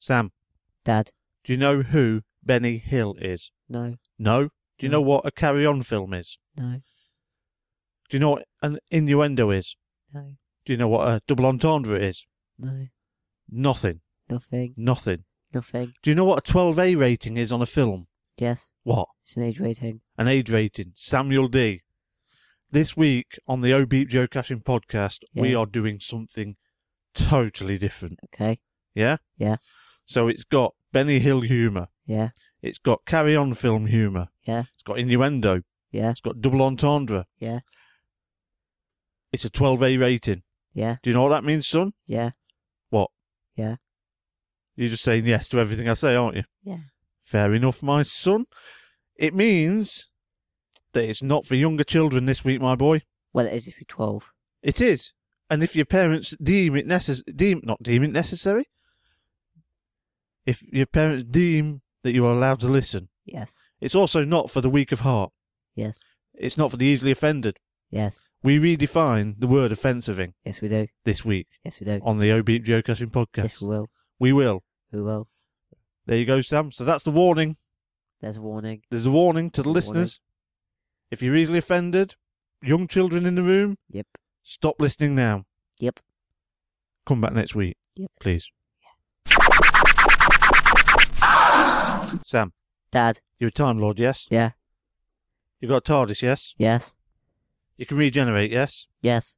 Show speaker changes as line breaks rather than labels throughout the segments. Sam,
Dad,
do you know who Benny Hill is?
no,
No. Do you know
No.
what a carry on film is?
no,
Do you know what an innuendo is?
no,
Do you know what a double entendre is?
no,
Nothing.
nothing,
Nothing.
nothing.
Do you know what a 12A rating is on a film?
Yes,
What?
it's an age rating.
An age rating. Samuel D. This week on the O Beep Joe Cashing podcast, we
Yeah.
are doing something totally different.
Okay,
Yeah?
Yeah.
So it's got Benny Hill humour.
yeah,
It's got carry on film humour.
yeah,
It's got innuendo.
yeah,
It's got double entendre.
yeah,
It's a 12A rating.
yeah,
Do you know what that means, son?
yeah,
What?
yeah,
You're just saying yes to everything I say, aren't you?
yeah.
Fair enough, my son. It means that it's not for younger children this week, my boy.
Well, it is if you're 12.
It is. And if your parents deem it necess deem not deem it necessary, if your parents deem that you are allowed to listen,
Yes,
it's also not for the weak of heart.
yes,
It's not for the easily offended.
yes,
We redefine the word offensiving
yes, we do.
this week
Yes, we do.
on the Obeep Joe Cushing
Yes,
podcast.
we will.
we will.
We will.
There you go, Sam. So that's the warning.
There's a warning.
There's a warning to the
Warning.
listeners. If you're easily offended, young children in the room,
Yep,
stop listening now.
yep.
Come back next week,
Yep.
please. Sam,
Dad,
you're a Time Lord, yes?
yeah,
You've got a TARDIS, yes?
yes,
You can regenerate, yes?
yes.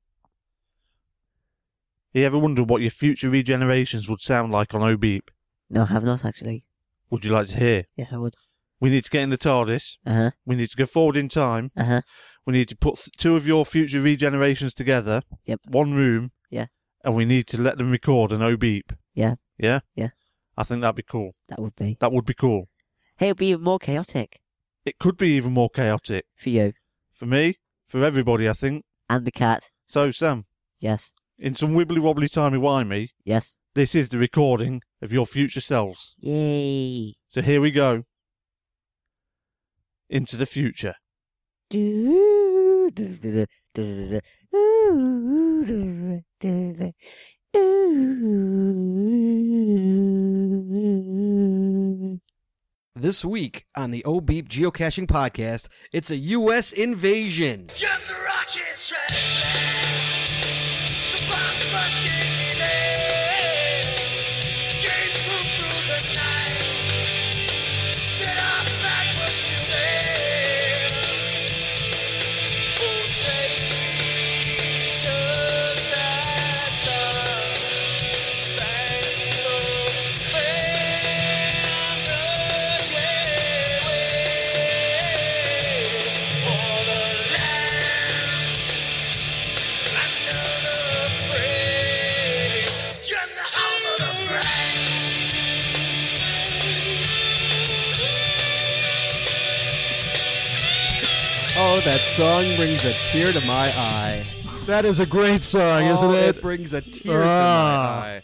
You ever wondered what your future regenerations would sound like on Obeep?
No, I have not actually.
Would you like to hear?
Yes, I would.
We need to get in the TARDIS.
Uh huh,
We need to go forward in time.
uh huh.
We need to put th- two of your future regenerations together,
Yep,
one room,
yeah,
and we need to let them record an Obeep.
yeah,
Yeah?
Yeah.
I think that'd be cool.
that would be.
That would be cool.
Hey, it'll be even more chaotic
It could be even more chaotic.
for you
For me, for everybody, I think.
and the cat.
So, Sam,
Yes,
in some wibbly wobbly timey wimey,
yes.
this is the recording of your future selves.
Yay.
So here we go. Into the future.
Yes,
This week on the O Beep Geocaching Podcast, it's a U.S. invasion.
Young rocket train. The bombs bursting in air. Gave proof through the night that our flag was still there. Who say just that Spangled Banner. All alive.
Oh, that song brings a tear to my eye.
That is a great song,
oh,
isn't it?
brings a tear
Ah.
to my eye.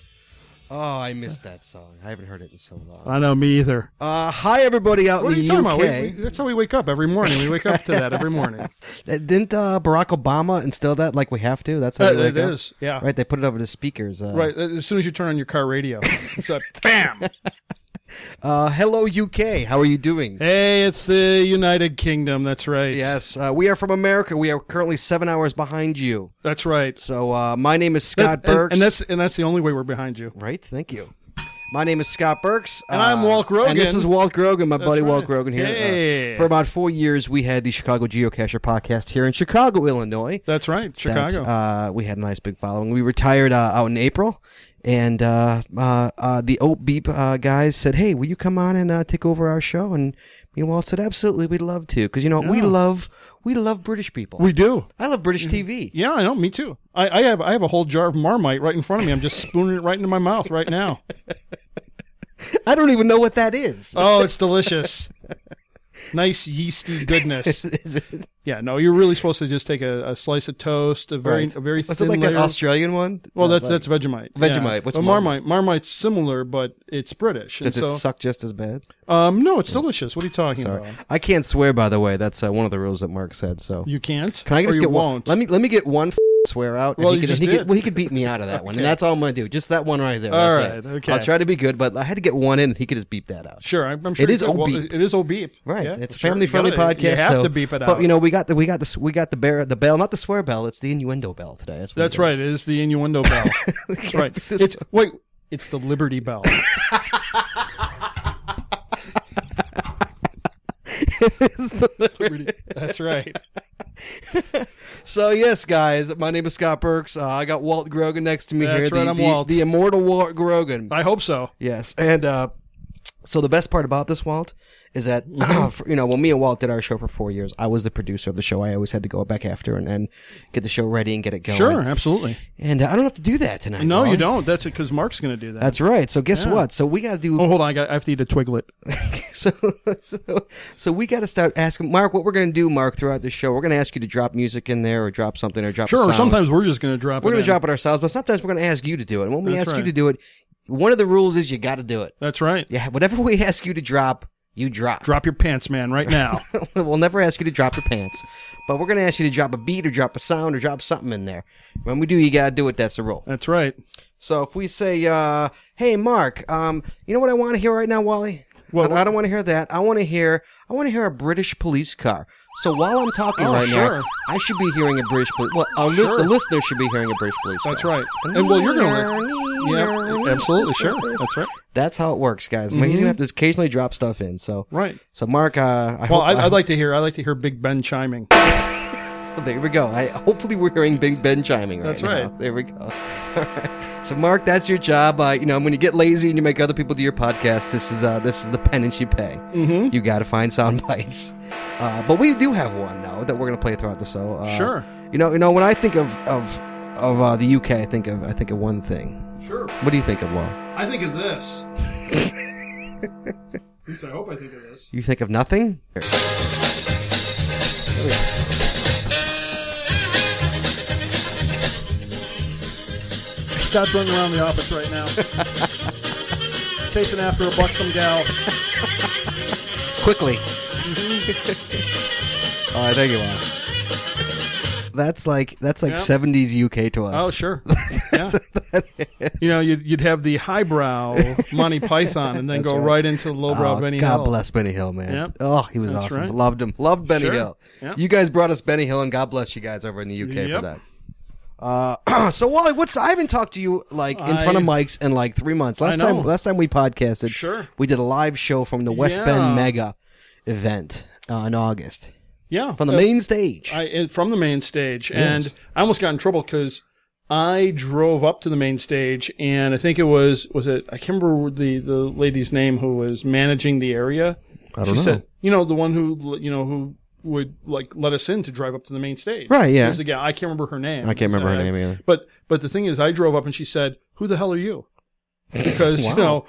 Oh, I missed that song. I haven't heard it in so long.
I know me either.
Uh, hi, everybody out
What are
in
you
the
talking
UK.
about? We, we, that's how we wake up every morning. We wake up to that every morning.
Uh, Didn't uh, Barack Obama instill that like we have to? That's how
Uh,
we wake
it
up?
is, yeah.
Right, they put it over the speakers. Uh,
Right, uh, as soon as you turn on your car radio, it's like bam.
Uh, hello, UK. How are you doing?
Hey, it's the United Kingdom. That's right.
Yes, uh, we are from America. We are currently seven hours behind you.
that's right.
So uh, my name is Scott
That- and-
Burks.
and, that's and that's the only way we're behind you.
Right. Thank you. My name is Scott Burks. uh,
And I'm Walt
And this
Grogan.
is Walt Grogan, my buddy Walt
right.
Grogan here. Uh,
Hey.
for about four years, we had the Chicago Geocacher podcast here in Chicago, Illinois.
That's right,
That,
Chicago.
uh, we had a nice big following. We retired uh, out in April, and uh, uh, uh, the Oat Beep uh, guys said, "Hey, will you come on and uh, take over our show?" And me and Walt said, "Absolutely, we'd love to." Because you know, we
Yeah.
love we love British people.
we Mm-hmm. do.
I love British TV.
Yeah, I know. Me too. I, I have I have a whole jar of Marmite right in front of me. I'm just spooning it right into my mouth right now.
I don't even know what that is.
Oh, it's delicious. Nice yeasty goodness.
Is it-
Yeah, no, you're really supposed to just take a, a slice of toast, a very
Right.
a very
What's it
thin
like an
layer.
Australian one?
well, that's
Like-
that's Vegemite.
Vegemite, what's
But
Marmite?
Marmite? Marmite's similar, but it's British. And
Does
so,
it suck just as bad?
um, no, it's delicious. What are you talking
Sorry,
about?
I can't swear. By the way, that's uh, one of the rules that Mark said. So
You can't.
can I
or
just
you
get
won't?
one? Let me let me get one f- swear out. and
Well,
he
you
could,
just
he could,
did.
well, he could beat me out of that one, and
Okay.
that's all I'm gonna do. Just that one right there.
All
that's it.
right, okay.
I'll try to be good, but I had to get one in. and He could just beep that out.
Sure, I'm I'm sure
It is
you could- well,
OB.
it is OB.
Right,
Yeah,
it's a
sure, you
family friendly
gotta-
podcast.
You have
so-
to beep it out.
But you know, we got the we got the we got the bear the bell, not the swear bell. It's the innuendo bell today. That's, what
That's
it is.
right. It is the innuendo bell. That's right. It's wait. It's the Liberty Bell. That's right.
So yes, guys, my name is Scott Burks. Uh, I got Walt Grogan next to me here.
That's right,
the,
I'm
the,
Walt.
the immortal Walt Grogan.
I hope so.
Yes, and uh, so the best part about this, Walt, is that for- you know when me and Walt did our show for four years, I was the producer of the show. I always had to go back after and, and get the show ready and get it going.
Sure, absolutely.
And uh, I don't have to do that tonight.
No,
Walt.
you don't. That's it because Mark's going to do that.
That's right. So guess what? So we got to do
oh, hold on. I, got, I have to eat a twiglet.
so, so, so we got to start asking Mark what we're going to do. Mark, throughout the show, we're going to ask you to drop music in there, or drop something, or drop. a
Sure. Or
sound.
sometimes we're just going to drop.
we're
going to
drop it ourselves, but sometimes we're going to ask you to do it. And when we
That's
ask you
right.
to do it, one of the rules is you got to do it.
That's right.
Yeah, whatever we ask you to drop, you drop.
Drop your pants, man, right now.
we'll never ask you to drop your pants, but we're going to ask you to drop a beat or drop a sound or drop something in there. When we do, you got to do it. That's the rule.
That's right.
So if we say, uh, "Hey, Mark, um, you know what I want to hear right now, Wally? Well, I, I don't want to hear that. I want to hear, I want to hear a British police car." So while I'm talking
Oh,
right
sure.
now, I should be hearing a British police. Well, a li-
Sure.
the listener should be hearing a British police.
That's
car.
right. And well, you're going to. Yeah, absolutely. Sure. That's right.
That's how it works, guys. But He's gonna have to occasionally drop stuff in. So
Right.
So Mark, uh, I hope,
Well, I, I'd like to hear. I'd like to hear Big Ben chiming.
Oh, There we go. I, hopefully, we're hearing Big Ben chiming right
That's
now.
right.
There we go. All right. So, Mark, that's your job. Uh, you know, when you get lazy and you make other people do your podcast, this is uh, this is the penance you pay. Mm-hmm. You got to find sound bites. Uh, but we do have one now that we're gonna play throughout the show. Uh,
Sure.
You know, you know, when I think of of of uh, the UK, I think of I think of one thing.
Sure.
What do you think of? Well,
I think of this. At least I hope I think of this.
you think of nothing. Here.
Stop running around the office right now. Chasing after a buxom gal.
quickly. All right, thank you, Mark. That's like that's like
Yeah.
seventies UK to us.
Oh, sure. Yeah. you know, you'd, you'd have the highbrow Monty Python and then
That's
go
right.
right. into lowbrow
Oh,
Benny
God
Hill.
bless Benny Hill, man.
Yep.
Oh, he was
That's
awesome.
right.
Loved him. Loved Benny
Sure.
Hill.
Yep.
You guys brought us Benny Hill, and God bless you guys over in the UK
Yep.
for that. Uh, so Wally, what's I haven't talked to you like in front of
I-
mics in like three months. Last
know.
time, last time we podcasted,
Sure.
we did a live show from the West
Yeah.
Bend Mega event uh, in August
Yeah.
from the
Uh,
main stage.
I and from the main stage,
Yes.
and I almost got in trouble because I drove up to the main stage, and I think it was was it I can't remember the the lady's name who was managing the area. I
don't
she
know.
said, you know, the one who you know who would like let us in to drive up to the main stage.
Right, yeah.
There's a guy- I can't remember her name.
I can't remember her
Uh,
name either.
But but the thing is, I drove up and she said, "Who the hell are you?" Because you know.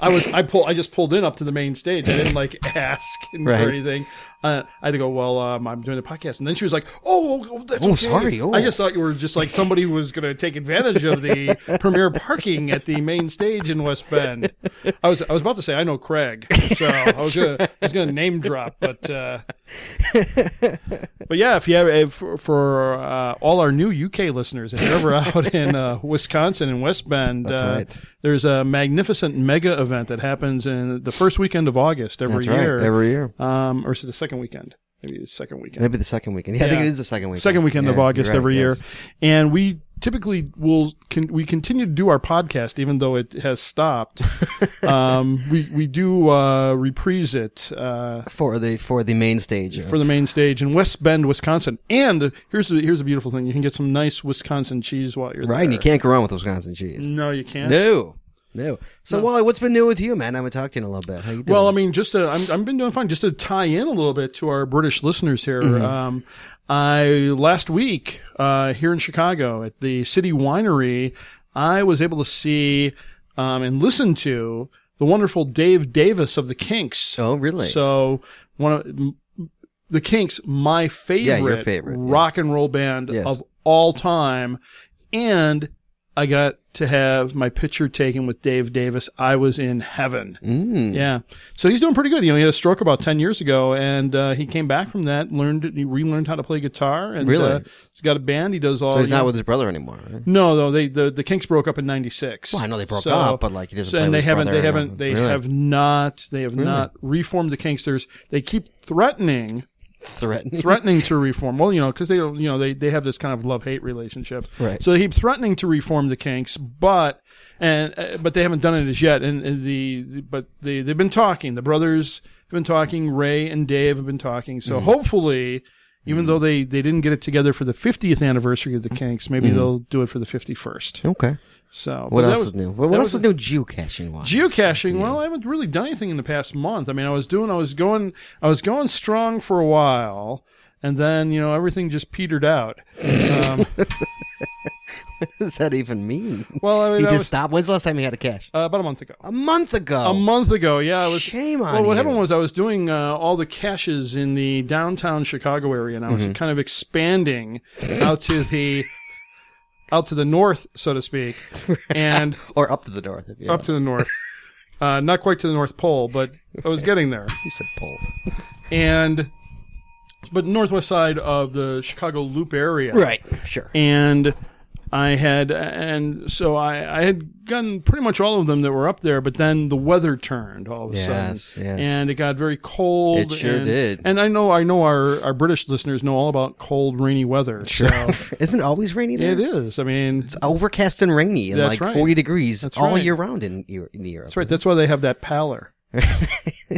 I was I pull I just pulled in up to the main stage. I didn't like ask and
Right.
or anything. Uh, I had to go. Well, um, I'm doing the podcast, and then she was like, "Oh, oh, that's
Oh,
okay."
sorry. Oh.
I just thought you were just like somebody who was going to take advantage of the premier parking at the main stage in West Bend. I was I was about to say I know Craig, so I was gonna I was gonna name drop, but uh, but yeah, if you have if, for uh, all our new UK listeners, if you're ever out in uh, Wisconsin and West Bend,
That's
uh,
right.
there's a magnificent mega event that happens in the first weekend of August every
That's right.
year.
Every year.
um, or is it the second weekend? Maybe the second weekend.
Maybe the second weekend. Yeah, I think
Yeah.
it is the second weekend.
Second weekend of
Yeah,
August
you're right,
every
yes.
year, and we typically will con- we continue to do our podcast even though it has stopped. um, we we do uh, reprise it. Uh,
for the for the main stage.
for the main stage in West Bend, Wisconsin. And here's the here's a beautiful thing: you can get some nice Wisconsin cheese while you're
right,
there.
and you can't go wrong with Wisconsin cheese.
No, you can't.
No, no. So Wally, what's been new with you, man? I haven't talked to you in a little bit. How you doing?
Well, I mean, just to, I'm I've been doing fine. Just to tie in a little bit to our British listeners here, um, I last week uh, here in Chicago at the City Winery, I was able to see um, and listen to the wonderful Dave Davis of the Kinks.
oh really?
So one of m- the Kinks, my favorite,
favorite, yes.
rock and roll band
Yes.
of all time, and I got to have my picture taken with Dave Davis. I was in heaven.
Mm.
Yeah. So he's doing pretty good. You know, he had a stroke about 10 years ago and uh, he came back from that, learned, he relearned how to play guitar. And,
Really?
uh, he's got a band. He does all
So he's
you
not
know-
with his brother anymore. Right?
No, no, they the, the Kinks broke up in '96.
Well, I know they broke
So-
up, but like he doesn't.
so-
play
and
with
they
his
haven't,
brother
they
or
haven't,
nothing.
they
Really?
have not, they have not reformed the Kinksters. They keep threatening,
threatened.
threatening to reform. Well, you know, because they don't, you know, they they have this kind of love hate relationship.
Right.
So they keep threatening to reform the Kinks, but and uh, but they haven't done it as yet. And, and the the- but they they've been talking. The brothers have been talking. Ray and Dave have been talking. So
Mm-hmm.
hopefully. Even though they, they didn't get it together for the 50th anniversary of
Mm-hmm.
the Kinks, maybe they'll do it for the 51st.
Okay.
So but
What
that
else
was-
is new? What, what
that
else
was
is new geocaching wise?
Geocaching. Well, I haven't really done anything in the past month. I mean, I was doing, I was going, I was going strong for a while, and then you know everything just petered out. Um,
what does that even mean?
well, I mean,
he
I
just
was,
stopped. When's the last time he had a cache?
uh, about a month ago.
A month ago.
A month ago, yeah, I was.
Shame on
well, what
you.
happened was I was doing uh, all the caches in the downtown Chicago area, and I was
Mm-hmm.
kind of expanding out to the out to the north, so to speak, and
or up to the north. If you
up to the north. Uh, not quite to the North Pole, but I was getting there.
you said pole.
and but northwest side of the Chicago Loop area,
Right. Sure.
And I had and so I I had gotten pretty much all of them that were up there, but then the weather turned all of a
Yes,
sudden,
yes.
and it got very
It
cold.
sure
and-
did.
And I know I know our our British listeners know all about cold, rainy weather. So
Isn't it always rainy there?
it is. I mean,
It's overcast and rainy and like
That's right.
40 degrees
That's
all
right.
year round in, Eu- in Europe.
that's right. That's why they have that pallor.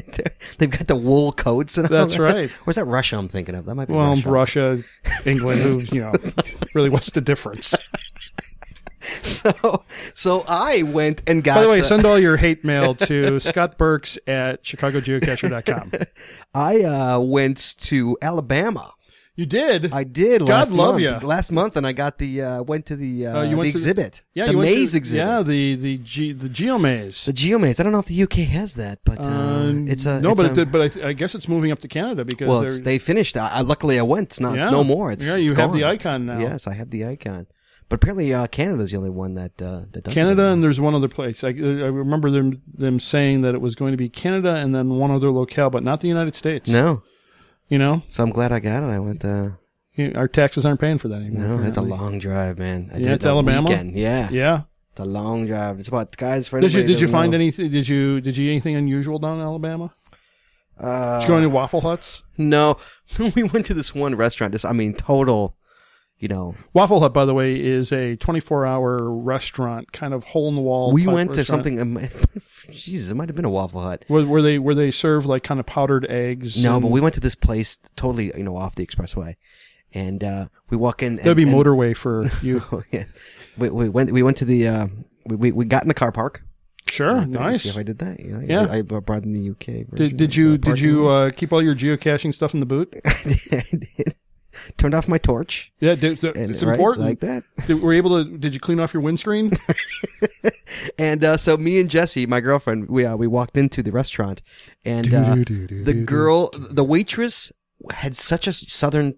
They've got the wool coats and all
That's
that.
right.
Where's that Russia I'm thinking of? That might be
Well,
Russia.
Russia, England, who you know, really, what's the difference?
So, so I went and got
By the way,
the-
send all your hate mail to Scott Burks at ChicagoGeocacher.com.
I uh, went to Alabama.
You did.
I did
God
last
love
month.
ya.
Last month and I got the uh, went to the uh,
Uh, you
the
went to the-
exhibit.
yeah,
the
you went
maze
to-
exhibit.
Yeah, the the G, the geomaze.
The geomaze. I don't know if the UK has that, but uh,
Um,
it's a
no,
it's
but
a-
it did- but I, th- I guess it's moving up to Canada because
well,
they're-
it's, they finished. I, I- luckily, I went. It's not. It's
Yeah.
no more. It's,
Yeah,
it's
you have the
gone.
icon now.
Yes, I have the icon. But apparently, uh, Canada's the only one that uh, that does
Canada
It.
and there's one other place. I, I remember them them saying that it was going to be Canada and then one other locale, but not the United States.
No,
you know
so I'm glad I got it. I went. Uh,
You- our taxes aren't paying for that anymore.
no, it's a
apparently.
long drive, man. I
Yeah,
did it
to
the
Alabama?
Weekend. Yeah,
Yeah.
it's a long drive. It's about guys. For
Did you
anybody
did you
who doesn't
find
know,
anything? Did you did you eat anything unusual down in Alabama?
Uh,
Did you go into Waffle Huts?
no, we went to this one restaurant. This, I mean, total. You know,
Waffle Hut, by the way, is a 24-hour restaurant, kind of hole-in-the-wall.
we
type
went to
restaurant.
something. um, Jesus, it might have been a Waffle Hut.
Where, where they where they serve like kind of powdered eggs.
No,
and-
but we went to this place totally, you know, off the expressway, and uh, we walk in.
that'd
and,
be
and-
motorway for you.
Oh, yeah. we, we went. We went to the. Uh, we, we we got in the car park.
Sure,
Let me See
Oh, nice.
if I did that. Yeah,
Yeah.
I, I brought in the UK. version
Did, did
of
you
the
did you uh, keep all your geocaching stuff in the boot?
parking lot. I did. Turned off my torch.
Yeah, did,
And,
it's
right,
important.
like that.
Did- were you able to? Did you clean off your windscreen?
And uh, so me and Jesse, my girlfriend, we uh, we walked into the restaurant, and uh, the girl, the waitress, had such a southern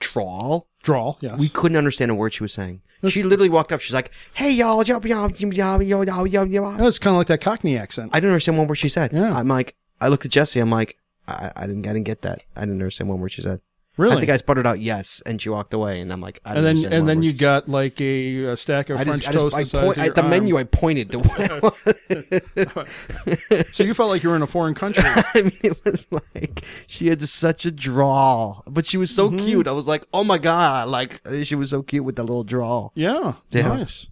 drawl.
Draw. Yes.
We couldn't understand a word she was saying. She literally walked up. She's like, "Hey y'all, y'all, y'all, y'all, y'all, y'all, y'all, y'all, y'all."
That's kind of like that Cockney accent.
I didn't understand one word she said.
Yeah.
I'm like, I looked at Jesse. I'm like, I, I didn't, I didn't get that. I didn't understand one word she said.
really.
I think I sputtered out yes, and she walked away, and I'm like, I
and
didn't
then
understand
and
one
then
word
you
she-
got like a, a stack of
I
French
just, I
toast
just, I
the size
point,
of your
at the
arm.
menu, I pointed to what I wanted.
So you felt like you were in a foreign country.
I mean, it was like she had just such a drawl, but she was so
Mm-hmm.
cute. I was like, oh my god, like she was so cute with that little drawl.
Yeah.
Yeah.
Nice.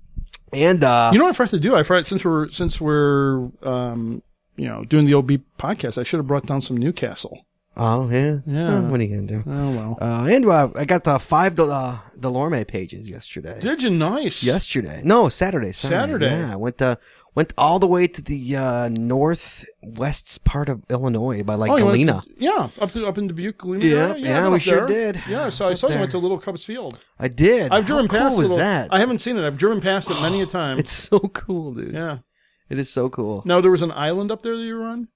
And uh,
You know what I forgot to do? I forgot since we're since we're um, you know doing the OB podcast. I should have brought down some Newcastle.
oh yeah,
Yeah.
Well, what are you gonna do?
Oh well.
Uh, and uh, I got the five Del- uh, Delorme pages yesterday.
Uh, Did you nice?
yesterday. No, Saturday. Sorry.
Saturday.
Yeah, I went to went all the way to the uh, northwest part of Illinois by like
Oh, you went-
Galena.
yeah, up to up in Dubuque, Galena.
Yeah,
area?
yeah,
I've been
we
up
sure
there.
did. I
Yeah, so
was
I
up
saw you
there.
went to Little Cubs Field.
I did.
I've driven
How
past.
cool was
Little,
that?
I haven't seen it. I've driven past it many a time.
It's so cool, dude.
yeah.
It is so cool.
Now there was an island up there that you were on.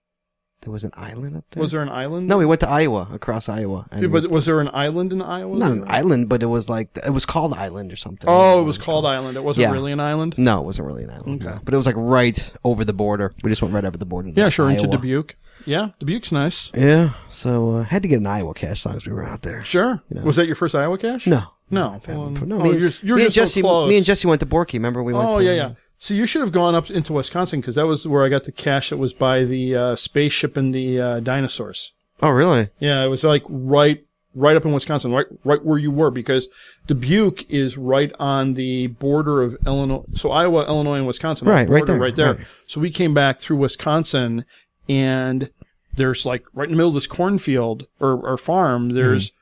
There was an island up there.
Was there an island?
No, we went to Iowa, across Iowa. And
Yeah, but was there an island in Iowa?
not an island, but it was like it was called Island or something. I don't know
Oh,
what
it was called island. It wasn't
Yeah.
really an island.
No, it wasn't really an island. no. But it was like right over the border. We just went right over the border. to
Yeah, sure. Into
Iowa.
Dubuque. Yeah, Dubuque's nice.
Yeah, so uh, had to get an Iowa cash song as we were out there.
Sure. Was that your first Iowa cache?
No,
No.
Family
Well,
pro- no,
oh,
me,
you're, you're
me and
just
Jesse,
so close.
me and Jesse went to Borky. Remember we went?
Oh
to, uh,
yeah, yeah. So you should have gone up into Wisconsin because that was where I got the cache that was by the uh, spaceship and the uh, dinosaurs.
Oh really?
Yeah, it was like right right up in Wisconsin, right right where you were because Dubuque is right on the border of Illinois. So Iowa, Illinois and Wisconsin. are
Right, right
border,
there,
Right there.
right.
So we came back through Wisconsin and there's like right in the middle of this cornfield or, or farm,
Mm-hmm.
there's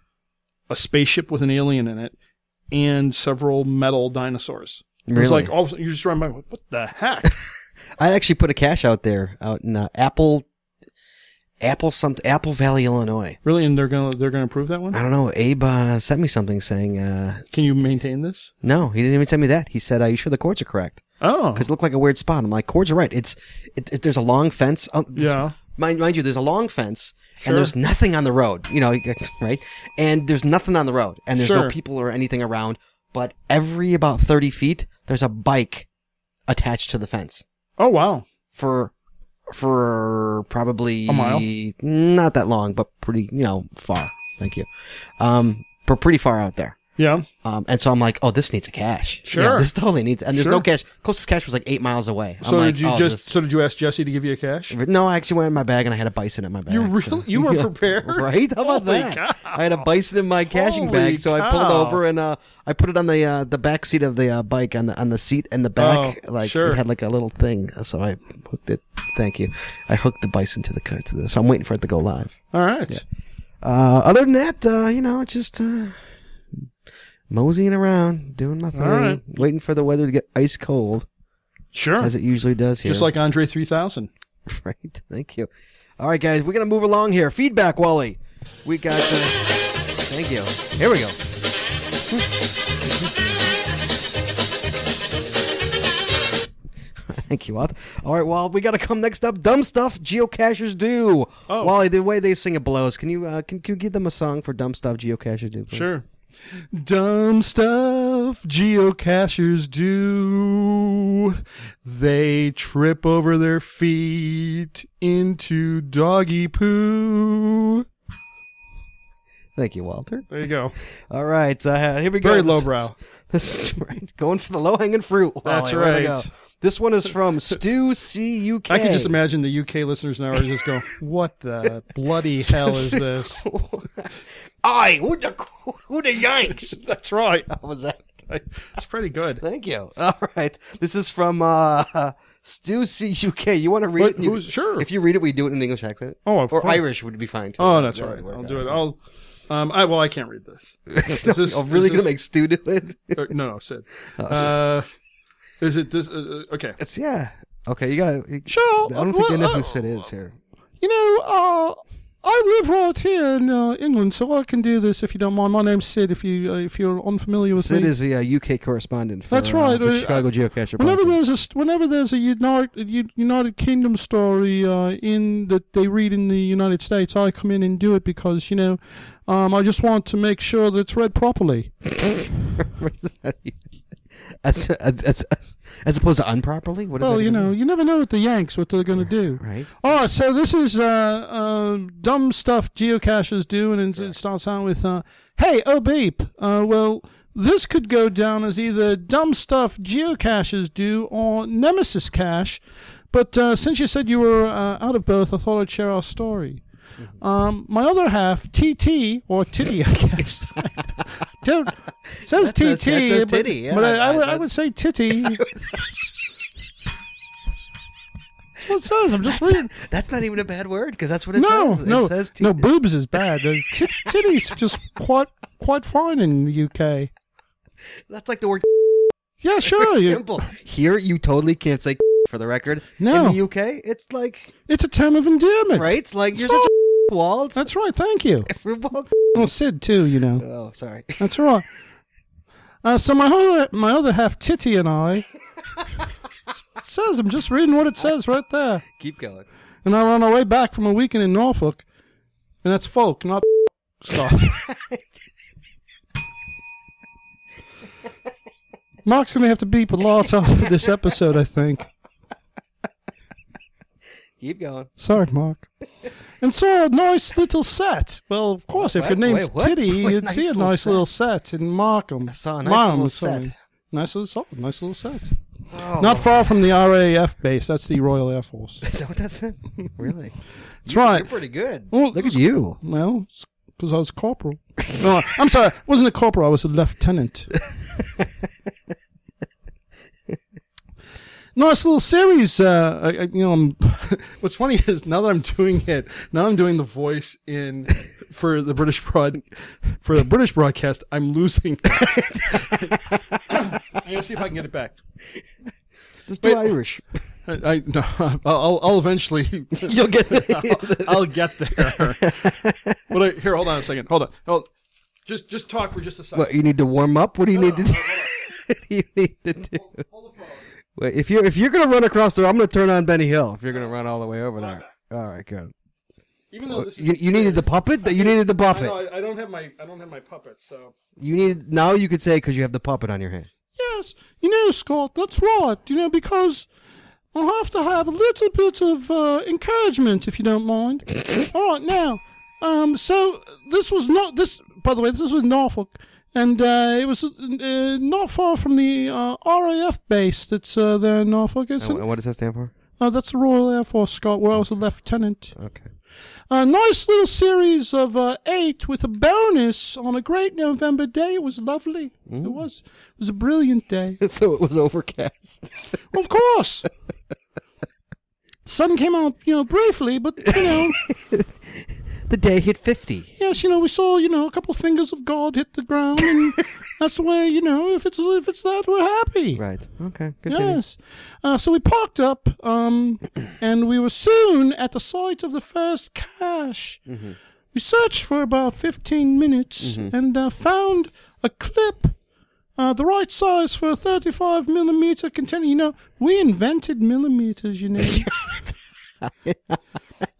a spaceship with an alien in it and several metal dinosaurs. It was
Really?
like oh. all of a sudden you just run by what the heck?
I actually put a cash out there out in uh, Apple, Apple something, Apple Valley, Illinois.
really? And they're gonna they're gonna approve that one?
I don't know. Abe uh, sent me something saying, uh,
Can you maintain this?
no, he didn't even send me that. He said, "Are you sure the cords are correct?"
Oh,
Because it looked like a weird spot. I'm like, cords are right. It's it, it- there's a long fence. Uh, this-
yeah.
mind, mind you, there's a long fence
Sure.
and there's nothing on the road, you know, right? And there's nothing on the road and there's
Sure.
no people or anything around. But every about 30 feet, there's a bike attached to the fence
Oh wow.
for for probably
A mile?
not that long, but pretty, you know, far. Thank you. Um, but pretty far out there.
Yeah.
Um, and so I'm like, oh, this needs a cache. You know,
Sure.
this totally needs, and there's no
Sure.
cache. Closest cache was like eight miles away. I'm
So
like,
did you
oh,
just
this-
so did you ask Jesse to give you a cash?
no, I actually went in my bag and I had a bison in my bag.
You
so-
really you were
Yeah.
prepared,
right? How about
Holy
that?
cow.
I had a bison in my caching
Holy
bag, so I pulled
cow.
over and uh, I put it on the uh, the back seat of the uh, bike on the on the seat and the back.
Oh,
like
sure.
it had like a little thing, so I hooked it. Thank you. I hooked the bison to the co- to the. So I'm waiting for it to go live.
All right.
Uh, other than that, uh, you know, just uh, moseying around, doing my thing,
right.
waiting for the weather to get ice cold
Sure.
as it usually does here.
Just like Andre 3000.
Right. Thank you. All right, guys, we're gonna move along here. Feedback, Wally. We got. Uh, thank you. Here we go. Thank you, Walt. All right, Walt. We got to come next up. Dumb stuff geocachers do.
Oh.
Wally, the way they sing it blows. Can you uh, can, can you give them a song for dumb stuff geocachers do? please?
Sure. Dumb stuff geocachers do. They trip over their feet into doggy poo.
Thank you, Walter.
There you go.
All right, uh, here we go.
Very
This-
lowbrow.
This is right. Going for the low hanging fruit.
That's
Wally. Way to
right.
go. This one is from Stu C U K.
I can just imagine the UK listeners now are just going, "What the bloody hell is this?"
I who the who the yanks?
That's right.
What was that?
It's pretty good.
Thank you. All right. This is from uh, Stu C U K. You want to read
What-
it? You-
who's- sure.
If you read it, we do it in an English accent.
Oh, of
or
course.
Irish would be fine too.
Oh, that's
That
all right.
would work
I'll
out.
do it. I'll. Um, I well, I can't read this. Is
No,
this-
I'm really
is
gonna Oh,
this-
make Stu do it.
uh, no, no, Sid. Uh, is it this? Uh, uh, okay.
it's yeah. Okay, you gotta. you-
Sure.
I don't think they know
Well, uh,
who Sid is here.
You know, uh, I live right here in uh, England, so I can do this if you don't mind. My name's Sid. If you uh, if you're unfamiliar with
Sid
me,
is the uh, UK correspondent. For,
That's
uh,
right.
the
Uh,
Chicago Geocacher.
Whenever
podcast.
there's a st- whenever there's a United United Kingdom story uh, in that they read in the United States, I come in and do it because you know, um, I just want to make sure that it's read properly.
What does that mean? as, as, as, as opposed to unproperly? What does
Well,
that
you
even
know,
mean?
you never know what the Yanks what they're going to do.
Right.
All right, so this is uh, uh, dumb stuff geocachers do, and it, it starts out with, uh, "Hey, oh beep." Uh, well, this could go down as either dumb stuff geocachers do or Nemesis Cache, but uh, since you said you were uh, out of both, I thought I'd share our story.
Mm-hmm.
Um, my other half, TT or Titty, I guess. Don't says
That says- that
TT,
says
but,
titty, yeah,
but I, I
I-
would, I
that's-
would say Titty. That's what it says. I'm just reading.
That's not even a bad word because that's what it
no,
says.
no,
it says
no. Boobs is bad. The t- titties just quite quite fine in the UK.
that's like the word
Yeah, sure. you-
simple. Here, you totally can't say for the record.
No.
In the UK, it's like,
it's a term of endearment,
right? It's like you're such a wall. It's
That's right. Thank you.
we're both-
Well, Sid too. You know.
Oh, sorry.
That's right. Uh, so my other my other half titty and I It says I'm just reading what it says right there.
Keep going.
And I'm on our way back from a weekend in Norfolk, and that's folk, not stuff. Mark's gonna have to beep a lot off of this episode, I think.
Keep going.
Sorry, Mark. And so a nice little set. Well, of course, if
What?
your name's
Wait, what?
Titty,
What
you'd
nice
see a
little
nice
set?
little set in Markham.
I saw a nice
Marham,
little
sorry.
set.
Nice little set. Nice little set.
Oh,
Not far from the RAF base. That's the Royal Air Force.
Is that what that says? Really?
That's right.
You're pretty good.
Well,
Look at you.
Well, because I was corporal. No, I'm sorry. I wasn't a corporal. I was a lieutenant. nice little series. Uh, I, I- you know, I'm, what's funny is now that I'm doing it, now I'm doing the voice in for the British broad for the British broadcast. I'm losing. It. I'm gonna see if I can get it back.
Just do Irish.
I, I no, I'll, I'll eventually
You'll get
I'll, I'll get there. but I, here, hold on a second. Hold on. Hold, just just talk for just a second.
What you need to warm up? What do you need to do? what do you need to do? Wait, if you're if you're gonna run across there, I'm gonna turn on Benny Hill. If you're gonna run all the way over there, all right, good.
Even though this is
You, you needed the puppet. You needed the
I, know,
puppet.
I, I don't have my I don't have my puppet. So
You need now. You could say because you have the puppet on your hand.
yes, you know, Scott, that's right. You know, because I'll have to have a little bit of uh, encouragement if you don't mind. all right, now, um, so this was not this. By the way, this was Norfolk. And uh, it was uh, not far from the uh, RAF base that's uh, there in Norfolk. It's an
And what does that stand for?
Uh, that's the Royal Air Force, Scott, where I was a lieutenant.
Okay.
A nice little series of uh, eight with a bonus on a great November day. It was lovely. It was. It was a brilliant day.
so it was overcast.
of course. Sun came out, you know, briefly, but you know,
The day hit fifty.
yes, you know, we saw, you know, a couple fingers of God hit the ground, and that's the way, you know, if it's if it's that, we're happy.
Right. Okay. Good.
Yes. Uh, so we parked up, um, and we were soon at the site of the first cache.
Mm-hmm.
We searched for about 15 minutes and uh, found a clip. Uh, the right size for a 35 millimeter container. You know, we invented millimeters. You know, you.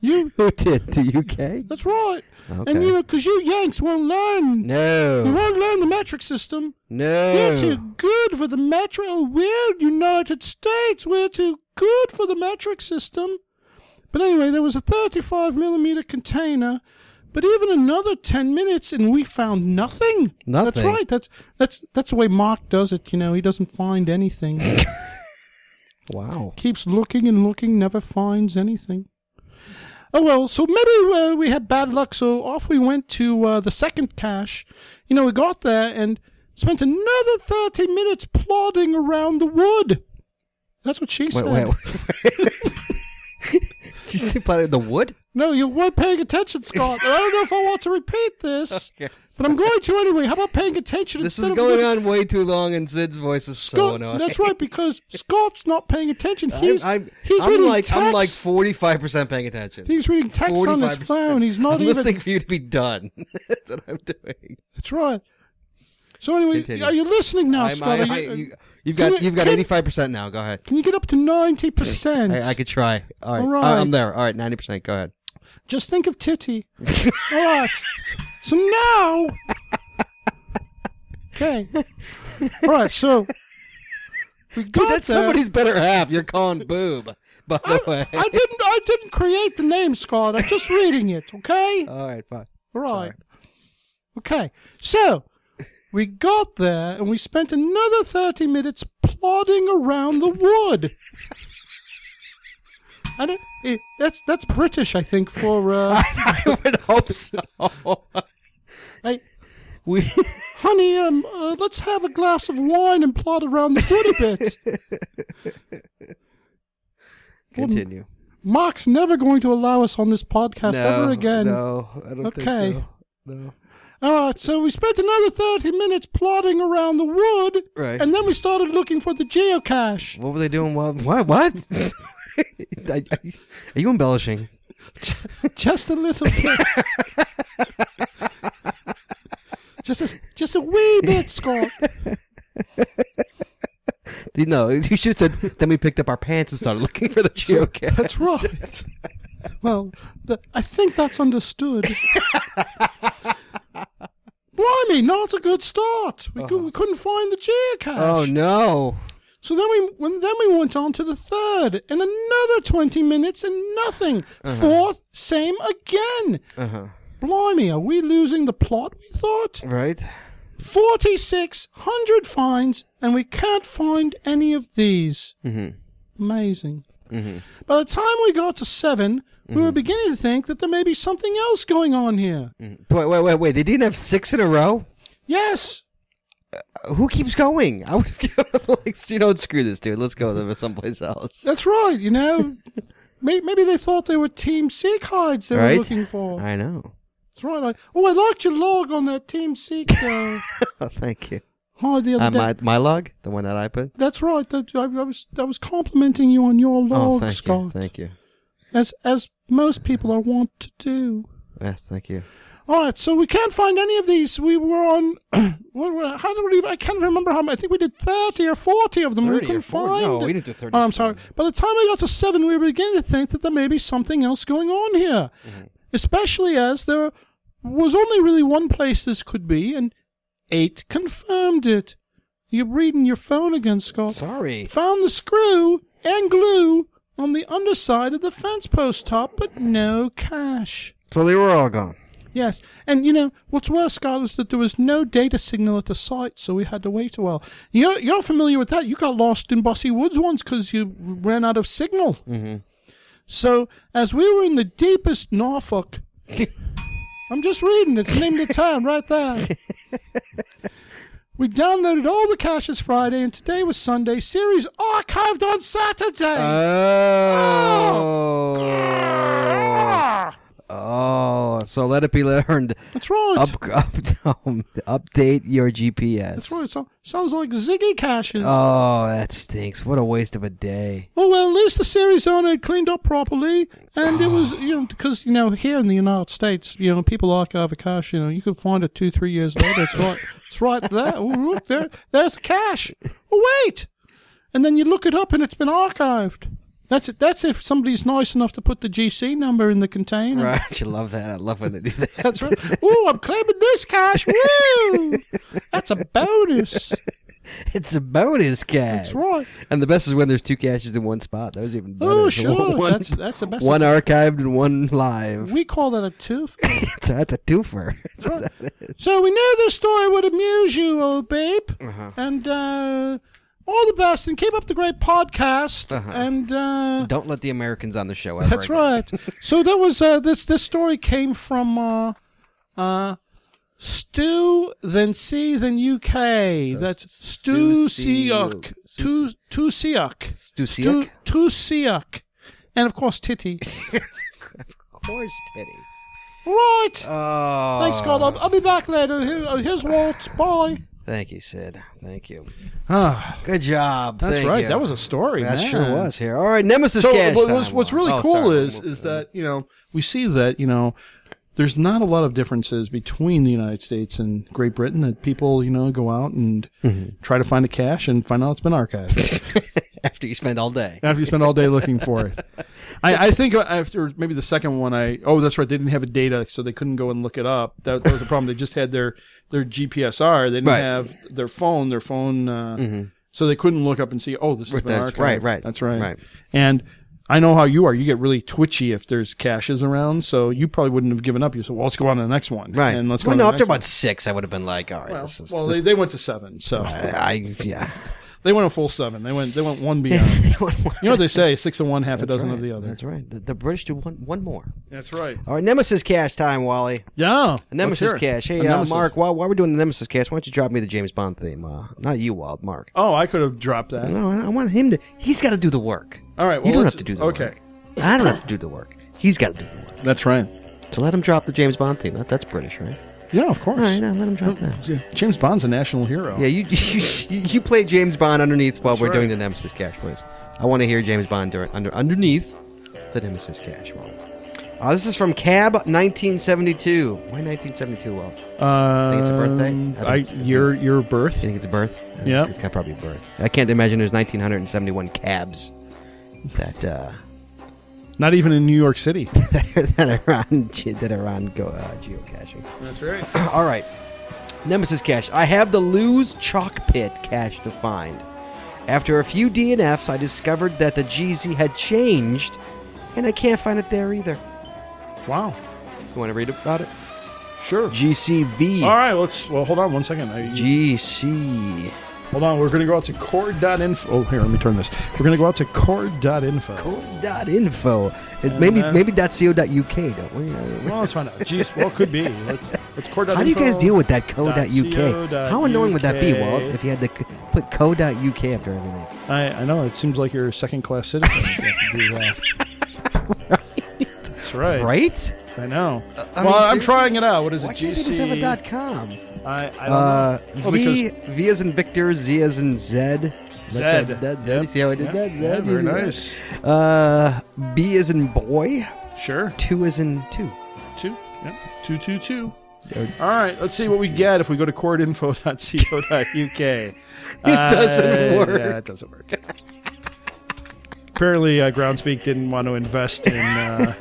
Who did the UK?
That's right. And
Okay.
you know, because you Yanks won't learn. You
No.
won't learn the metric system. We're
No.
too good for the metric. oh, We're United States. We're too good for the metric system. But anyway, there was a 35 millimeter container. But even another 10 minutes, and we found nothing. That's
Nothing.
right. That's that's that's the way Mark does it. You know, he doesn't find anything.
Wow.
Keeps looking and looking, never finds anything. Oh well, so maybe uh, we had bad luck. So off we went to uh, the second cache. You know, we got there and spent another thirty minutes plodding around the wood. That's what she
Wait.
said.
Wait. wait. Did you say planted the wood?
No, you weren't paying attention, Scott. I don't know if I want to repeat this, but I'm going to anyway. How about paying attention?
This
instead
is
of
going on
looking-
way too long, and Sid's voice is so
Scott,
annoying.
that's right, because Scott's not paying attention.
I'm,
He's
I'm,
he's
I'm
reading
like I'm like
text.
forty five percent paying attention.
He's reading text on his
45%.
phone. He's not
I'm
even
listening for you to be done. That's what I'm doing.
That's right. So anyway,
Continue.
are you listening now,
I'm,
Scott?
I,
Are
I,
you- uh,
you, you've
Can
got
you-
you've got
can-
eighty five percent now. Go ahead.
can you get up to ninety percent?
I, I could try. All right.
All
I- I'm
right.
there. All right. Ninety percent. Go ahead.
Just think of titty. All right. So now, okay. All right. So we got
That's
there.
somebody's better half. You're calling boob. By
I,
the way.
I didn't. I didn't create the name, Scott. I'm just reading it. Okay.
All right. Fine.
All right. Okay. So we got there and we spent another 30 minutes plodding around the wood. I don't, eh, that's that's British, I think. For uh,
I would hope so.
I,
We
honey, um, uh, let's have a glass of wine and plod around the wood a bit.
continue.
Mark's never going to allow us on this podcast
no,
ever again.
No, I don't
Okay.
think so. No.
All right, so we spent another 30 minutes plodding around the wood,
Right.
and then we started looking for the geocache.
What were they doing? While, what? What? I- I- are you embellishing?
just a little bit. just a, just a wee bit, Scott.
No, you should have said. Then we picked up our pants and started looking for the geocache.
That's right. well, th- I think that's understood. Blimey, not a good start. We, cou- we couldn't find the geocache.
Uh-huh. Oh no!
So then we when, then we went on to the third, and another twenty minutes, and nothing. Fourth, same again.
Uh-huh.
Blimey, are we losing the plot? We thought
Right?
forty six hundred finds, and we can't find any of these.
Mm-hmm.
Amazing.
Mm-hmm.
By the time we got to 7 we were beginning to think that there may be something else going on here.
Wait, wait, wait, wait! They didn't have six in a row.
Yes.
Who keeps going? I would have given up, like, you don't screw this dude. Let's go to someplace else.
That's right, you know. May- Maybe they thought they were Team Seek hides they
Right.
were looking for.
I know.
That's right. I, oh, I liked your log on that Team Seek uh,
Oh, Thank you.
hide the other
Uh,
day.
my my log, the one that I put.
That's right. That, I, I was I was complimenting you on your
Oh,
log,
thank
Scott.
you. Thank you.
As as most people are wont to do.
Yes, thank you.
All right, so we can't find any of these. We were on. what, were- how did we? even- I can't remember how. many. I think we did thirty or forty of them. we
30 or
couldn't
40?
find.
No, we didn't do 30
Oh,
or
I'm sorry. By the time I got to seven, we were beginning to think that there may be something else going on here,
Mm-hmm.
especially as there was only really one place this could be, and eight confirmed it. You're reading your phone again, Scott.
Sorry.
Found the screw and glue on the underside of the fence post top, but no cash.
So they were all gone.
Yes, and you know what's worse, Scott, is that there was no data signal at the site, so we had to wait a while. You're, you're familiar with that. You got lost in Bossy Woods once because you ran out of signal.
Mm-hmm.
So as we were in the deepest Norfolk, I'm just reading. It's named the town right there. We downloaded all the caches Friday, and today was Sunday. Series archived on Saturday.
Uh. Oh.
Ah,
Oh. So let it be learned.
that's right.
Up, up, um, update your GPS.
That's right. So, sounds like Ziggy caches.
Oh, that stinks. What a waste of a day.
Oh well, at least the series owner had cleaned up properly, and it was you know because you know here in the United States, you know people archive a cache. You know you can find it two, three years later. It's right, it's right there. Oh look, there, there's a cache. Oh wait, and then you look it up and it's been archived. That's it. That's if somebody's nice enough to put the GC number in the container.
Right. You love that. I love when they do that.
That's right. Oh, I'm claiming this cache. Woo! That's a bonus.
It's a bonus cache.
That's right.
And the best is when there's two caches in one spot. That was even better.
Oh
One-
sure.
One,
that's that's the best.
one archived and one live.
we call that a tooth.
So That's a twofer.
So we knew this story would amuse you, old babe.
Uh-huh.
And uh, all the best, and keep up the great podcast.
Uh-huh.
And uh,
Don't let the Americans on the show ever.
that's
again.
right. so that was uh, this. This story came from uh, uh, Stu, then C, then UK.
So
That's
S-
Stu
Stu
Siak,
Siak.
Stu Stu Siak,
Stu
Stu
Siak?
Stu Siak, and of course Titty.
Of course, Teddy.
right.
Oh.
Thanks, Scott. I'll, I'll be back later. Here- uh, Here's Walt. Bye.
Thank you, Sid. Thank you.
Ah.
Good job.
That's
Thank
right.
you.
That was a story.
That
man.
sure was here. All right, Nemesis
So
Cash.
what- what's,
time
what's
one.
really
Oh,
cool
sorry.
is is that you know we see that you know there's not a lot of differences between the United States and Great Britain that people you know go out and
Mm-hmm.
try to find a cache and find out it's been archived
after you spend all day.
after you spend all day looking for it. I, I think after maybe the second one, I oh that's right they didn't have a data so they couldn't go and look it up. That, that was the problem. They just had their their GPSR. They didn't
Right.
have their phone. Their phone. Uh, So they couldn't look up and see, oh, this has been
That's
archived.
right, right,
That's right.
right.
And I know how you are. You get really twitchy if there's caches around, so you probably wouldn't have given up. You said, well, let's go on to the next one.
Right.
And let's go
well,
on
no,
to
after
the
about
next
six, I would have been like, all right,
one.
this is.
Well,
this-
they, they went to seven, so
I, I yeah.
they went a full seven. They went they went one beyond.
They want one.
you know what they say, six of one, half a
That's
dozen
right.
of the other.
That's right. The, the British do one one more.
That's right.
All right, Nemesis Cash time, Wally.
Yeah.
A Nemesis
Let's hear it.
Cash. Hey,
Oh, A
uh,
Nemesis.
Mark, while, while we're doing the Nemesis Cash, why don't you drop me the James Bond theme? Uh, not you, Walt. Mark.
Oh, I could have dropped that.
No, I, I want him to. He's got to do the work.
All right. Well,
you don't
let's-
have to do the
Okay.
work. I don't have to do the work. He's got to do the work.
That's right.
So let him drop the James Bond theme. That, that's British, right?
Yeah, of course.
All right, now let him drop that.
Yeah, James Bond's a national hero.
Yeah, you you, you play James Bond underneath while we're
right.
doing the Nemesis Cash, please. I want to hear James Bond during, under underneath the Nemesis Cash. While Uh, this is from Cab 1972. Why 1972? Well,
Uh,
think it's a birthday.
I
I think it's-
your your
you
birth.
think it's a birth? I think
Yeah.
it's got probably a birth. I can't imagine there's 1971 cabs that uh,
Not even in New York City.
that are, that are on ge- that are on go, uh, geocaching.
That's right.
All right. Nemesis cache. I have the lose chalk pit cache to find. After a few DNFs, I discovered that the GZ had changed, and I can't find it there either.
Wow.
You want to read about it?
Sure.
GCV.
All right. Let's. Well, hold on one second. I,
GC.
hold on. We're gonna go out to cord.info. Oh, here. Let me turn this. We're gonna go out to cord.info.
Dot info. It, maybe
Uh,
maybe dot co dot uk. Don't we?
Well, let's find out. Jeez. Well, could be. Let's, let's cord.info.
How do you guys deal with that co
dot
dot uk?
co
How annoying would that be,
UK?
Walt? If you had to c- put co dot uk after everything.
I, I know. It seems like you're a second class citizen. if you have to do that. That's right.
Right?
I know.
I
well,
mean,
I'm
seriously,
trying it out. What is it?
Why can't they just have a
GC?
dot com?
I, I don't
Uh,
know. Oh, Well,
v,
because
v as in Victor, Z as in Zed.
Zed.
That, that, Zed.
Yep.
You see how I did
Yeah.
that? Zed.
Yeah, very
You see
nice.
that? Uh, B as in boy.
Sure.
Two as in two.
Two. Yep. Two, two, two.
Or-
All right. Let's see what we get if we go to cordinfo.co.uk. it
doesn't work.
Yeah, it doesn't work. Apparently, uh, Groundspeak didn't want to invest in uh,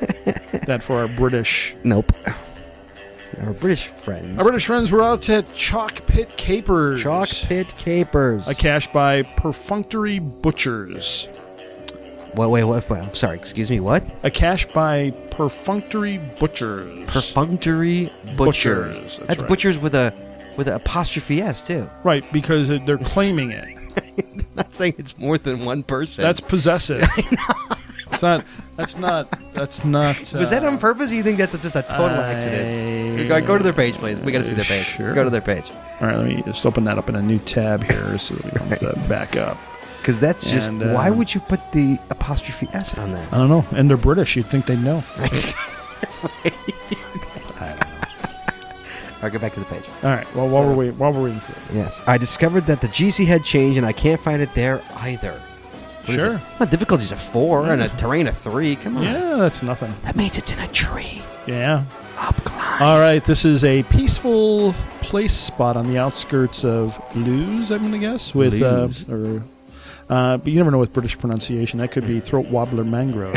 that for our British.
Nope. Our British friends.
Our British friends were out at Chalk Pit Capers.
Chalk pit capers.
A cache by Perfunctory Butchers.
Wait, wait, wait, wait. I'm sorry. Excuse me. What?
A cache by Perfunctory Butchers.
Perfunctory butchers.
Butchers, that's
That's,
right.
butchers with a with an apostrophe s too.
right, because they're claiming it.
Not saying it's more than one person.
That's possessive. it's not. That's not. That's not.
was that
uh,
on purpose? Or you think that's just a total accident?
I-
Go, go to their page, please. We got to see their page.
Sure.
Go to their page
All right, let me just open that up in a new tab here so that we don't have to back up.
because that's just
And, uh,
why would you put the apostrophe s on that?
I don't know. And they're British. You'd think they'd know.
All right, go back to the page.
All right. Well, while we're waiting, while we're waiting for it.
Yes, I discovered that the GC had changed, and I can't find it there either. What is
Sure.
it? Well, difficulty's a four and a terrain of three. Come on.
Yeah, that's nothing.
That means it's in a tree.
Yeah.
Up climb.
All right. This is a peaceful place spot on the outskirts of Lewes. I'm going to guess with uh,
Lewes.
or. Uh, but you never know with British pronunciation. That could be throat wobbler mangrove.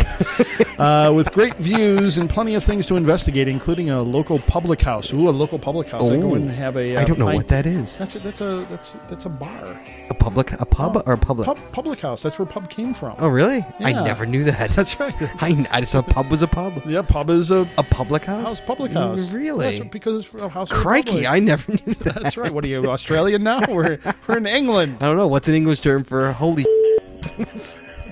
uh, with great views and plenty of things to investigate, including a local public house. Ooh, a local public house. I go
Ooh.
in and have a. Uh,
Oh. I don't know
pint-
what that is.
That's a, that's a that's that's a bar.
A public, a pub, or a public?
Pub, public house. That's where pub came from.
Oh, really? I
Yeah.
never knew that.
That's right.
I, I just thought pub was a pub.
yeah, pub is a
A public house?
house. Public house.
Mm,
That's
Really?
what- because it's a house. for the
Crikey,
public.
I never knew that.
That's right. What are you, Australian now? We're, we're in England.
I don't know. What's an English term for holy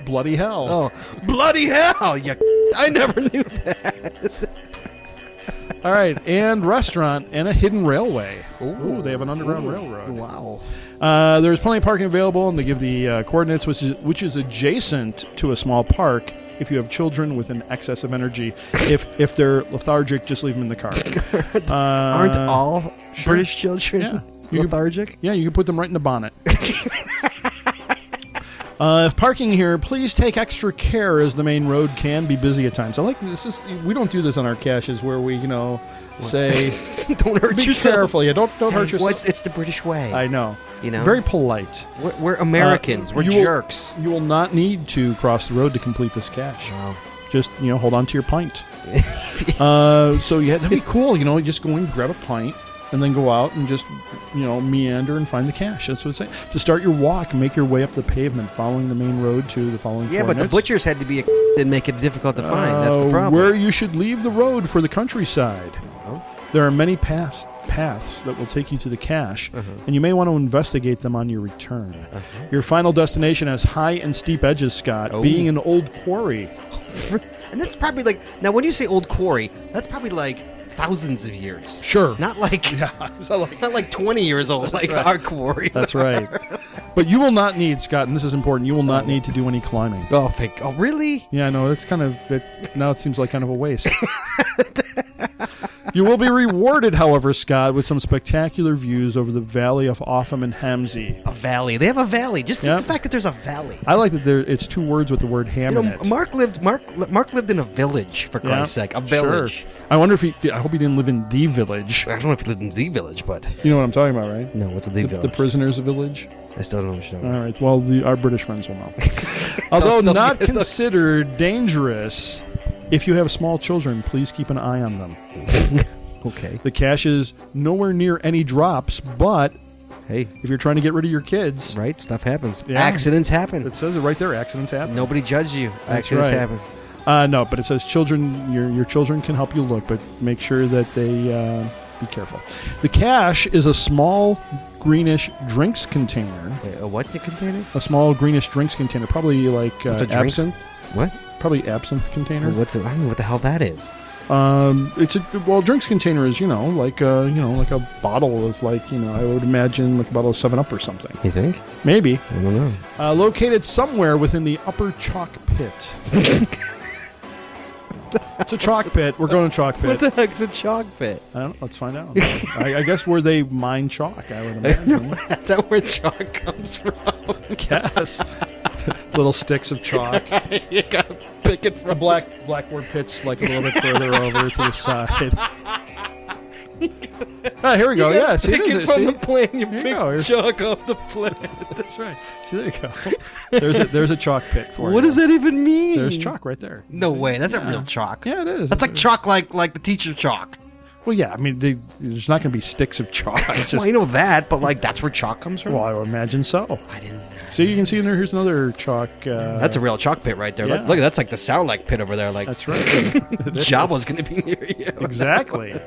Bloody hell.
Oh, bloody hell! You, I never knew that.
All right. And restaurant and a hidden railway. Ooh, they have an underground railroad.
Wow.
Uh, there's plenty of parking available, and they give the uh, coordinates, which is, which is adjacent to a small park. If you have children with an excess of energy, if if they're lethargic, just leave them in the car.
Aren't all
Uh, sure.
British children
Yeah. You-
lethargic?
Yeah, you can put them right in the bonnet. Uh, if parking here, please take extra care as the main road can be busy at times. I like this. Is, we don't do this on our caches where we, you know, say,
don't hurt
be
yourself.
careful. Yeah, don't, don't hurt
Hey, well,
yourself.
it's, it's the British way.
I know.
You know?
Very polite.
we're, we're Americans.
Uh,
we're
you will-
jerks.
you will not need to cross the road to complete this cache.
Wow.
Just, you know, hold on to your pint. uh, so, yeah, that'd be cool. You know, just go in, grab a pint, and then go out and just, you know, meander and find the cache. That's what it's saying. To start your walk, make your way up the pavement, following the main road to the following
Yeah, but the
coordinates.
butchers had to be a and make it difficult to find. That's the
Uh,
problem.
Where you should leave the road for the countryside.
Oh.
There are many paths, paths that will take you to the cache,
Uh-huh.
and you may want to investigate them on your return. Your final destination has high and steep edges, Scott,
Oh.
being an old quarry.
and that's probably like now when you say old quarry, that's probably like thousands of years.
Sure.
Not like
yeah, so like,
not like twenty years old, like
right.
our quarry.
that's right. But you will not need, Scott, and this is important, you will not
Uh-huh.
need to do any climbing.
Oh, thank. Oh, really?
Yeah, no, that's kind of, that, now it seems like kind of a waste. You will be rewarded, however, Scott, with some spectacular views over the valley of Offham and Hamsey.
A valley. They have a valley. Just the-
Yeah.
the fact that there's a valley.
I like that there, it's two words with the word ham
You
in
know,
it.
Mark lived. Mark Mark lived in a village for
Yeah.
Christ's sake. A village.
Sure. I wonder if he. I hope he didn't live in the village.
I don't know if he lived in the village, but
You know what I'm talking about, right?
no, what's the,
The, Uh, the
village?
prisoners' village.
I still don't know. What you're talking
All
about.
right. Well, the, our British friends will know. Although
They'll- they'll
not
get- they'll-
considered dangerous, if you have small children, please keep an eye on them.
Okay.
The cash is nowhere near any drops, but
Hey,
if you're trying to get rid of your kids,
right? Stuff happens.
Yeah.
Accidents happen.
it says it right there. Accidents happen.
Nobody judged you. Accidents
right.
happen.
Uh, no, but it says children. Your your children can help you look, but make sure that they uh, be careful. The cache is a small greenish drinks container.
Wait, a what? You container?
A small greenish drinks container, probably like uh,
What's a drinks-
absinthe.
What?
Probably absinthe container.
What's? The, I don't know what the hell that is.
Um, it's a well, drinks container is you know like uh you know like a bottle of like you know I would imagine like a bottle of Seven Up or something.
You think?
Maybe
I don't know.
uh, located somewhere within the upper chalk pit. it's a chalk pit. We're going to chalk pit.
What the heck's a chalk pit?
I don't know. Let's find out. I, I guess where they mine chalk, I would imagine.
That's not where chalk comes from.
Yes. little sticks of chalk.
you gotta pick it
The
from.
black blackboard pit's like a little bit further over to the side. Ah, here we go. Yeah, see,
pick
there's
it
a-
from
see?
the plan. You
Here you
pick
go. Here's-
chalk off the plan.
That's right. See, there you go. There's a, there's a chalk pit for you.
What does that even mean?
There's chalk right there.
No way. That's not real chalk.
Yeah, it is.
That's like chalk, like like the teacher chalk.
Well, yeah. I mean, they, there's not going to be sticks of chalk. It's
well,
just,
I know that, but like that's where chalk comes from.
well, I would imagine so.
I didn't.
See, you can see in there. Here's another chalk. Uh,
That's a real chalk pit right there.
Yeah.
Look, look, that's like the sound like pit over there. Like
That's right.
Jabba's gonna be near you.
Exactly.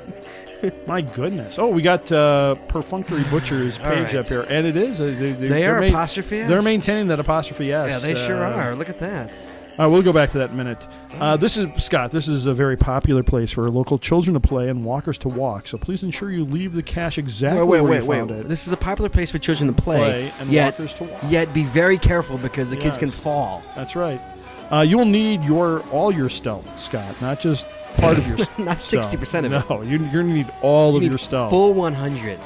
My goodness. Oh, we got uh, Perfunctory Butcher's
All
page
right.
up here, and it is. Uh, they they,
They
they're
are apostrophe S.
They're maintaining that apostrophe S.
Yeah, they sure
uh,
are. Look at that.
all right, we'll go back to that in a minute. Uh, this is Scott. This is a very popular place for local children to play and walkers to walk. So please ensure you leave the cache exactly where you found it.
This is a popular place for children to play,
Play and
yet,
walkers to walk.
Yet be very careful because the kids
Yes.
can fall.
That's right. Uh, you will need your all your stealth, Scott, not just part of your.
Not
stealth.
60% of it.
No, you, you're gonna need all of
You need
your stealth.
Full 100.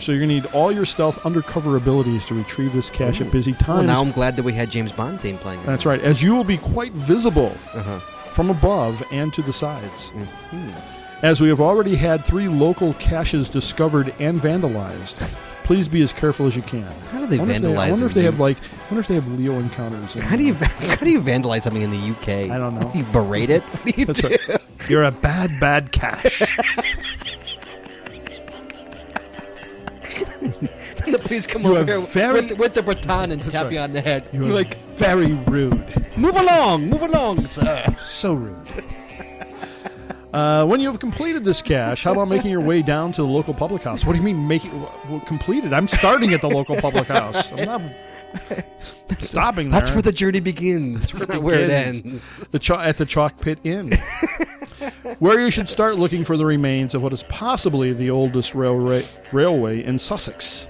So you're gonna need all your stealth undercover abilities to retrieve this cache at busy
Well,
times.
now I'm glad that we had James Bond theme playing.
That's right, as you will be quite visible
Uh-huh.
from above and to the sides.
Mhm.
As we have already had three local caches discovered and vandalized, please be as careful as you can.
How do they
I wonder if they-
vandalize
I wonder if
them,
they have
dude?
like, I wonder if they have Leo encounters. in-
How do you how do you vandalize something in the UK?
I don't know.
Do you berate it? What do you
That's
do?
right. You're a bad, bad cache.
Then the police come
You
over
are
here
very-
with, the, with the baton and tap
right.
you on the head.
You're
You're
like very rude.
move along, move along, sir.
So rude. Uh, when you have completed this cache, how about making your way down to the local public house? What do you mean making wh- well, completed? I'm starting at the local public house. I'm not s- stopping there.
That's where the journey begins. That's
It
not where it
begins.
ends.
The cho- at the Chalk Pit Inn, where you should start looking for the remains of what is possibly the oldest railway railway in Sussex.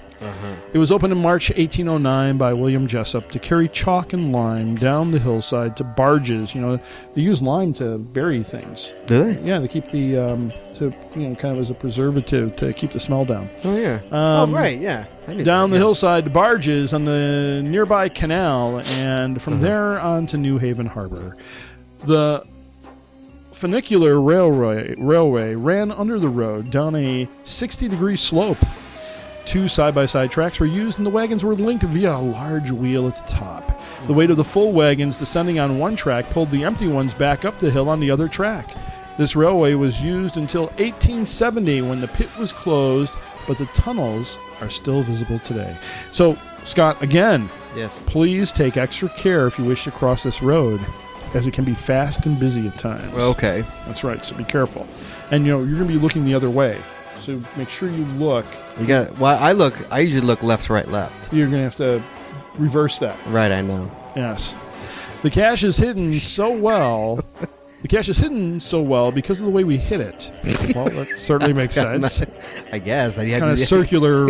It was opened in March 1809 by William Jessup to carry chalk and lime down the hillside to barges. You know, they use lime to bury things.
Do they?
Yeah, to keep the um, to you know kind of as a preservative to keep the smell down.
Oh yeah.
Um,
oh right, yeah. I knew
Down
that,
the
yeah.
hillside to barges on the nearby canal, and from there on to New Haven Harbor. The funicular railway railway ran under the road down a 60 degree slope. Two side by side tracks were used, and the wagons were linked via a large wheel at the top. The weight of the full wagons descending on one track pulled the empty ones back up the hill on the other track. This railway was used until 1870 when the pit was closed, but the tunnels are still visible today. So, Scott, again,
Yes.
please take extra care if you wish to cross this road, as it can be fast and busy at times.
Okay.
That's right, so be careful. And you know, you're going to be looking the other way. So make sure you look.
You got. Well, I look. I usually look left, right, left.
You're going to have to reverse that.
Right. I know.
Yes. The cache is hidden so well. The cache is hidden so well because of the way we hit it. Well, that certainly makes
Kinda-
sense.
I guess. I
Kind of circular.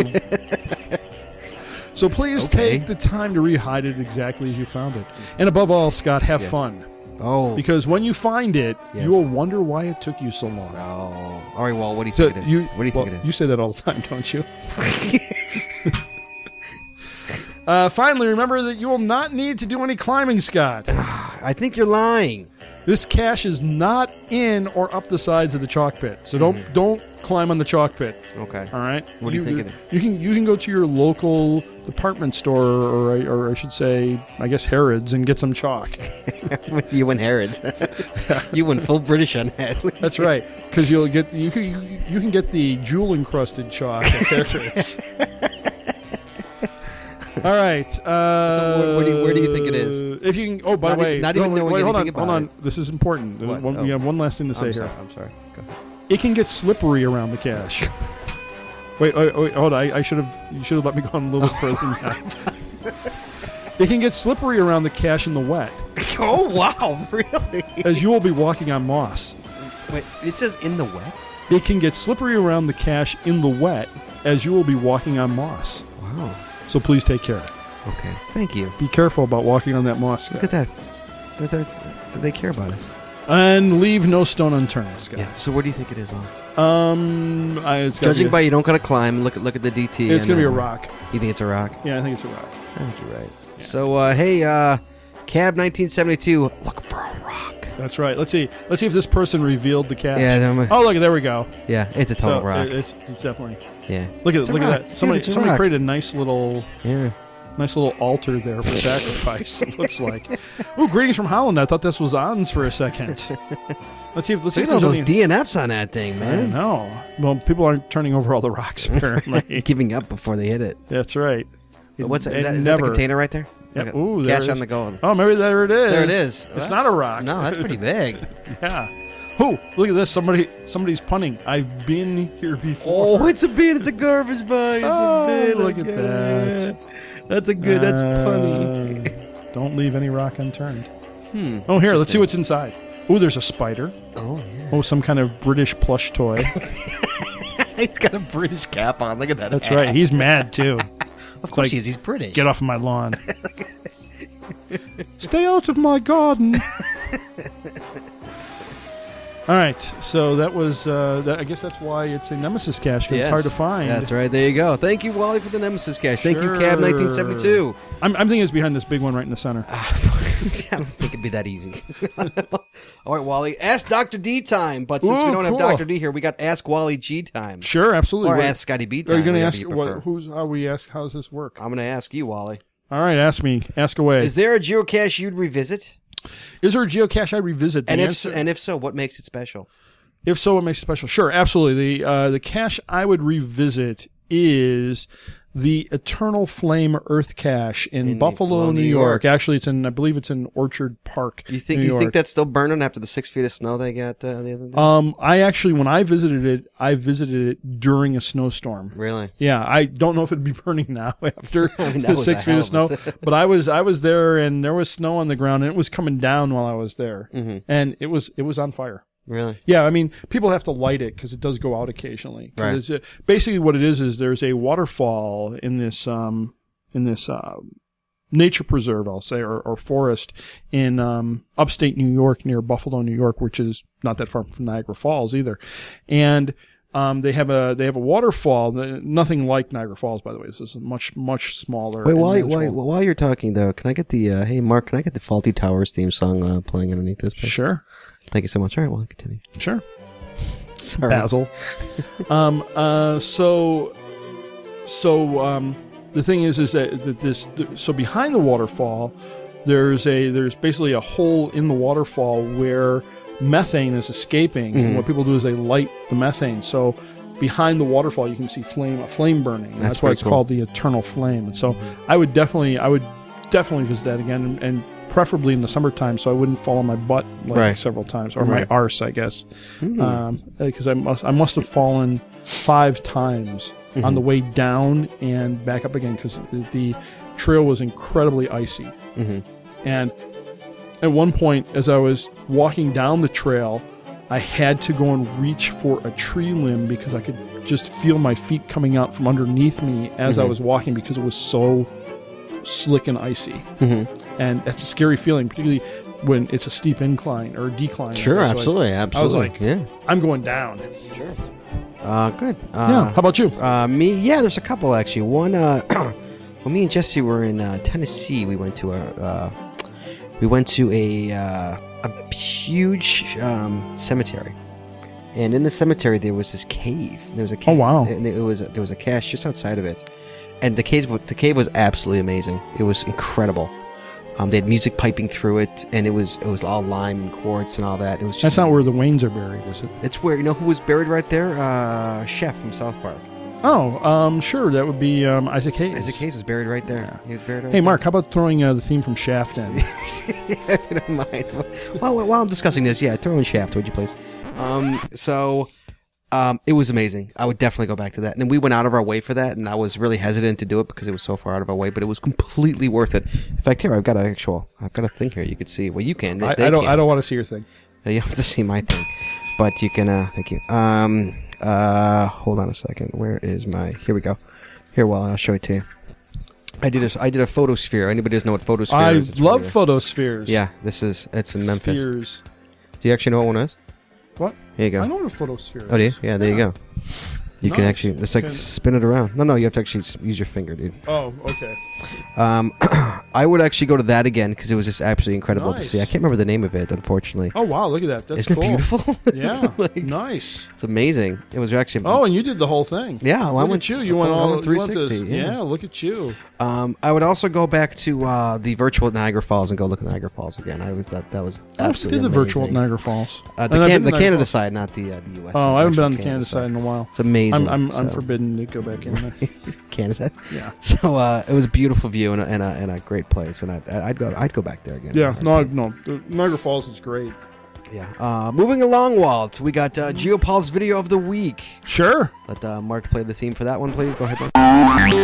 so please
Okay.
take the time to rehide it exactly as you found it. And above all, Scott, have
Yes.
fun.
Oh.
because when you find it,
Yes.
you will wonder why it took you so long.
oh. All right, Walt, what do you
So
think it is?
you,
what do you
well,
think it is?
You say that all the time, don't you? uh, finally, remember that you will not need to do any climbing, Scott.
I think you're lying.
This cache is not in or up the sides of the chalk pit, so don't don't climb on the chalk pit.
Okay.
All right.
Mm-hmm. What do you think it is?
You can you can go to your local department store, or I- or I should say, I guess Harrods, and get some chalk.
you went Harrods. you went full British on that.
That's right, because you'll get you can you, you can get the jewel encrusted chalk. at Harrods. All right. Uh,
where- where do you- where do you think it is?
If you can. Oh, by
Not
the
e-
way,
not
no,
even
wait,
knowing
wait, hold on,
anything
hold
about
on.
it.
This is important. There's
What?
one- We
Oh.
have one last thing to say
I'm
here.
sorry. I'm sorry. Go ahead.
It can get slippery around the cache. wait, wait, wait, hold on. I, I should have you should have let me go on a little bit further than that. it can get slippery around the cache in the wet,
Oh wow! Really?
as you will be walking on moss.
Wait, it says in the wet.
It can get slippery around the cache in the wet, as you will be walking on moss.
Wow.
So please take care.
Okay. Thank you.
Be careful about walking on that moss.
Look
Scott.
at that. They're, they're, they care about us.
And leave no stone unturned, Scott.
So where do you think it is? Walt?
Um, I, it's gotta
Judging
be
by you don't gotta climb. Look at look at the uh, DT.
a, it's
on
gonna be
that
a
one.
rock.
You think it's a rock?
Yeah, I think it's a rock.
I think you're right. So uh, hey, uh, cab 1972. Look for a rock.
That's right. Let's see. Let's see if this person revealed the cache.
Yeah. I'm a-
Oh, look, there we go.
Yeah. It's a total
So,
rock.
it- It's, it's definitely.
yeah.
Look at
It's a
look
rock.
at that.
Dude,
Somebody
it's a
somebody
rock.
created a nice little
Yeah.
nice little altar there for sacrifice. it looks like. Ooh, greetings from Holland. I thought this was Ons for a second. Let's see if let's
Look at
see if
all
there's
those
any.
DNFs on that thing,
I
man.
know. Well, people aren't turning over all the rocks apparently.
Giving up before they hit it.
That's right. It-
What's that?
it
Is, that, is that
never-
the container right there? Look
Yep.
at-
Ooh, there
cash
it
on
is.
the gold.
Oh, maybe there it is.
There it is.
It's
That's-
not a rock.
No, that's pretty big.
yeah. Oh, look at this. Somebody, somebody's punning. I've been here before.
Oh, it's a bin. It's a garbage bag. It's
Oh,
a bin.
look at
Yeah.
that.
That's a good. That's funny.
Uh, Don't leave any rock unturned.
Hmm.
Oh, here, let's see what's inside. Oh, there's a spider.
Oh yeah.
Oh, some kind of British plush toy.
He's got a British cap on. Look at that.
That's right. He's mad too.
Of course
like,
he is. He's British.
Get off my lawn. Stay out of my garden. All right, so that was. Uh, that, I guess that's why it's a Nemesis cache. 'cause It's hard to find.
That's right. There you go. Thank you, Wally, for the Nemesis cash. Thank you, Cab 1972.
I'm, I'm thinking it's behind this big one right in the center.
Ah. I don't think it'd be that easy. All right, Wally. Ask Dr. D time. But since
Ooh,
we don't have
cool.
Dr. D here, we got Ask Wally G time.
Sure, absolutely.
Or
Wait,
Ask Scotty B
are
time.
you going to
whatever
ask
you
what,
prefer.
who's how we ask? How's this work?
I'm going to ask you, Wally.
All right, ask me. Ask away.
Is there a geocache you'd revisit?
Is there a geocache I revisit? The
And if,
answer-
and if so, what makes it special?
If so, what makes it special? Sure, absolutely. The uh, the cache I would revisit is the Eternal Flame Earth Cache in,
In
Buffalo,
Buffalo,
New
New
York.
York.
Actually, it's in I believe it's in Orchard Park.
You think
New
you think
York.
that's still burning after the six feet of snow they got uh, the other day?
Um, I actually when I visited it, I visited it during a snowstorm.
really?
Yeah, I don't know if it'd be burning now after
mean, that
the
was a
six feet
hell
of
of a-
snow, but I was I was there and there was snow on the ground and it was coming down while I was there,
Mm-hmm.
and it was it was on fire.
Really?
Yeah, I mean, people have to light it because it does go out occasionally. 'Cause
Right.
it's, uh, basically, what it is is there's a waterfall in this um, in this uh, nature preserve, I'll say, or, or forest in um, upstate New York near Buffalo, New York, which is not that far from Niagara Falls either, and. Um, they have a they have a waterfall. that- Nothing like Niagara Falls, by the way. This is much much smaller.
Wait,
and
while, you-
natural.
while, while you're talking though, can I get the uh, hey Mark? Can I get the Faulty Towers theme song uh, playing underneath this? please?
Sure,
Thank you so much. All right, well, continue.
sure.
Sorry.
Basil. um, uh, so, so um, the thing is, is that, that this so behind the waterfall, there's a there's basically a hole in the waterfall where methane is escaping, and
Mm.
what people do is they light the methane. So behind the waterfall, you can see flame a flame burning. and
That's
That's, why
pretty
it's
cool.
called the eternal flame. And so I would definitely I would definitely visit that again, and, and preferably in the summertime, so I wouldn't fall on my butt like
Right.
several times or
Right.
my arse, I guess
Hmm.
because Um, I must I must have fallen five times on the
Mm-hmm.
way down and back up again because the trail was incredibly icy.
Mhm.
And at one point, as I was walking down the trail, I had to go and reach for a tree limb because I could just feel my feet coming out from underneath me as
Mm-hmm.
I was walking because it was so slick and icy.
Mhm.
And that's a scary feeling, particularly when it's a steep incline or decline.
Sure,
So, like,
absolutely,
I was
absolutely.
like,
yeah,
I'm going down.
sure. Uh, good.
yeah.
Uh,
How about you?
Uh, me, yeah, there's a couple actually. One, uh, well, me and Jesse were in uh, Tennessee. We went to a, uh, we went to a, uh, a huge um, cemetery, and in the cemetery there was this cave. There was a cave.
Oh, wow.
And it was there was a cache just outside of it, and the cave wa- the cave was absolutely amazing. It was incredible. Um, they had music piping through it, and it was it was all lime and quartz and all that. It was just
That's not where the Waynes are buried, is it?
It's where you know who was buried right there? Uh, Chef from South Park.
Oh, um, sure. That would be um, Isaac Hayes.
Isaac Hayes was buried right there. He was buried right
Hey,
there.
Mark, how about throwing uh, the theme from Shaft in?
if you don't mind. While, while I'm discussing this, yeah, throw in Shaft, would you please? Um, so um, it was amazing. I would definitely go back to that. And then we went out of our way for that, and I was really hesitant to do it because it was so far out of our way, but it was completely worth it. In fact, here I've got an actual, I've got a thing here. You can see. Well, you can. They,
I,
they
I don't.
can't.
I don't want to see your thing.
You have to see my thing, but you can. Uh, thank you. Um, uh, hold on a second. Where is my? Here we go. Here, well, I'll show it to you. I did a, I did a photosphere. Anybody does know what photosphere
I
is? It's
love
really-
photospheres.
Yeah, this is it's in Memphis.
Spheres.
Do you actually know what one is?
What?
Here you go.
I know what a photosphere.
Oh, do you?
is.
Yeah, there you go. You can
Nice.
actually it's like
Can-
spin it around. No, no, you have to actually s- use your finger, dude.
Oh, okay.
Um, I would actually go to that again because it was just absolutely incredible to see. I
Nice.
can't remember the name of it, unfortunately.
Oh wow, look at that. That's
Isn't
cool.
it beautiful?
Yeah.
Like,
nice.
it's amazing. It was actually.
Oh, and you did the whole thing.
yeah. Well, I
look
went
at you. You went
I
all
went
you went this-
360. yeah.
yeah. Look at you. Oh,
Um, I would also go back to uh, the virtual Niagara Falls and go look at Niagara Falls again. I was that that was
I also Oh, did
absolutely
the virtual at
amazing.
Niagara Falls.
Uh,
And
the can-
I've been to
the
Niagara
Canada
Falls.
side, not the uh, the U.S. side,
Oh,
the
I haven't
actual
been on the Canada side in a while.
It's amazing.
I'm I'm, I'm
so-
forbidden to go back in there.
Canada.
Yeah.
So uh, it was a beautiful view and a, and a, and a great place, and I, I'd go I'd go back there again.
Yeah, no, I- no. the- Niagara Falls is great.
yeah. Uh, moving along, Walt. We got uh, Geopol's video of the week.
Sure.
Let uh, Mark play the theme for that one, please. Go ahead. Mark.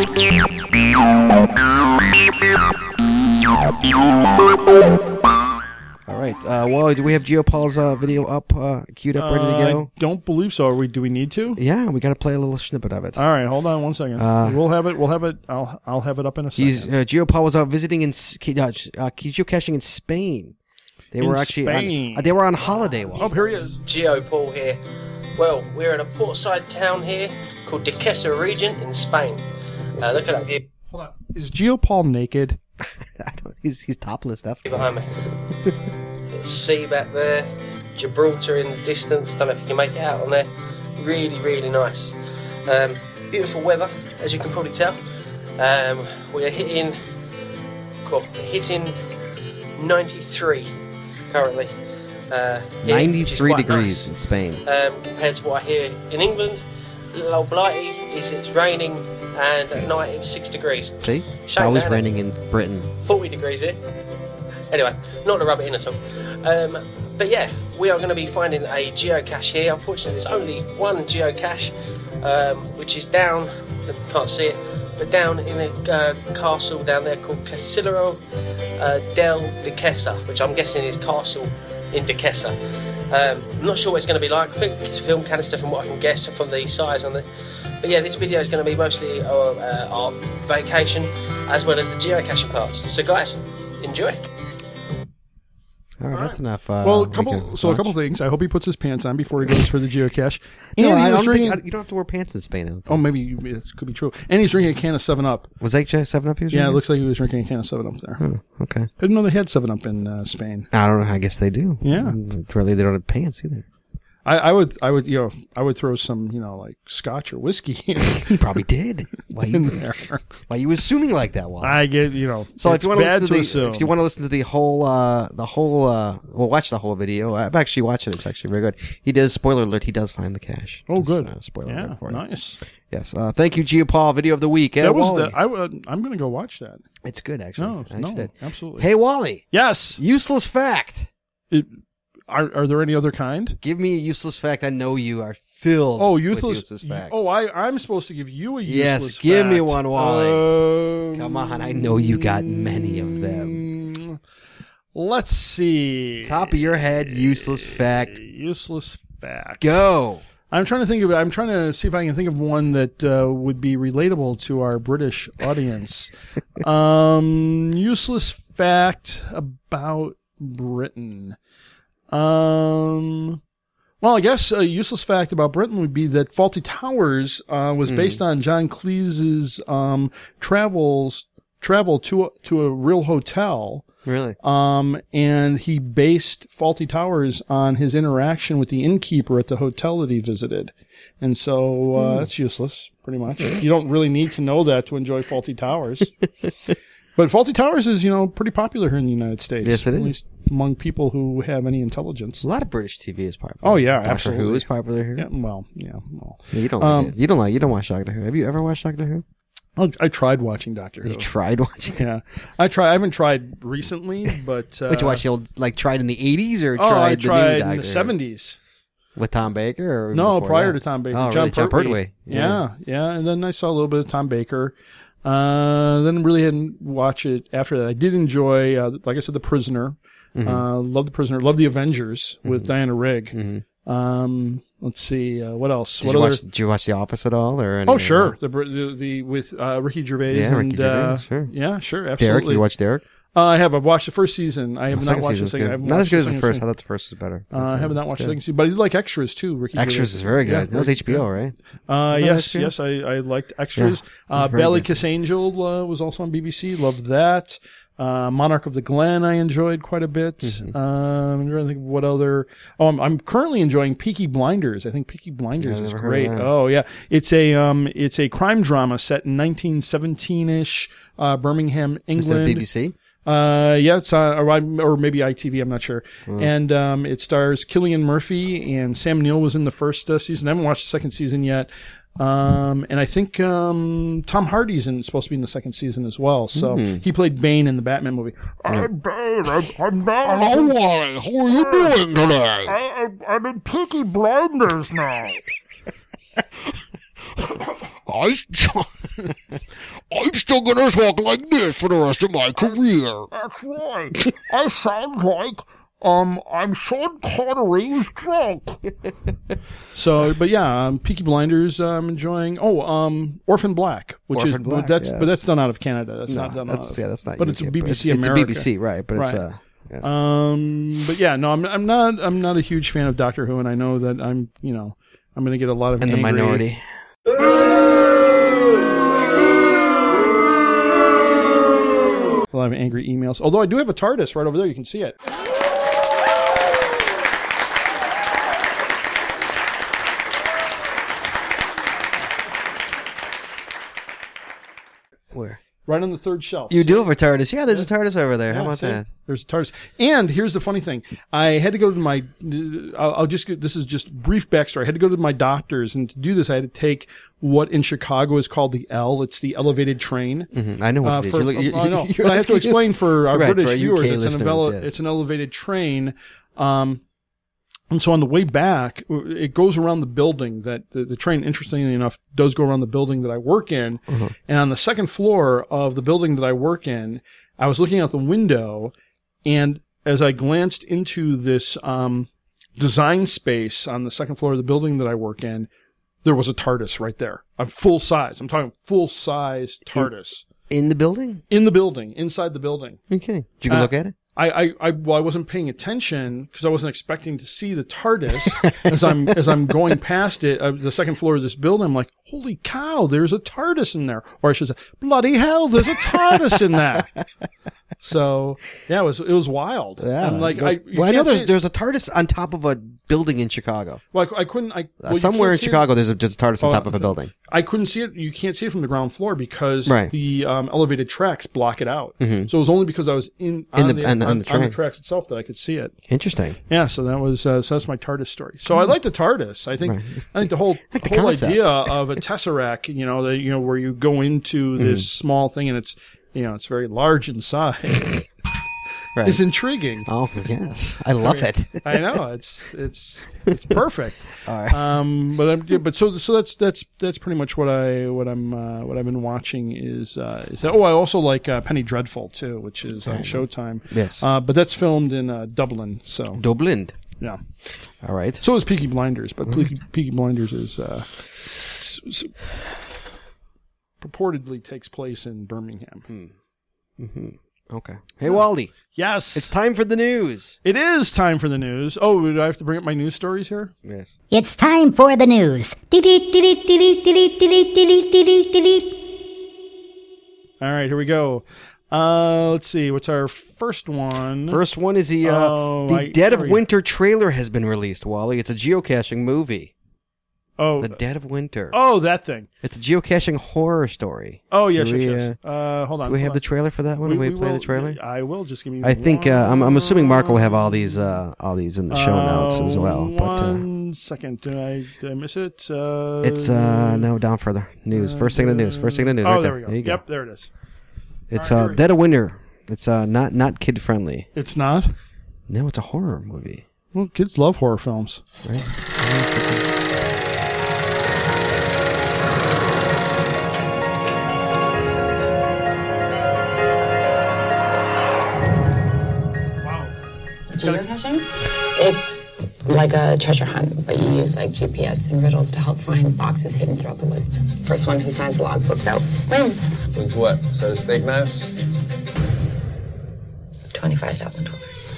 All right, uh, Wally. Do we have Geopol's uh, video up, uh, queued up, ready
Uh,
to go?
I don't believe so. Are we? Do we need to?
Yeah, we got to play a little snippet of it.
All right, hold on one second.
Uh,
we'll have it. We'll have it. I'll I'll have it up in a
He's,
second.
uh, Geopod was out visiting in S- K- uh, uh, geocaching in Spain. They
In
were actually on-
Spain.
uh, they were on holiday. Well,
oh, here he is.
Geo Paul here. Well, we're in a portside town here called De Quesa region in Spain. Uh, look at that view
Hold on. Is Geo Paul naked?
I don't, he's he's topless. Definitely.
behind me. It's sea back there, Gibraltar in the distance. Don't know if you can make it out on there. Really, really nice. Um, beautiful weather, as you can probably tell. Um, we are hitting, cool, hitting 93 currently. Uh, here, which is
Ninety-three
quite
degrees
nice.
in Spain.
um, compared to what I hear in England. Little old Blighty is it's raining and at night it's six degrees.
See, it's
Shame,
always
isn't it?
raining in Britain.
40 degrees here. Anyway, not to rub it in at all. Um, but yeah, we are going to be finding a geocache here. Unfortunately, there's only one geocache, um, which is down, I can't see it, but down in a uh, castle down there called Casillero uh, del de Quesa, which I'm guessing is Castle in de Quesa. Um, I'm not sure what it's going to be like. I think it's a film canister from what I can guess from the size on the but yeah, this video is going to be mostly our, uh, our vacation as well as the geocaching parts. So, guys, enjoy.
All right, that's enough. Uh,
Well, a
we
couple.
can
So a
watch.
couple things. I hope he puts his pants on before he goes for the geocache. And
No,
he
I
was
don't think-
drinking.
I- you don't have to wear pants in Spain. I don't think.
oh, maybe you- it could be true. And he's drinking a can of Seven Up.
Was that just Seven Up? he was
Yeah, it
drinking?
looks like he was drinking a can of Seven Up there.
okay.
I didn't know they had Seven Up in uh, Spain.
I don't know. I guess they do.
Yeah.
But really, they don't have pants either.
I, I would, I would, you know, I would throw some, you know, like Scotch or whiskey in,
He probably did. Why
in
you?
there.
Why you assuming like that, Wally?
I get, you know,
So
it's
if you want to
bad
listen to, the,
assume.
if you want to listen to the whole uh, the whole uh, well watch the whole video. I've actually watched it. It's actually very good. He does spoiler alert. He does find the cash.
oh,
Just,
good,
uh, spoiler
yeah,
alert for you.
nice.
Yes. Uh, thank you, Gia Paul. Video of the week. Hey,
that was
Wally.
the. I, would- I'm going to go watch that.
it's good actually.
No,
I actually
no,
did.
absolutely.
Hey Wally.
yes.
Useless fact.
It- are are there any other kind?
Give me a useless fact. I know you are filled.
Oh,
with
useless.
useless facts.
Oh, I I'm supposed to give you a useless.
Yes, give me
fact.
one, Wally.
Um,
Come on, I know you got many of
them. Let's see.
Top of your head, useless fact.
Useless fact.
Go.
I'm trying to think of. I'm trying to see if I can think of one that uh, would be relatable to our British audience. um, useless fact about Britain. Um, well, I guess a useless fact about Britain would be that Faulty Towers uh, was based on John Cleese's um, travels travel to a, to a real hotel.
Really?
Um, and he based Faulty Towers on his interaction with the innkeeper at the hotel that he visited. And so
Hmm.
uh, that's useless, pretty much. you don't really need to know that to enjoy Faulty Towers. but Faulty Towers is, you know, pretty popular here in the United States.
Yes, it
at
is.
least among people who have any intelligence.
A lot of British TV is popular.
Oh, yeah,
Doctor Who
absolutely.
is popular here.
Yeah, well, yeah, well.
You don't
Um,
like it. You don't like. You don't watch Doctor Who. Have you ever watched Doctor Who?
I, I tried watching Doctor Who.
You tried watching. it?
yeah, I try. I haven't tried recently, but uh,
Did you watch the old like tried in the eighties or
Oh,
tried,
I
the new
tried
Doctor
in the
Who?
seventies.
with Tom Baker? Or
No,
before
prior
that?
to Tom Baker.
Oh,
John,
really? John
Pertwee.
Pertwee.
Yeah. yeah, And then I saw a little bit of Tom Baker. Uh, then really didn't watch it after that. I did enjoy, uh, like I said, The Prisoner.
Mm-hmm.
Uh, love The Prisoner. Love The Avengers with Diana Rigg. Um, let's see. Uh, what else?
Mm-hmm. Did
what
you
other?
watch? Did you watch The Office at all? Or anything
oh,
like
sure.
that?
The, Br- the, the with uh, Ricky Gervais.
Yeah, Ricky
and, uh,
Gervais, sure.
Yeah, sure.
Derek,
Absolutely.
you watch Derek?
uh, I have. I've watched the first season. I have
The
not
second
watched the
season's
second. I
good.
haven't
Not as
watched
good as the
second
first. I
season.
thought the first was better.
Uh, I have not
It's
watched the
good.
second season, but I did like Extras too. Ricky
Extras
Gervais.
is very good.
Yeah,
that was
Ricky-
HBO, right?
Uh,
that
yes,
true?
yes, I, I liked extras.
Yeah, it
uh,
was very
Belly
good.
Kiss Angel uh, was also on BBC. Loved that. Uh, Monarch of the Glen I enjoyed quite a bit.
Mm-hmm.
Um, I'm trying to think of what other. Oh, I'm, I'm currently enjoying Peaky Blinders. I think Peaky Blinders
I've
is
never heard of
great.
that.
Oh yeah, it's a um, it's a crime drama set in 1917ish uh, Birmingham,
Is that
England.
BBC?
Uh, yeah, it's on, or, I'm- or maybe ITV. I'm not sure.
Hmm.
And um, it stars Killian Murphy and Sam Neill was in the first uh, season. I haven't watched the second season yet. Um, and I think um, Tom Hardy's in, supposed to be in the second season as well. So
Hmm.
he played Bane in the Batman movie. I'm Bane. I'm, I'm Bane.
Hello, Wally. How are you doing today?
I, I, I'm in Peaky Blinders now.
I, I'm still gonna talk like this for the rest of my career.
That's right.
I sound like, um, I'm Sean Connery's drunk.
So, but yeah, um, Peaky Blinders. I'm enjoying. Oh, um, Orphan Black, which is
Orphan Black,
but that's but
yes.
that's done out of Canada. That's
No,
not done.
that's
out of,
yeah, that's not.
But
UK,
it's a
it's-
BBC
It's,
America.
a BBC, right? But it's
Right.
uh, yeah.
Um, but yeah, no, I'm I'm not I'm not a huge fan of Doctor Who, and I know that I'm you know I'm going to get a lot of
and the
angry-
minority.
a lot of angry emails. Although I do have a TARDIS right over there, you can see it.
Where
Right on the third shelf.
you do have a TARDIS? Yeah, there's a TARDIS over there. How
Yeah,
about
see?
that?
There's a TARDIS. And here's the funny thing: I had to go to my. I'll, I'll just. This is just brief backstory. I had to go to my doctor's, and to do this, I had to take what in Chicago is called the L. It's the elevated train.
Mm, I know what
Uh,
it is.
for,
You look- you-
I know.
you're
But I have to
asking-
explain for our
Right, for
British
our UK
viewers. It's an,
listeners,
envel-
yes.
it's an elevated train. Um, and so on the way back, uh, it goes around the building that the, the train, interestingly enough, does go around the building that I work in.
Uh-huh.
And on the second floor of the building that I work in, I was looking out the window and as I glanced into this um, design space on the second floor of the building that I work in, there was a TARDIS right there. I'm full size. I'm talking full size TARDIS
in the building.
in the building, inside the building.
Are you kidding? Did you go
Uh,
look at it?
I, I, I, well, I wasn't paying attention because I wasn't expecting to see the TARDIS as I'm as I'm going past it, uh, the second floor of this building. I'm like, holy cow, there's a TARDIS in there, or I should say, bloody hell, there's a TARDIS in there. So yeah, it was it was wild.
Yeah.
and like I, you
well, I
can't
know
see
there's
it.
there's a TardIS on top of a building in Chicago.
like I couldn't I
Uh,
well, you
Somewhere in
can't see it.
Chicago, there's a, there's a TARDIS on
Oh,
top of a building.
I couldn't see it. You can't see it from the ground floor because
Right. Mm-hmm.
the um, elevated tracks block it out. So it was only because I was in on,
the- on the-
the,
on
on-
the
on the
train.
tracks itself that I could see it.
Interesting.
Yeah, so that was uh, so that's my TARDIS story. So
Hmm.
I like the TARDIS. I think I think the whole
the
whole
concept.
idea of a tesseract, you know, that you know where you go into
Hmm.
this small thing and it's you know it's very large inside
Right.
is intriguing.
Oh yes, I love it.
I know it's it's it's perfect.
All right.
Um, but I'm yeah, but so so that's that's that's pretty much what I what I'm uh, what I've been watching is uh, is that oh I also like uh, Penny Dreadful too, which is on Showtime.
Yes.
uh, but that's filmed in uh, Dublin, so
Dublin.
yeah.
All right.
So is Peaky Blinders, but Peaky,
Mm-hmm.
Peaky Blinders is uh, s- s-
Hmm.
purportedly takes place in Birmingham.
Mm-hmm. Okay. Hey, Waldy,
Yes.
it's time for the news.
it is time for the news. Oh, do I have to bring up my news stories here?
Yes.
It's time for the news. Delete, delete, delete, delete, delete, delete, delete, delete.
All right, here we go. Uh, let's see. What's our first one?
First one is the uh,
Hmm. Oh,
the
I-
Dead of
there we go.
Winter trailer has been released, Wally. It's a geocaching movie.
oh,
The Dead of Winter.
oh, that thing.
It's a geocaching horror story.
Oh, yes,
Do
yes,
we,
yes. Uh, hold on.
Uh, do we
hold
have
on.
the trailer for that one? we, play
will-
the trailer.
I will. Just give me.
I think uh, I'm, I'm assuming Mark will have all
one-
these uh, all these in the show notes as well.
Uh,
But uh,
one second. Did I, did I miss it? Uh,
it's uh, no down further news. First thing in the news. First thing in the news.
Oh,
right
there we go.
you
Yep, there it is.
It's
All right,
uh,
here we
Dead of Winter. It's uh, not not kid friendly.
It's not.
No, it's a horror movie.
Well, kids love horror films.
Right.
Geocaching? It's like a treasure hunt, but you use like GPS and riddles to help find boxes hidden throughout the woods. First one who signs the logbook out wins
Wins what? So the steak knives?
twenty-five thousand dollars.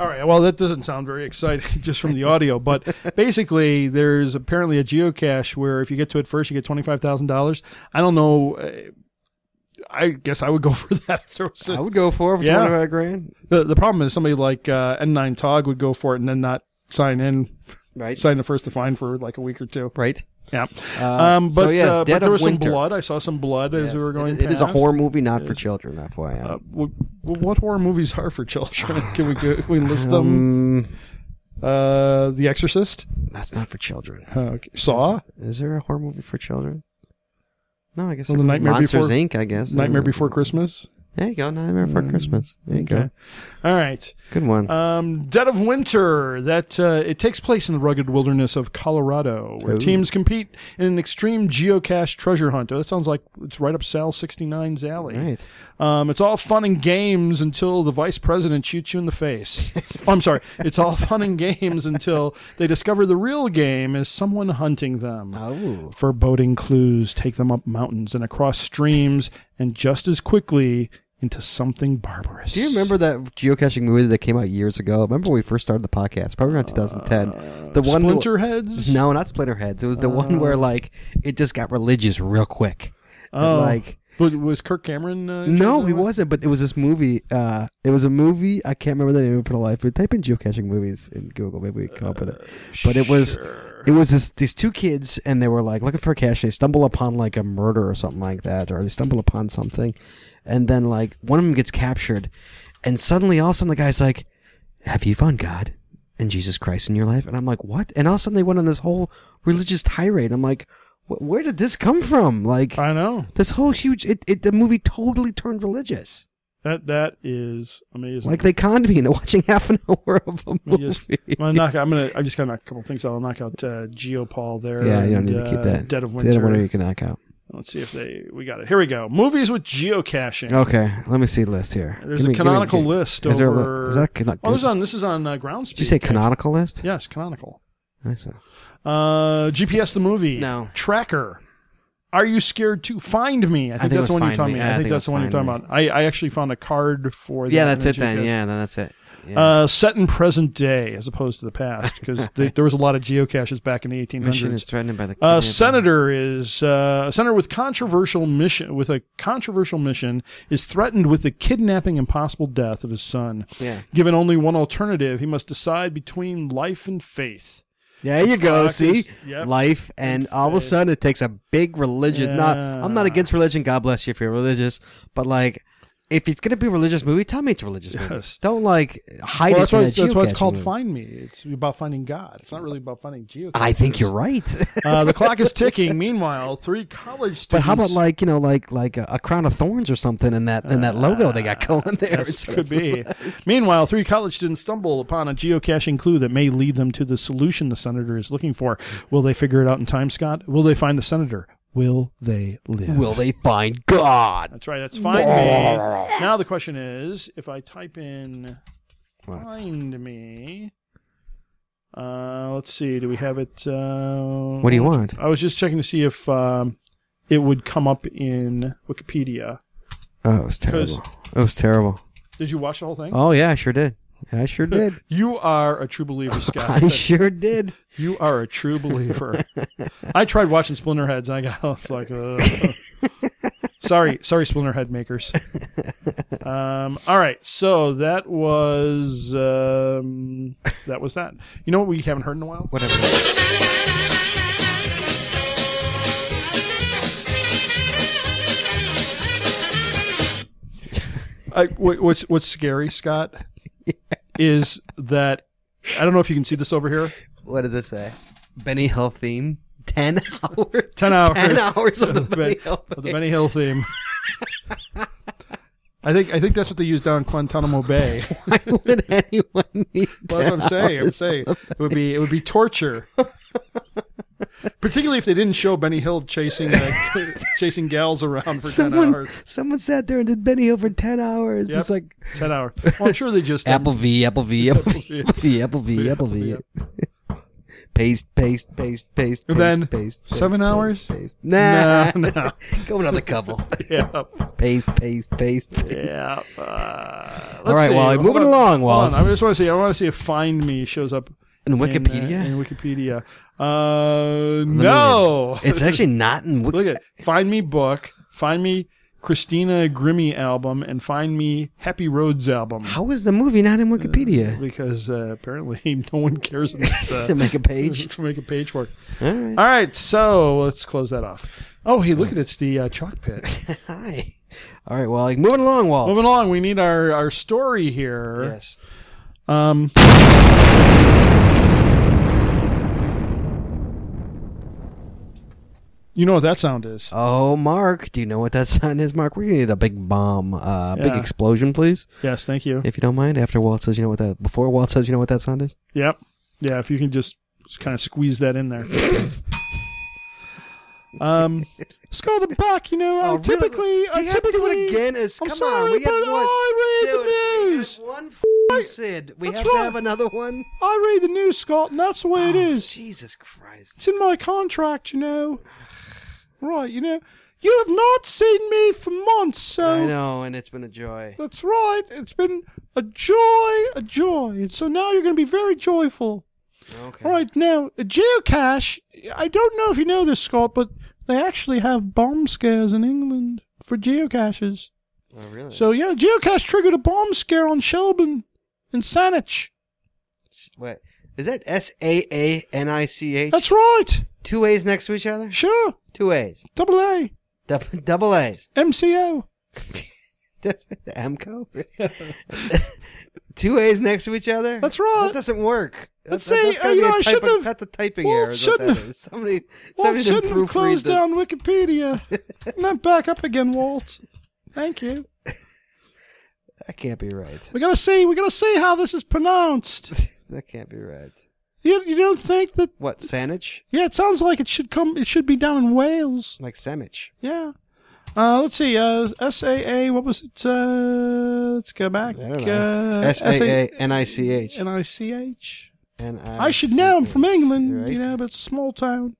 All right. Well, that doesn't sound very exciting just from the audio, but basically, there's apparently a geocache where if you get to it first, you get twenty five thousand dollars. I don't know. uh, I guess I would go for that. If there was a-
I would go for it for
Yeah.
25 grand.
the, the problem is somebody like uh, N9 Tog would go for it and then not sign in,
Right.
sign the first to find for like a week or two.
Right.
Yeah.
Uh,
Um, but
so yes,
uh,
Dead
but there
of
was some
Winter.
blood. I saw some blood as we were going.
It- it is a
past.
horror movie, not for children, FYI.
Uh, wh- wh- what horror movies are for children? Can we go, can we list them?
um,
Uh, the Exorcist,
that's not for children.
uh, okay. Saw,
Is there a horror movie for children? No, I guess
Well,
it
the
would be
Nightmare
Monsters
Before-
Inc. I guess
Nightmare
Uh,
Before Christmas.
There you go, Nightmare Before Christmas. There you go,
All right.
good one.
Um, Dead of Winter. That uh, it takes place in the rugged wilderness of Colorado, where
Ooh.
teams compete in an extreme geocache treasure hunt. Oh, that sounds like it's right up Sal 69's alley.
right.
Um, it's all fun and games until the vice president shoots you in the face. oh, I'm sorry. It's all fun and games until they discover the real game is someone hunting them.
Oh,
Foreboding clues take them up mountains and across streams, and just as quickly into something barbarous.
do you remember that geocaching movie that came out years ago? Remember when we first started the podcast? Probably around 2010. the one
Uh, Splinter Uh. Heads?
No, not Splinter Heads. It was the one where like it just got religious real quick. And,
Oh.
like
But was Kirk Cameron? Uh,
No, he
chosen that one?
wasn't. But it was this movie. Uh, it was a movie. I can't remember the name of it for the life. But type in geocaching movies in Google, maybe we can come up with it. But it was it was this, these two kids, and they were like looking for cash. They stumble upon like a murder or something like that, or they stumble upon something, and then like one of them gets captured, and suddenly all of a sudden the guy's like, "Have you found God and Jesus Christ in your life?" And I'm like, "What?" And all of a sudden they went on this whole religious tirade. I'm like. "Wh- Where did this come from? Like,
I know
this whole huge it, it the movie totally turned religious
that that is amazing.
like they conned me into watching half an hour of a
Let
movie
me just- I'm gonna knock. I'm gonna. I just gotta knock a couple things out. I'll knock out uh, Geopal there.
yeah you don't
and,
need to keep
uh,
that
Dead of
Dead
Winter.
you can knock out
Let's see if they. We got it. Here we go. Movies with geocaching.
okay let me see the list here
There's
Give
a
me- give me-
canonical
give-
list
is there a li-
over.
is that cano-
oh, this is on. This is on uh, ground speed.
did you say canonical list
Yes, canonical.
I saw.
Uh, GPS the movie.
No.
Tracker. Are you scared to find me? I think,
think it
that's
was
the one you're
Find
talking
Me.
about.
Yeah,
I,
I
think
think it
that's the
was
one you're talking
Find
about. I, I actually found a card for.
yeah
that
that's it
in the
then
GPS.
yeah then that's it yeah.
Uh, set in present day as opposed to the past, because there was a lot of geocaches back in the
mission is
1800s.
threatened by the kidnapping.
Uh, senator is uh, a senator with controversial mission with a controversial mission is threatened with the kidnapping and possible death of his son.
Yeah.
Given only one alternative, he must decide between life and faith.
there you go
Practice,
see
yep.
life and all of a sudden it takes a big religious not i'm not
Yeah.
against religion god bless you if you're religious but like if it's gonna be a religious movie tell me it's a religious movie
Yes.
don't like hide
Well,
it
that's why
in a
it's, that's why it's
geocaching
called
movie.
"Find Me." It's about finding God. It's not really about finding geocaches.
I think you're right.
Uh, the clock is ticking. Meanwhile, three college students.
but how about like you know like like a, a crown of thorns or something in that in that logo they got going there?
Ah, Yes,
It's-
could be. Meanwhile, three college students stumble upon a geocaching clue that may lead them to the solution the senator is looking for. Will they figure it out in time, Scott? Will they find the senator? Will they live?
Will they find God?
That's right. That's find me. Now the question is, if I type in
Well, that's-
find me, Uh, let's see. Do we have it? Uh,
What do you want?
I was just checking to see if um, it would come up in Wikipedia.
Oh, it was terrible. It was terrible.
Did you watch the whole thing?
Oh yeah, I sure did. I sure did.
You are a true believer, Scott.
I sure did.
You are a true believer. I tried watching Splinterheads and I got like, uh, sorry, sorry, Splinterhead makers. Um, all right, so that was um, that was that. You know what we haven't heard in a while?
Whatever.
I, what- what's what's scary, Scott, is that I don't know if you can see this over here.
What does it say? Benny Hill theme. Ten hours.
10 hours.
Ten hours of the
Ben-
Benny Hill.
of the Benny Hill theme. I think I think that's what they used down in Guantanamo Bay.
Why would anyone need?
Well, that's what I'm saying. I'm saying it would be it would be torture, particularly if they didn't show Benny Hill chasing uh, chasing gals around for ten
Someone,
hours.
someone sat there and did Benny Hill for ten hours.
Yep.
It's like
Ten hours. Well, I'm sure they just
Apple V, Apple V, Apple V, Apple V, Apple V, Apple V. Paste, paste, paste, paste. paste,
And then
paste, paste,
seven
paste,
hours?
Paste. Nah,
No, no.
go another couple.
Yeah,
paste, paste, paste. paste.
yeah. Uh,
All right, Wally, moving along, Wally.
I just want to see. I want to see if Find Me shows up
In
uh,
Wikipedia,
In, Wikipedia. Uh, no,
it's actually not in. Wiki-
Look at Find Me book, Find Me Christina Grimmie album, and Find Me Happy Roads album.
How is the movie not
Uh,
in Wikipedia?
Because uh, apparently no one cares enough
to
to
make a page.
to make a page for it.
All right.
All right, so let's close that off. Oh, hey, look at it. It's the uh, chalk pit.
Hi. All right, Wally. Moving along, Walt.
Moving along, we need our, our story here.
Yes.
Um, you know what that sound is?
Oh, Mark, do you know what that sound is, Mark? We're gonna need a big bomb, uh, big
Yeah.
explosion, please,
Yes, thank you.
if you don't mind. After Walt says, you know what that. Before Walt says, you know what that sound is.
Yep. Yeah, if you can just kind of squeeze that in there. um, skull and buck, you know, I
Oh, really?
typically, I
You have to do
typically,
it again. Is
I'm
come
sorry,
on, we
but
have one.
I read
Dude,
the
we
news.
have one f***ing Sid. We
What's
have to
wrong?
have another one.
I read the news, Scott, and that's the way it
Oh,
is.
Jesus Christ.
It's in my contract, you know. Right, you know, you have not seen me for months,
I
so
know, and it's been a joy.
that's right. It's been a joy, a joy. And so now you're going to be very joyful.
Okay.
All right, now, geocache, I don't know if you know this, Scott, but they actually have bomb scares in England for geocaches.
Oh, really?
So, yeah, geocache triggered a bomb scare on Shelburne and Saanich.
S- What is that? S A A N I C H.
That's right.
Two A's next to each other.
Sure.
Two A's.
Double A.
Double, double A's.
MCO.
Amco. Two A's next to each other.
That's right.
That doesn't work.
Let's
That-
see,
that's gotta
you
be a
know, I
typo-
shouldn't have-
That's a typing
Walt
error. Is what
shouldn't
that
have-
is. Somebody,
Walt
somebody didn't
shouldn't have
proofread
closed
the-
down Wikipedia. Not back up again, Walt. Thank you.
That can't be right.
We gotta see. We gotta see how this is pronounced.
That can't be right.
You, you don't think that?
What sandwich?
Yeah, it sounds like it should come. It should be down in Wales.
Like sandwich.
Yeah. Uh, let's see. Uh, SAA. What was it? Uh, let's go back. uh,
I don't know. S A A N I C H.
N I C H.
N
I should know. I'm from
C H.
England.
Right?
You know, but it's a small town.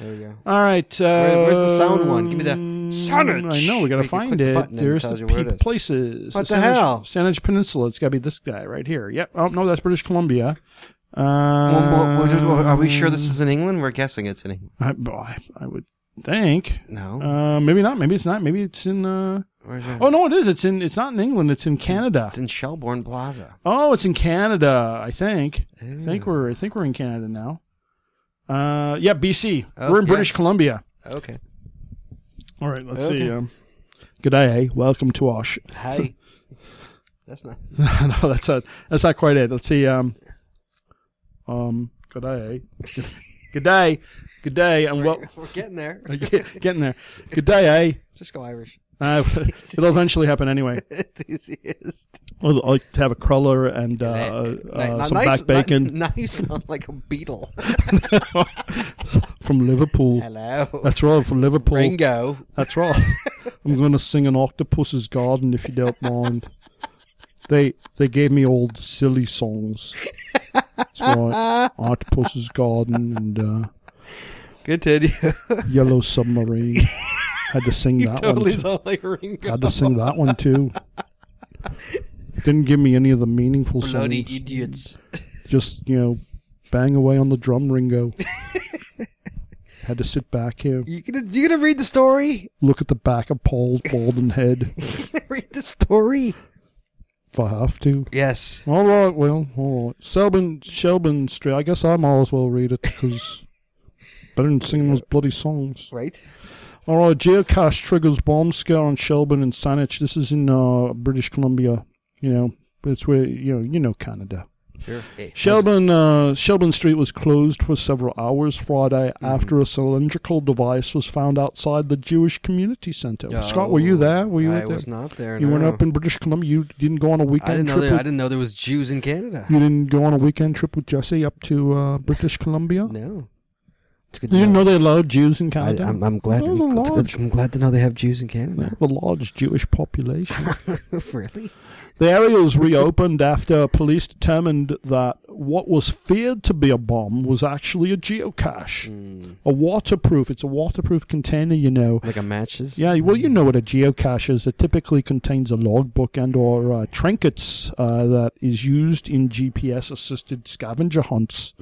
There we go.
All right. Uh,
Where- where's the sound one? Give me the Saanich.
I know. We gotta
Make you click
find
the
it.
button and it
There's the
tells you where it
peak
is.
places.
What the
Saanich-
hell?
Saanich Peninsula. It's gotta be this guy right here. Yep. Oh no, that's British Columbia. Um,
Well, well, well, well, are we sure this is in England? We're guessing it's in England.
I, well, I, I would think.
No.
Uh, maybe not. Maybe it's not. Maybe it's in. Uh,
Where's it?
Oh no, it is. It's in. It's not in England. It's in Canada.
It's in Shelbourne Plaza.
Oh, it's in Canada. I think. I think
Ooh.
we're. I think we're in Canada now. Uh, yeah, BC.
Oh,
we're in
yeah.
British Columbia.
Okay.
All right, let's
Okay.
see. Um, good day. eh? Welcome to Osh.
Hi. That's not.
no, that's not. That's not quite it. Let's see. Um, um, good day. eh? Good day. Good day. And well,
We're getting there.
getting there. Good day, eh?
Just go Irish.
Uh, it'll easiest. eventually happen anyway.
It's easiest.
I'll, I'll have a cruller and uh,
Ni-
uh,
ni-
some
nice-
back bacon
ni- Now you sound like a beetle.
from Liverpool.
Hello.
That's right, from Liverpool.
Ringo.
That's right. I'm going to sing an octopus's garden if you don't mind. They they gave me old silly songs. That's right. Octopus's Garden and uh,
Continue.
Yellow Submarine. Had to sing
You
that
totally
one. too.
sound like Ringo.
Had to sing that one too. Didn't give me any of the meaningful
Bloody
songs.
idiots.
Just you know, bang away on the drum, Ringo. Had to sit back here,
You gonna you gonna read the story?
look at the back of Paul's balding head
read the story.
if I have to.
Yes.
All right, well, all right. Selban, Shelburne Street. I guess I might as well read it because better than singing those bloody songs.
Right.
All right, geocache triggers bomb scare on Shelburne and Saanich. This is in uh, British Columbia. You know, it's where you know you know Canada.
Sure.
Shelburne, uh, Shelburne Street was closed for several hours Friday
Mm-hmm.
after a cylindrical device was found outside the Jewish Community Center. Scott, were you there? Were you
Oh, I
there?
was not there.
You went
no.
up in British Columbia. You didn't go on a weekend
I didn't know.
trip.
There, I
with-
didn't know there was Jews in Canada.
you didn't go on a weekend trip with Jesse up to uh, British Columbia?
No. It's good.
You
to
didn't know they allowed Jews in Canada?
I, am I'm glad.
There's a
I'm, it's good-
large,
I'm glad to know they have Jews in Canada.
a large Jewish population.
really?
the area was reopened after police determined that what was feared to be a bomb was actually a geocache.
Mm.
A waterproof. It's a waterproof container, you know.
Like a matches?
Yeah, well, you know what a geocache is. It typically contains a logbook and/or uh, trinkets uh, that is used in GPS-assisted scavenger hunts.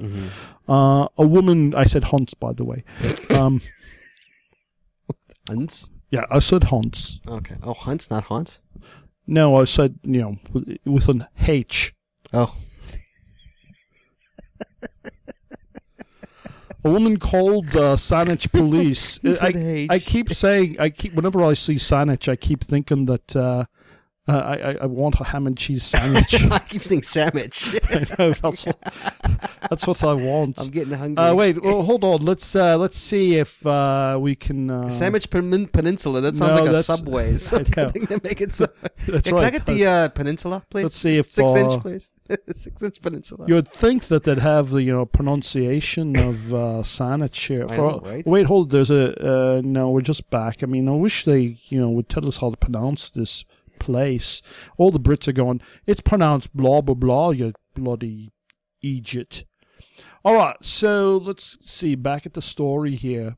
Uh, a woman, I said hunts, by the way. Um,
Hunts.
yeah, I said hunts.
Okay. Oh, hunts, not haunts.
No, I said you know with, with an H.
Oh,
A woman called uh, Saanich police.
You said
I,
H.
I keep saying, I keep whenever I see Saanich, I keep thinking that uh, uh, I, I I want a ham and cheese sandwich.
I keep saying sandwich.
I know, that's, what, that's what I want.
I'm getting hungry.
Uh, wait, well, hold on. Let's uh, let's see if uh, we can. Uh,
Sandwich Pen- Peninsula. That sounds
No,
like a
that's-
subway. It's
I know.
I think they make it. So-
That's
Hey, Can I
right.
get the uh, peninsula, please?
Let's see if,
six
uh,
inch, please. six inch peninsula.
You would think that they'd have the you know pronunciation of uh, Saanich here.
I know, right?
Wait, hold. There's a uh, no. We're just back. I mean, I wish they you know would tell us how to pronounce this place. All the Brits are going. It's pronounced blah blah blah. You bloody Egypt. All right. So let's see. Back at the story here.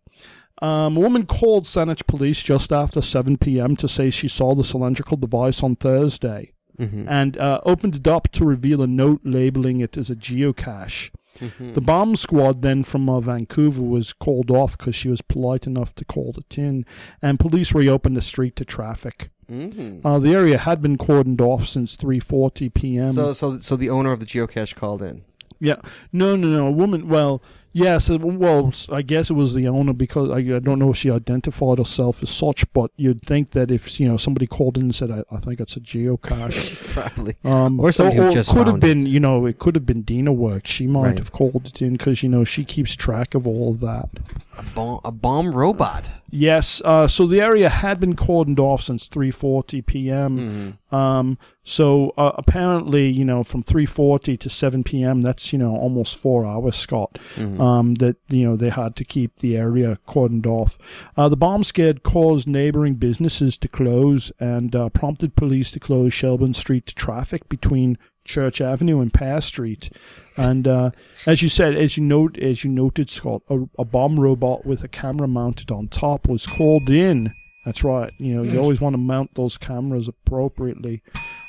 Um, a woman called Saanich police just after 7 p.m. to say she saw the cylindrical device on Thursday
Mm-hmm.
and uh, opened it up to reveal a note labeling it as a geocache. The bomb squad then from uh, Vancouver was called off because she was polite enough to call it in, and police reopened the street to traffic.
Mm-hmm.
Uh, the area had been cordoned off since 3:40 p.m.
so, so, so the owner of the geocache called in.
Yeah. No, no, no. A woman. Well, yes. uh, Well, s- I guess it was the owner because I, I don't know if she identified herself as such, but you'd think that if you know somebody called in and said, "I, I think it's a geocache,"
Probably.
um,
Or somebody who
it
just
could have
found
been, you know, it could have been Dina work. She might
Right.
have called it in because you know she keeps track of all of that.
A bomb, a bomb robot.
Yes. Uh, so the area had been cordoned off since 3:40
Mm-hmm.
p.m. Um, so uh, apparently, you know, from 3:40 to 7 p.m. That's you know almost four hours, Scott. Um, that you know they had to keep the area cordoned off. Uh, the bomb scare caused neighboring businesses to close and uh, prompted police to close Shelburne Street to traffic between Church Avenue and Pear Street. And uh, as you said, as you note, as you noted, Scott, a, a bomb robot with a camera mounted on top was called in. That's right. You know, you always want to mount those cameras appropriately.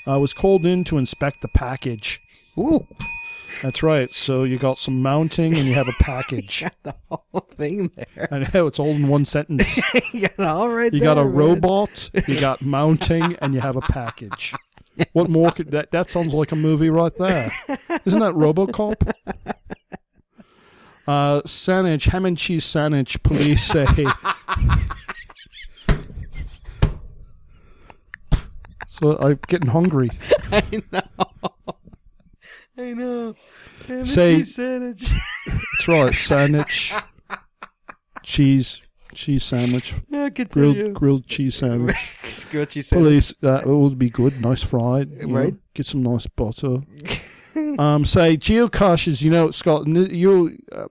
Uh, was called in to inspect the package.
Ooh,
That's right. So you got some mounting and you have a package.
the whole thing there.
I know it's all in one sentence.
you got it all right
You
there,
got a
man.
robot, you got mounting, and you have a package. What more could that? That sounds like a movie right there. Isn't that RoboCop? Uh, Saanich, ham and cheese sandwich. Police say. so I'm getting hungry.
I know. Ham
Say-
and cheese sandwich.
That's right, sandwich, cheese, cheese sandwich,
yeah, good for you.
grilled grilled cheese sandwich.
grilled cheese sandwich.
Police, that would be good. Nice fried, you know,
Right.
get some nice butter. um, say geocaches, you know, Scott. n- You, uh,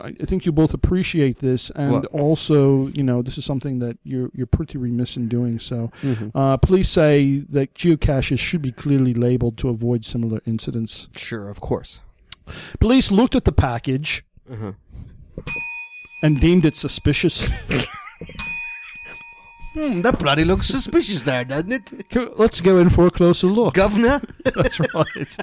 I I think you both appreciate this, and
What?
also, you know, this is something that you're you're pretty remiss in doing. So,
Mm-hmm.
uh, police say that geocaches should be clearly labeled to avoid similar incidents.
Sure, of course.
Police looked at the package
Uh-huh.
and deemed it suspicious.
Hmm, that bloody looks suspicious there, doesn't it?
Let's go in for a closer look.
Governor?
That's right.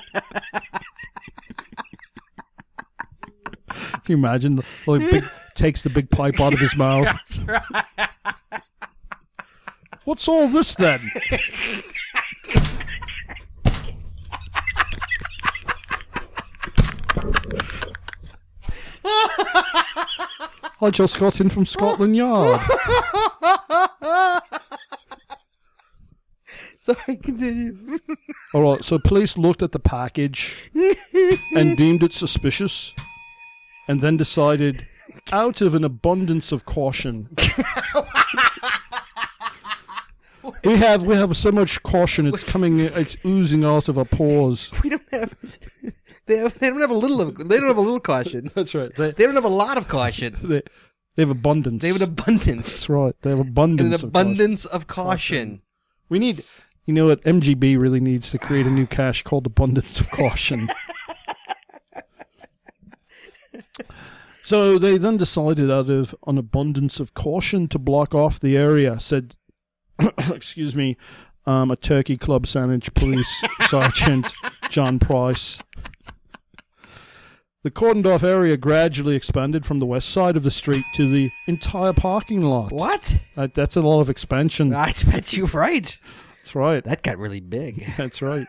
Can you imagine? Like, big, takes the big pipe out of his mouth. What's all this then? I just got in from Scotland Yard.
Sorry, continue.
All right, so police looked at the package and deemed it suspicious, and then decided, out of an abundance of caution, we have we have so much caution. It's coming, it's oozing out of our pores.
we don't have. They, have, they don't have a little of. They don't have a little caution.
That's right. They,
They don't have a lot of caution.
they, they have abundance.
They have an abundance.
That's right. They have
An
abundance. of caution.
abundance of caution.
We need, you know what, MGB really needs to create a new cache called Abundance of Caution. so they then decided, out of an abundance of caution, to block off the area, said, excuse me, um, a Turkey Club Sandwich Police Sergeant John Price. The cordoned off area gradually expanded from the west side of the street to the entire parking lot.
What? Ah,
That, that's a lot of expansion.
I bet you right.
That's right.
That got really big.
That's right.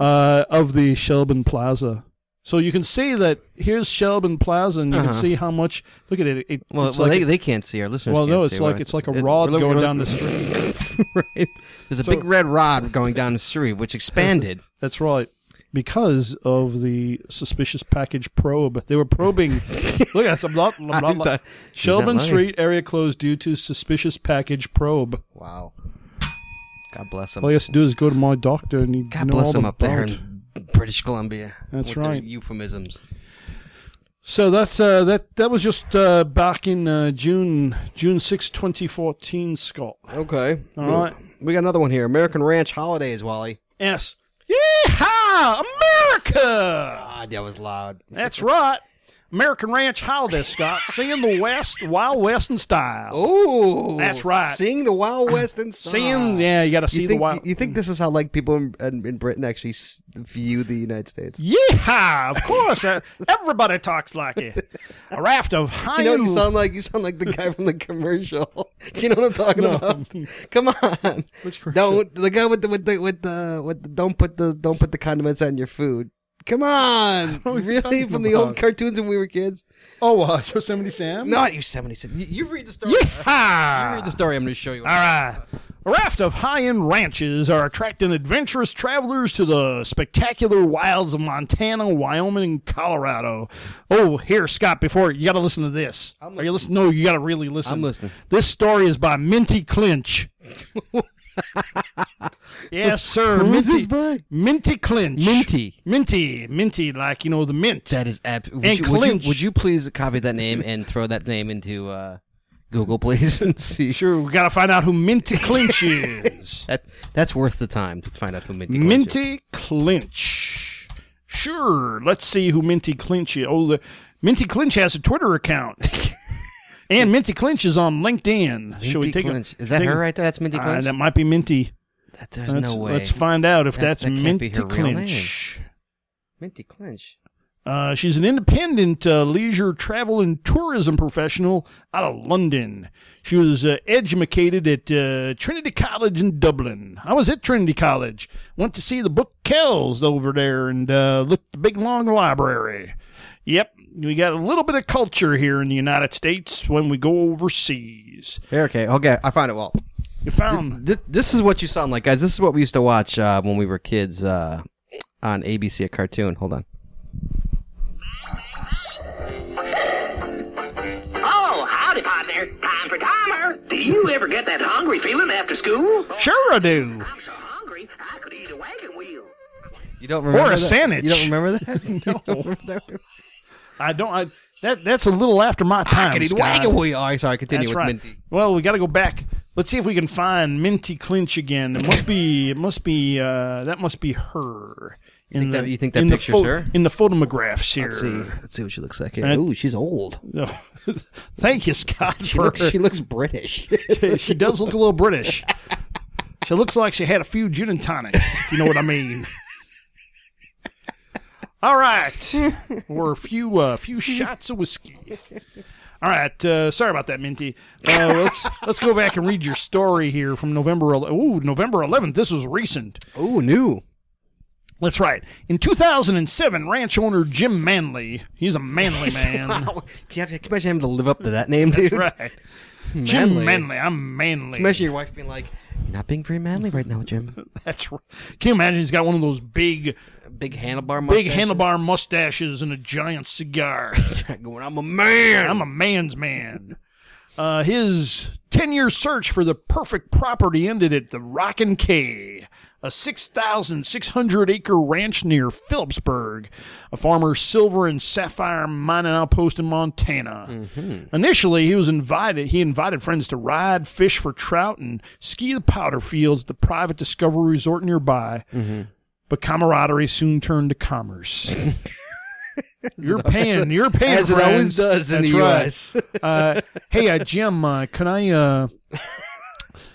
Uh, of the Shelburne Plaza. So you can see that here's Shelburne Plaza, and you can
Uh-huh.
see how much. Look at it. it
Well,
it's
well,
like
they,
a-
they can't see our listeners.
well, no,
can't
it's
see
like
what-
it's like a rod
we're-
going
we're-
down the street.
right. There's a
So-
big red rod going down the street, which expanded.
That's right. Because of the suspicious package probe, they were probing. look at some lot.
I
lot,
thought-
lot.
he's not
Shelburne
lying.
Street area closed due to suspicious package probe.
Wow. God bless them.
All you have to do is go to my doctor, and he
God
know
bless
all
them
about.
up there in British Columbia.
That's
with their
right.
euphemisms.
So that's uh, that. That was just uh, back in uh, June, June 6, 2014, Scott.
Okay.
All right.
We got another one here. American Ranch Holidays, Wally.
Yes. Yeehaw, America!
God, that was loud.
That's right. American Ranch Holiday, Scott. Seeing the West, Wild West in style.
Oh,
That's right.
Seeing the Wild West and stuff.
Seeing, yeah, you got to
uh, You
see
think,
the Wild.
you think this is how like people in, in, in Britain actually s- view the United States?
Yeehaw! Of course, uh, everybody talks like it. A raft of high
You know what
and
you sound like? You sound like the guy from the commercial. Do you know what I'm talking about? Come on. Which Don't the guy with the with the with the with the don't put the don't put the condiments on your food. Come on.
what you're
Really?
talking
From the old
about.
cartoons when we were kids?
Oh, uh, Yosemite Sam.
Not Yosemite. Sam. You, you read the story. You read
Yeehaw!
the story I'm gonna show you.
All right. A raft of high end ranches are attracting adventurous travelers to the spectacular wilds of Montana, Wyoming, and Colorado. Oh, here, Scott, before you got to listen to this. Are you listening? No, you got to really listen.
I'm listening.
This story is by Minty Clinch. yes, sir.
Who is
Minty,
this by?
Minty Clinch.
Minty.
Minty. Minty, like, you know, the mint.
That is absolutely. Would,
And
you- would you-
clinch.
would you please copy that name and throw that name into uh, Google, please, and see?
sure, we got to find out who Minty Clinch is.
That that's worth the time to find out who Minty. Clinch is.
Minty Clinch. Sure. Let's see who Minty Clinch is. Oh, the Minty Clinch has a Twitter account. and Minty Clinch is on LinkedIn.
Minty
Shall we take a-
Clinch. is that
take a-
her right there? That's Minty
Uh,
Clinch.
that might be Minty.
that, there's
Let's,
no way.
let's find out if
That-
that's
that can't be
Minty
her real name.
Clinch.
Minty Clinch.
Uh, she's an independent uh, leisure travel and tourism professional out of London. She was uh, educated at uh, Trinity College in Dublin. I was at Trinity College. Went to see the book Kells over there and uh, looked at the big long library. Yep, we got a little bit of culture here in the United States when we go overseas.
Here, okay, okay, I found it. Well,
You found
Th- this is what you sound like, guys. This is what we used to watch uh, when we were kids uh, on ABC, a cartoon. Hold on.
Oh, howdy, partner. Time for timer. Do you ever get that hungry feeling after school? Oh,
sure I do.
I'm so hungry, I could eat a wagon wheel.
You don't remember
a
that?
sandwich.
You don't remember that? You don't
No.
remember that?
I don't. I, that that's a little after my time.
I could eat
Scott.
wagon wheel. All right, Oh, sorry. Continue
That's
with
right.
Minty.
Well, we got to go back. Let's see if we can find Minty Clinch again. It must be. It must be. Uh, that must be her. in
Think
the
that- you think that
in the
picture's
pho-
her?
in the photographs here.
Let's see. Let's see what she looks like here.
Uh,
Ooh, she's old.
Thank you, Scott.
She
for-
looks. She looks British.
she, she does look a little British. She looks like she had a few gin and tonics. if You know what I mean? All right, we're a few uh, few shots of whiskey. All right, uh, sorry about that, Minty. Uh, let's let's go back and read your story here from November. ele- Ooh, November eleventh. This was recent.
Ooh, new.
That's right. In 2007, ranch owner Jim Manley. He's a manly man.
Wow. Can you, have, can you imagine having to live up to that name, dude?
That's right. Jim Manley. I'm manly.
Can you imagine your wife being like, "You're not being very manly right now, Jim."
That's right. Can you imagine? He's got one of those big,
big handlebar,
big
mustaches?
handlebar mustaches and a giant cigar.
going, I'm a man.
I'm a man's man. Uh, his ten-year search for the perfect property ended at the Rockin' Cay, a six thousand six hundred acre ranch near Phillipsburg, a farmer's silver and sapphire mining outpost in Montana. Initially, he was invited. He invited friends to ride, fish for trout, and ski the powder fields at the private Discovery Resort nearby. But camaraderie soon turned to commerce. you're paying. You're paying.
as it always
friends.
does in
That's
the
right.
US.
uh, hey, uh, Jim, uh, can I uh,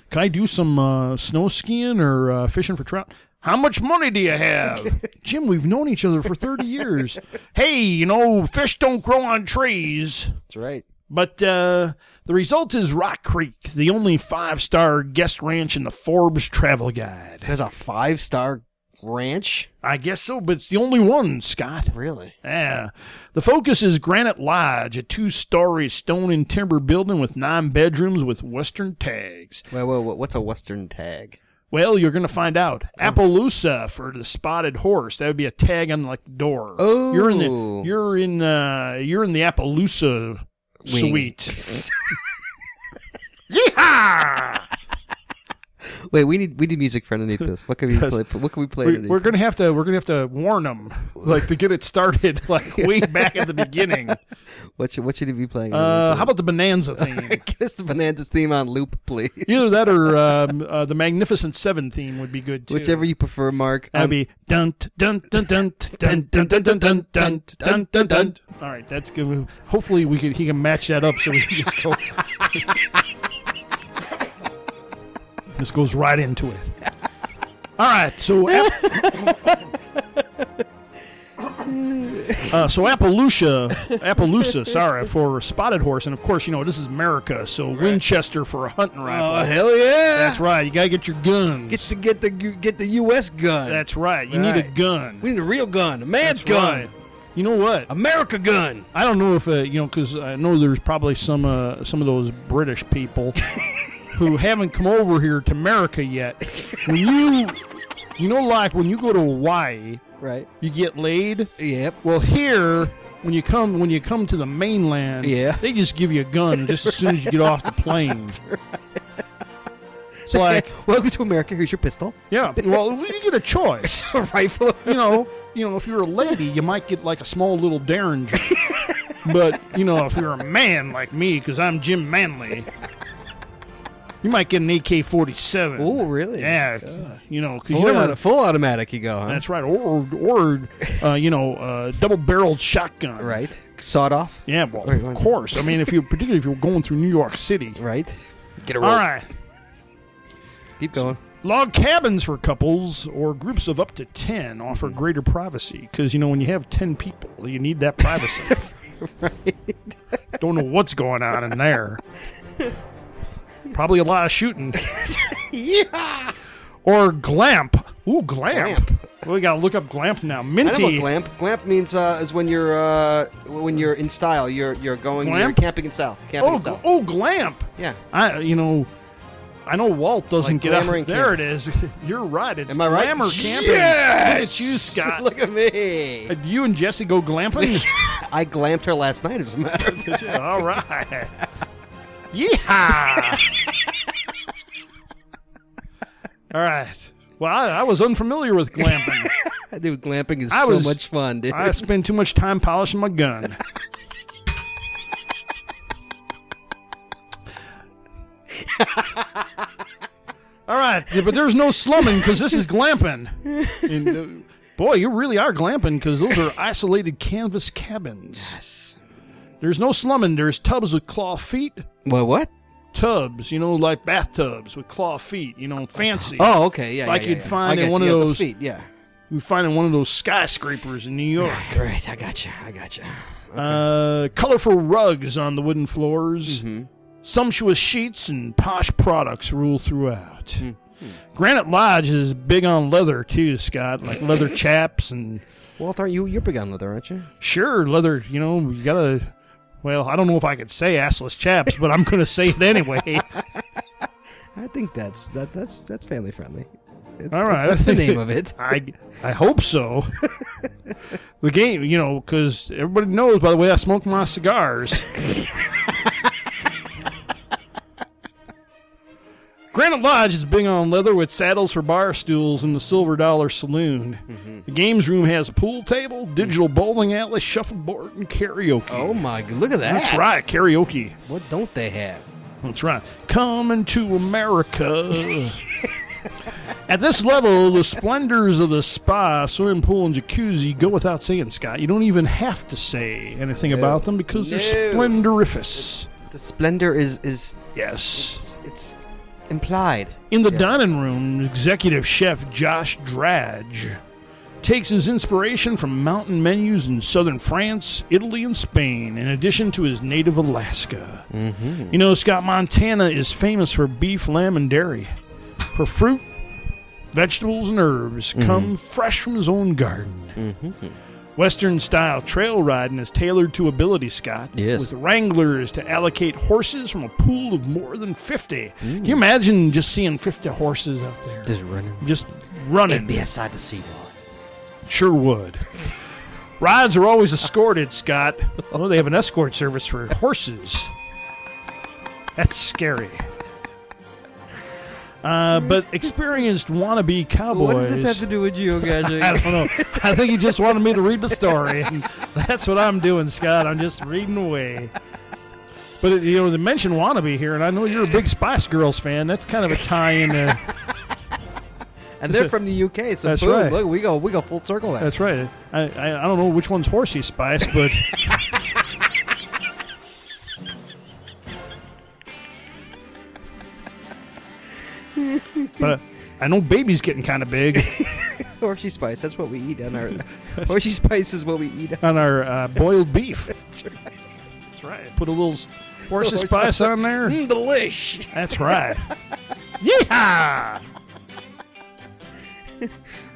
can I do some uh, snow skiing or uh, fishing for trout? How much money do you have, Jim? We've known each other for thirty years. Hey, you know, fish don't grow on trees.
That's right.
But uh, the result is Rock Creek, the only five star guest ranch in the Forbes Travel Guide.
There's a five star ranch?
I guess so, but it's the only one, Scott.
Really?
Yeah. The focus is Granite Lodge, a two story stone and timber building with nine bedrooms with Western tags.
Whoa, whoa, whoa, what's a Western tag?
Well, you're going to find out.
Oh.
Appaloosa for the spotted horse. That would be a tag on like the door.
Oh.
you're in the you're in uh, you're in the Appaloosa
Wing.
suite. Yeehaw!
Wait, we need we need music for underneath this. What can we
Yes.
play? What can we play?
We,
underneath?
we're gonna have to we're gonna have to warn them like to get it started like way back at the beginning.
What should what should he be playing?
Uh,
underneath
how about the Bonanza theme?
it? Give us the Bonanza's theme on loop, please.
Either that or um, uh, the Magnificent Seven theme would be good too.
Whichever you prefer, Mark.
That'd
I'm-
be dun dun dun dun dun dun dun dun dun dun dun dun dun. All right, that's good. Hopefully, we can he can match that up so we can just go. this goes right into it. All right, so App- uh, so Appaloosa, Appaloosa, sorry for spotted horse, and of course you know this is America, so Winchester for a hunting rifle.
Oh, hell yeah!
That's right. You gotta get your guns.
Get the get the get the U.S. gun.
That's right. You need a
Right.
gun.
We need a real gun, a man's
That's
gun,
right. You know what?
America gun.
I don't know if uh, you know because I know there's probably some uh, some of those British people who haven't come over here to America yet. When you you know like when you go to Hawaii,
Right.
you get laid.
Yep.
Well, here when you come when you come to the mainland,
Yeah.
they just give you a gun just as soon as you get off the plane. It's like
welcome to America. Here's your pistol,
yeah, well you get a choice.
a rifle.
you know, you know, if you're a lady, you might get like a small little derringer. but you know, if you're a man like me, because I'm Jim Manley, you might get an AK-47.
Oh, really?
Yeah. You know, because you
Full,
never.
auto- full automatic, you go, huh?
That's right. Or or uh, you know, uh, double-barreled shotgun.
right. Sawed off,
Yeah. Well,
Wait,
of
what?
course. I mean, if you particularly if you're going through New York City.
right? Get a
All right.
Keep going.
Log cabins for couples or groups of up to 10 offer
Mm-hmm.
greater privacy because, you know, when you have 10 people, you need that privacy. Don't know what's going on in there. Probably a lot of shooting.
Yeah.
Or glamp. Ooh, glamp. We got to look up glamp now.
I know
Minty.
about glamp. Glamp means uh, is when you're uh, when you're in style. You're you're going you're
Glamp?
camping in style. Camping
Oh,
in
gl-
style.
oh, glamp.
Yeah.
I, you know, I know Walt doesn't
Like
get out.
glamour and
There it is. You're right. It's
Am I right?
glamour camping. Look at
Yes!
you, Scott.
Look at me.
Uh, Do you and Jesse go glamping?
I glamped her last night, as a matter of fact.
All right. Yeehaw! All right. Well, I, I was unfamiliar with glamping.
Dude, glamping is
I
so
was-
much fun, dude.
I spend too much time polishing my gun. All right, yeah, but there's no slumming because this is glamping. And, uh, Boy, you really are glamping because those are isolated canvas cabins. Yes. There's no slumming. There's tubs with claw feet.
What? What?
Tubs, you know, like bathtubs with claw feet. You know, fancy.
Oh, okay, yeah,
Like
yeah, yeah,
you'd
yeah.
find
I
in
got
one
you,
of
yeah, the
those.
feet, yeah.
You find in one of those skyscrapers in New York.
Great, I got you. I got you.
Uh, colorful rugs on the wooden floors. Sumptuous sheets and posh products rule throughout. Granite Lodge is big on leather too, Scott. Like leather chaps and.
Walt, aren't you? You're big on leather, aren't you?
Sure, leather. You know, you gotta. Well, I don't know if I could say assless chaps, but I'm gonna say it anyway.
I think that's that that's that's family friendly. It's,
All right,
that's the name of it.
I I hope so. the game, you know, because everybody knows. By the way, I smoke my cigars. Granite Lodge is big on leather with saddles for bar stools in the Silver Dollar Saloon.
Mm-hmm.
The games room has a pool table, digital bowling alley, shuffleboard, and karaoke. Oh
my! Look at that.
That's right, karaoke.
What don't they have?
That's right. Coming to America. At this level, the splendors of the spa, swimming pool, and jacuzzi go without saying, Scott. You don't even have to say anything
No.
about them because they're
No.
splendorific.
The splendor is is
yes.
It's, it's implied.
In the
Yeah.
dining room, executive chef Josh Drage takes his inspiration from mountain menus in southern France, Italy, and Spain, in addition to his native Alaska.
Mm-hmm.
You know, Scott, Montana is famous for beef, lamb, and dairy. For fruit, vegetables, and herbs
Mm-hmm.
come fresh from his own garden. Western style trail riding is tailored to ability, Scott.
Yes.
With wranglers to allocate horses from a pool of more than 50. Can you imagine just seeing 50 horses out there?
Mm. Just running.
Just running.
It'd be a sight to see.
Sure would. Rides are always escorted, Scott. Well, they have an escort service for horses. That's scary. Uh, but experienced wannabe cowboys.
What does this have to do with geocaching?
I don't know. I think he just wanted me to read the story, and that's what I'm doing, Scott. I'm just reading away. But it, you know, they mentioned wannabe here, and I know you're a big Spice Girls fan. That's kind of a tie-in. Uh,
And
It's
they're
a-
from the UK, so
that's
boom,
right.
look, we go we go full circle there.
That's right. I, I, I don't know which one's horsey spice, but. but uh, I know baby's getting kind of big
Horsey spice, that's what we eat on our Horsey spice is what we eat on
on our uh, boiled beef.
That's right.
That's right. Put a little s- horsey
Horsey
spice
spice.
on there.
Mm, delish.
That's right. Yeehaw!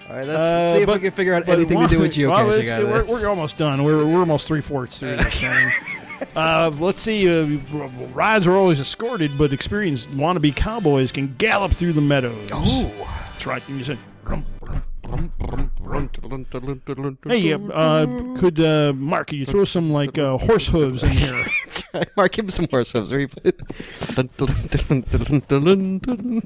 All right, let's see if we can figure out
Uh, but
anything to do with geocaching.
well, it's-
out of
we're,
this.
we're almost done. We're, we're almost three fourths through this thing. Uh, let's see. Uh, rides are always escorted, but experienced wannabe cowboys can gallop through the meadows. Oh, that's right. And you said, "Rum, rum, rum, rum, rum, rum, rum, rum, rum." Hey, uh, uh, could uh, Mark? Could you throw some like uh, horse hooves in here?
Mark, give him some more subs. Where you play- Dun, dun, dun, dun, dun, dun, dun.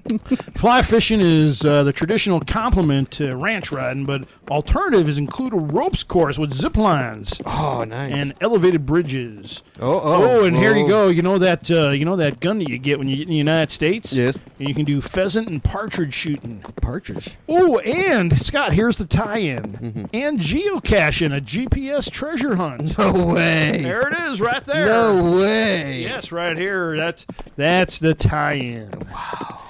Fly fishing is uh, the traditional complement to ranch riding, but alternatives include a ropes course with zip lines.
Oh, nice.
And elevated bridges.
Oh, oh,
and here you
oh.
go. You know that uh, you know that gun that you get when you get in the United States.
Yes.
And you can do pheasant and partridge shooting.
Partridge.
Oh, and Scott, here's the tie-in.
Mm-hmm.
And geocaching, a GPS treasure hunt.
No way.
There it is, right there.
No way.
Yes, right here. That's that's the tie-in. Wow.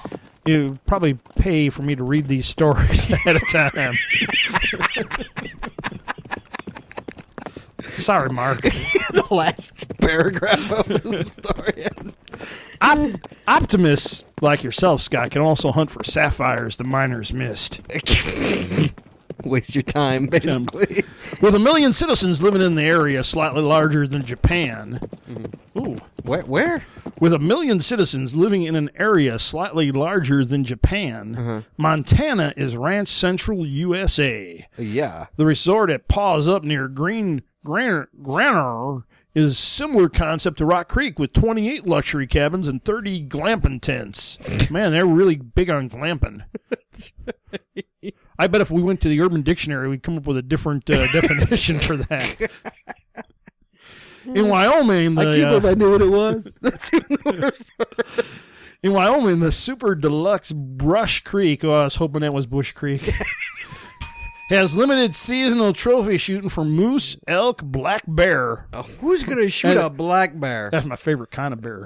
You probably pay for me to read these stories ahead of time. Sorry, Mark.
the last paragraph of the story.
Op- optimists like yourself, Scott, can also hunt for sapphires the miners missed.
Waste your time, basically.
With a million citizens living in the area, slightly larger than Japan. Ooh.
Where? Where?
With a million citizens living in an area slightly larger than Japan,
Uh-huh.
Montana is Ranch Central, USA.
Yeah.
The resort at Paws Up near Green Gran- Granor is similar concept to Rock Creek with 28 luxury cabins and 30 glamping tents. Man, they're really big on glamping. I bet if we went to the Urban Dictionary, we'd come up with a different uh, definition for that. In Wyoming, the,
I can't
uh,
believe I knew what it was. That's even
in Wyoming, the super deluxe Brush Creek. Oh, I was hoping that was Bush Creek. has limited seasonal trophy shooting for moose, elk, black bear.
who's gonna shoot a black bear?
That's my favorite kind of bear.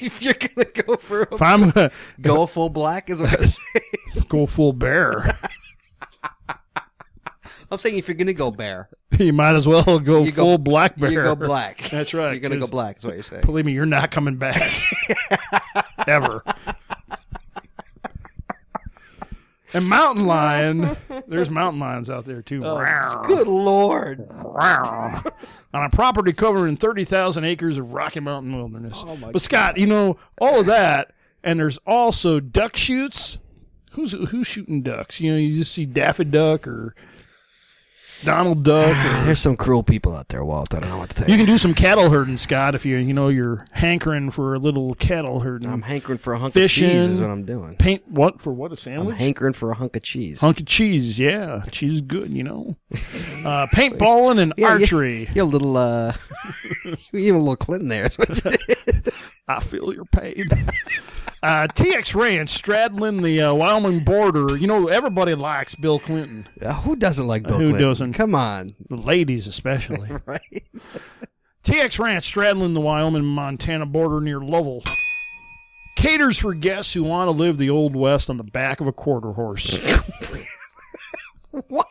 if you're gonna go for a
If I'm gonna-
go full black, is what I'm saying.
Go full bear.
I'm saying if you're gonna go bear,
You might as well go
You go-
full black bear.
you go black.
That's right.
You're gonna go
'cause
black, is what you're saying.
Believe me, you're not coming back ever. And mountain lion, there's mountain lions out there too.
Oh,
Rawr.
good lord.
Rawr. On a property covering 30,000 acres of Rocky Mountain wilderness. Oh my but Scott, you know, all of that, and there's also duck shoots. Who's who's shooting ducks? You know, you just see Daffy Duck or Donald Duck or
Ah, There's some cruel people out there, Walt. I don't know what to tell
you can do some cattle herding, Scott, if you you know you're hankering for a little cattle herding.
I'm hankering for a hunk
Fishing,
of cheese. Is what I'm doing.
Paint what for what a
I'm
sandwich?
hankering for a hunk of cheese.
Hunk of cheese, yeah, cheese is good, you know. Uh, paintballing and
Yeah, you-
archery.
You're a little, uh, you even a little Clinton there. is what you did.
I feel your pain. uh, TX Ranch, straddling the uh, Wyoming border. You know everybody likes Bill Clinton.
Uh, who doesn't like Bill
Who
Clinton?
doesn't?
Come on.
The ladies especially.
right.
TX Ranch straddling the Wyoming Montana border near Lovell. Caters for guests who want to live the old west on the back of a quarter horse.
What?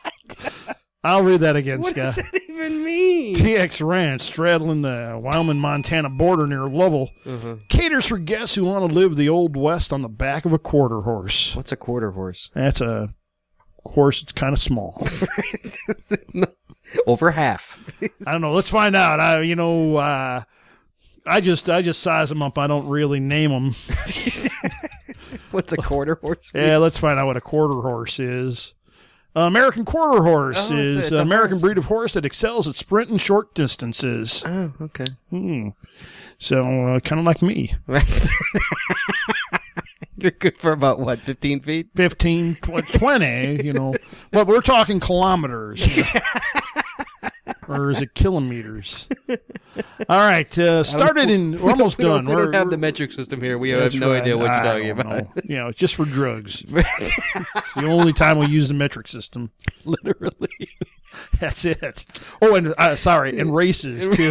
I'll read that again,
What
Scott.
does that even mean?
TX Ranch straddling the Wyoming Montana border near Lovell.
Mm-hmm.
Caters for guests who want to live the old west on the back of a quarter horse.
What's a quarter horse?
That's a horse that's kind of small.
Over half.
I don't know. Let's find out. I, you know, uh, I just I just size them up. I don't really name them.
What's a quarter horse? mean?
Yeah, let's find out what a quarter horse is. Uh, American quarter horse
Oh, it's a-
is
it's
an
a
American
horse.
breed of horse that excels at sprinting short distances.
Oh, okay.
Hmm. So uh, kind of like me,
You're good for about what, 15 feet?
15, tw- 20, you know. But we're talking kilometers. you know. or is it kilometers? All right. Uh, started in, we're almost
We don't-
done.
We don't
We're-
have the
we're-
metric system here. We
That's
have no
right.
idea what
I
you're talking
don't
about.
know. You know, just for drugs. it's the only time we use the metric system.
Literally.
That's it. Oh, and uh, sorry, and races too.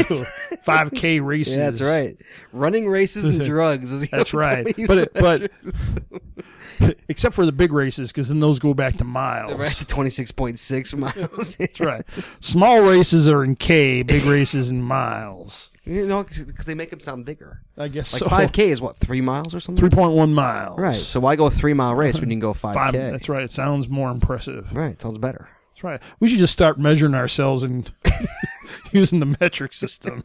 5K races.
Yeah, that's right. Running races and drugs. Is the
That's
only time
right.
we use
But
the
it- but
metric.
except for the big races, because then those go back to miles.
Right, 26.6 miles.
That's right. Small races are in K, big races in miles.
You know, because they make them sound bigger.
I guess
Like
so.
5K is what, three miles or something?
3.1 miles.
Right. So why go a three mile race when you can go 5K?
Five, that's right. It sounds more impressive.
Right. Sounds better.
That's right. We should just start measuring ourselves and using the metric system.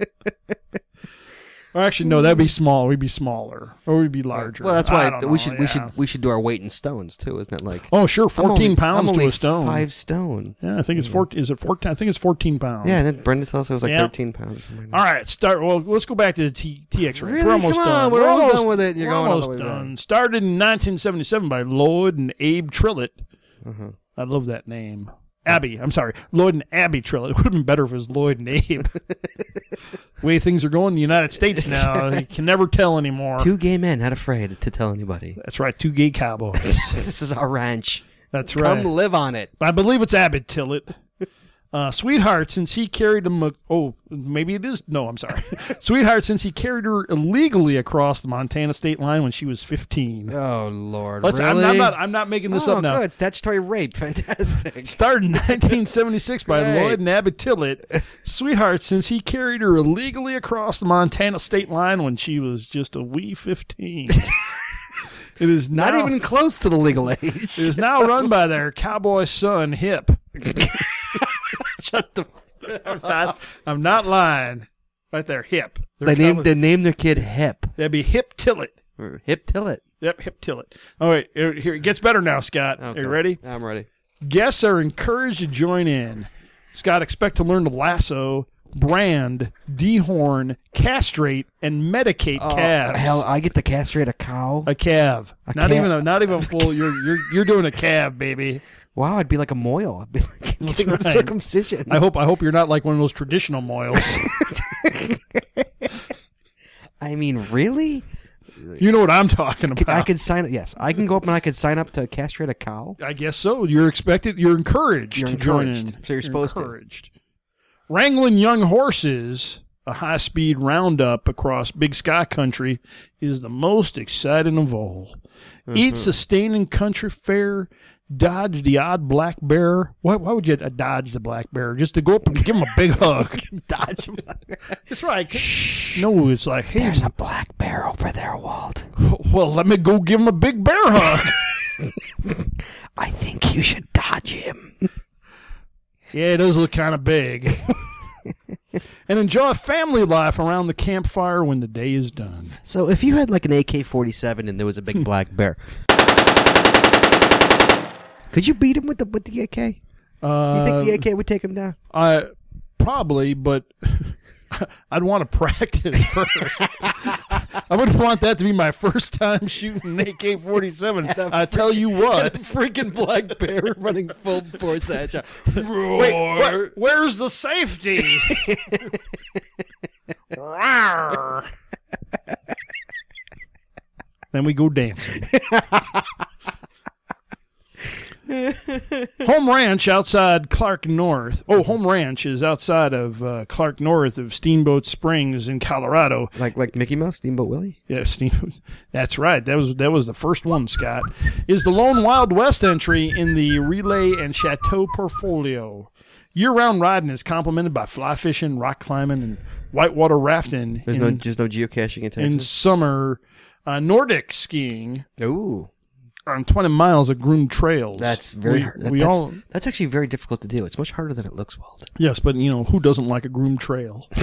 or actually, no, that'd be small. We'd be smaller, or we'd be larger.
Well, that's
I
why
don't know,
we should we
yeah.
should we should do our weight in stones too, isn't it? Like
Oh, sure,
I'm
14
only-
pounds
I'm
to
only
a stone.
Five stone.
Yeah, I think it's fourteen. Is it fourteen? I think it's fourteen pounds.
Yeah, and then Brendan tells us it was like
Yeah.
13 pounds or something.
All right, start. Well, let's go back to the T- TX range.
Really?
We're almost
Come on,
done.
we're almost done with it. You're
we're
going all the
almost
way back.
done. Started in 1977 by Lloyd and Abe Trillett.
Mm-hmm.
I love that name. Abby, I'm sorry, Lloyd and Abby Trillett. It would have been better if it was Lloyd and Abe. way things are going in the United States now, you can never tell anymore.
Two gay men, not afraid to tell anybody.
That's right, two gay cowboys.
this is our ranch.
That's
Come
right.
live on it.
I believe it's Abbott Tillett. Uh, sweetheart, since he carried him, oh, maybe it is. No, I'm sorry. sweetheart, since he carried her illegally across the Montana state line when she was 15.
Oh Lord,
Let's- I'm-
really?
I'm not- I'm not making this
oh,
up now.
Good statutory rape, fantastic.
Started in 1976 by
Great.
Lloyd and Abbott Tillett. Sweetheart, since he carried her illegally across the Montana state line when she was just a wee 15. it is
Not
now-
even close to the legal
It
age.
is now run by their cowboy son, Hip.
Shut the.
I'm not, I'm not lying. Right there, Hip.
They
Their
named
cowboy-
they named their kid Hip
That'd be Hip Tillett.
or Hip Tillet.
Yep, hip till it. All right, here here, it gets better now, Scott. Are
Okay.
you ready?
I'm ready.
Guests are encouraged to join in. Scott, expect to learn to lasso, brand, dehorn, castrate, and medicate
Oh,
calves.
hell, I get to castrate a cow.
a calf.
A
not
calf.
even a not even a full. You're you're you're doing a calf, baby.
Wow, I'd be like a moil. I'd be like
That's
getting
right.
circumcision.
I hope I hope you're not like one of those traditional moils.
I mean, really?
You know what I'm talking about.
I can sign up. Yes, I can go up and I can sign up to castrate a cow.
I guess so. You're expected. You're encouraged
You're
to join in.
encouraged. So you're supposed to.
encouraged. Wrangling young horses, a high-speed roundup across Big Sky Country, is the most exciting of all. Eat
Mhm.
sustaining country fare. Dodge the odd black bear. Why, why would you uh, dodge the black bear? Just to go up and give him a big hug.
dodge him.
That's right. No, it's like, hey. There's a
black bear over there, Walt.
Well, let me go give him a big bear hug.
I think you should dodge him.
Yeah, it does look kind of big. and enjoy family life around the campfire when the day is done.
So if you had like an AK forty seven and there was a big black bear, could you beat him with the with the AK?
Uh,
you think the AK would take him down?
I probably, but I'd want to practice first. I wouldn't want that to be my first time shooting an AK-47. I tell you what,
freaking black bear running full force at you.
Wait, where- where's the safety? Rawr. then we go dancing. Home Ranch outside Clark North. Oh, Home Ranch is outside of uh, Clark North of Steamboat Springs in Colorado.
Like like Mickey Mouse, Steamboat Willie.
Yeah, Steamboat. That's right. That was that was the first one. Scott is the lone Wild West entry in the relay and chateau portfolio. Year-round riding is complemented by fly fishing, rock climbing, and whitewater rafting.
There's
in,
no there's no geocaching in
in
Texas.
summer, uh, Nordic skiing.
Ooh.
On 20 miles of groomed trails.
That's very
We-
hard. That-
we
that's,
all,
that's actually very difficult to do. It's much harder than it looks, Walt.
yes, but you know who doesn't like a groomed trail?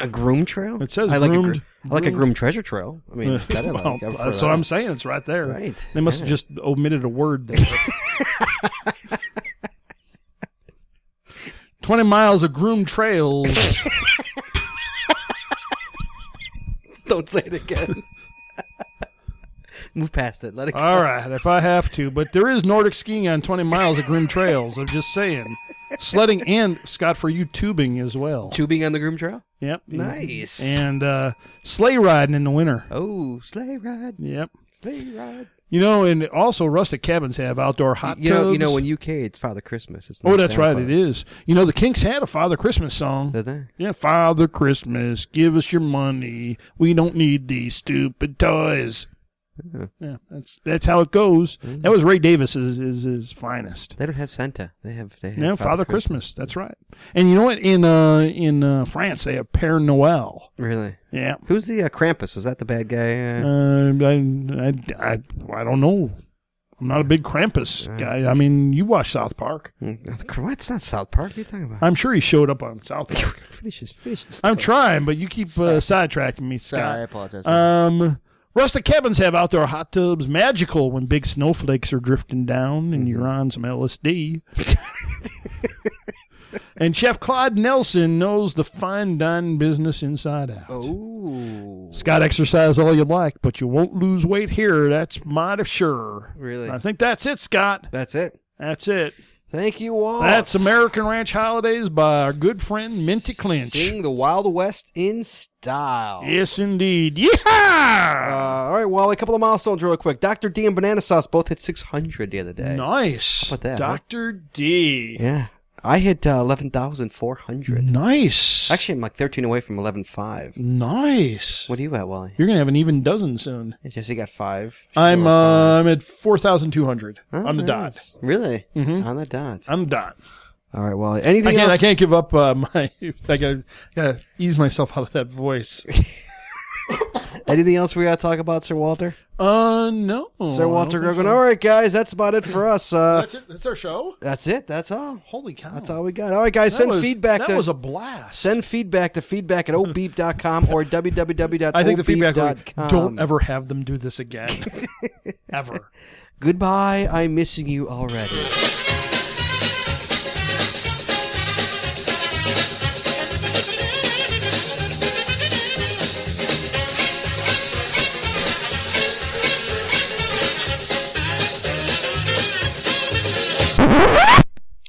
a groomed trail?
It says
I like a
groomed-
gr- I like a
groomed-
groomed treasure trail. I mean,
Uh,
that I like.
well,
I'm for
that's
that.
what I'm saying. It's right there.
Right.
They must have
Yeah.
just omitted a word there. 20 miles of groomed trails.
Don't say it again. Move past it. Let it go.
All right, if I have to. But there is Nordic skiing on 20 miles of groomed trails. I'm just saying. Sledding and, Scott, for you, tubing as well.
Tubing on the groomed trail?
Yep.
Nice.
And uh, sleigh riding in the winter.
Oh, sleigh ride.
Yep.
Sleigh ride.
You know, and also rustic cabins have outdoor hot
You know, you know,
tubs.
in UK, it's Father Christmas. It's
Oh,
not
that's
Santa
right.
Claus.
It is. You know, the Kinks had a Father Christmas song.
Did they?
Yeah, Father Christmas, give us your money. We don't need these stupid toys.
Yeah.
Yeah, Mm-hmm. that's that's how it goes. That was Ray Davis is is his finest.
They don't have Santa. They have they have
Yeah, Father, Christmas. That's right. And you know what? In uh in uh, France, they have Père Noël.
Really?
Yeah.
Who's the uh, Krampus? Is that the bad guy? Uh,
Uh, I, I, I I don't know. I'm not a big Krampus guy. I mean, you watch South Park.
What's hmm. not South Park? What are you talking about?
I'm sure he showed up on South Park.
finish his fish.
I'm trying, but you keep uh, sidetracking me, Scott.
Sorry, I apologize.
Um, rustic cabins have outdoor hot tubs. Magical when big snowflakes are drifting down and
Mm-hmm.
you're on some LSD. and Chef Claude Nelson knows the fine dining business inside out.
Oh,
Scott, exercise all you like, but you won't lose weight here. That's mighty sure.
Really?
I think that's it, Scott.
That's it.
That's it.
Thank you all.
That's American Ranch Holidays by our good friend Minty Clinch.
Sing the Wild West in style.
Yes, indeed. Yeah.
Uh, all right, well, a couple of milestones real quick. Dr. D and Banana Sauce both hit 600 the other day.
Nice.
How about that? huh?
Dr. D.
Yeah. I hit uh, 11,400.
Nice.
Actually, I'm like 13 away from 11.5.
Nice.
What are you at, Wally?
You're going to have an even dozen soon.
Jesse got five.
I'm
Sure.
uh, I'm at 4,200
Oh,
on the
nice. Really?
Mhm.
On the dot.
dot. On the dot.
All right, Wally.
I
Anything
can't, I
else?
can't give up uh, my. I got to ease myself out of that voice.
Anything else we got to talk about, Sir Walter?
Uh, no.
Sir Walter Grogan. All right, guys, that's about it for us. Uh,
That's it. That's our show.
That's it. That's all.
Holy cow.
That's all we got. All right, guys,
That
send
was-
feedback.
That
to,
was a blast.
send feedback to feedback at obeep.com or www.
I think the feedback was, don't ever have them do this again. ever.
Goodbye. I'm missing you already.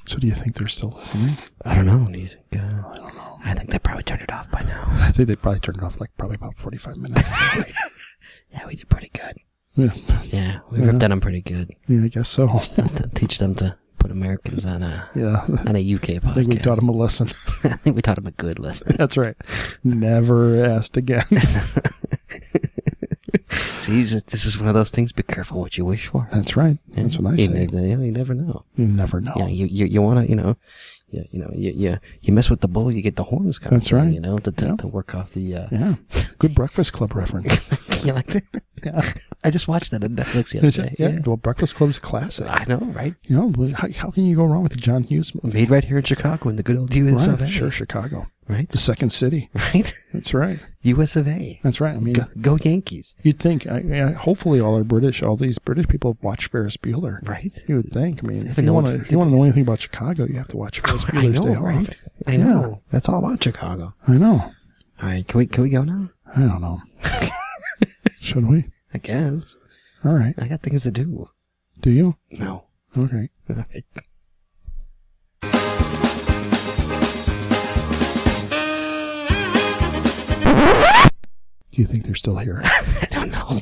So do you think they're still listening?
I don't know. Do you think, uh, I don't know. I think they probably turned it off by now.
I think they probably turned it off like probably about 45 minutes.
yeah, we did pretty good.
Yeah.
Yeah, we ripped at them pretty good.
Yeah, I guess so.
Teach them to put Americans on a
Yeah.
on a UK podcast.
I think we taught them a lesson.
I think we taught them a good lesson.
That's right. Never asked again.
See, you just- this is one of those things. Be careful what you wish for.
That's right.
That's what I you, say. You, you never know.
You never know.
Yeah, you you, you want to you know, you, you know you, you you mess with the bull, you get the horns coming.
That's
in,
right.
You know to to, to work off the. Uh,
yeah. Good Breakfast Club reference.
you like that?
Yeah.
I just watched that on Netflix the other
yeah.
day. Yeah.
Well, Breakfast Club's a classic.
I know, right?
You know, how, how can you go wrong with the John Hughes movie?
Made right here in Chicago in the good old US
right.
of A.
Sure, Chicago.
Right.
The second city.
Right.
That's right.
U.S. of A.
That's right. I mean,
Go, go Yankees.
You'd think. I, I, hopefully, all our British, all these British people have watched Ferris Bueller.
Right.
You would think. I mean, if
They
you
know
want
what
to,
to
if you want to know anything about Chicago, you have to watch Ferris
Oh, I
Bueller's
know,
Day
right?
Off.
I
Yeah.
know. That's all about Chicago.
I know.
All right, can we can we go now?
I don't know. Should we?
I guess.
All right.
I got things to do.
Do you?
No.
Okay.
All right.
Do you think they're still here?
I don't know.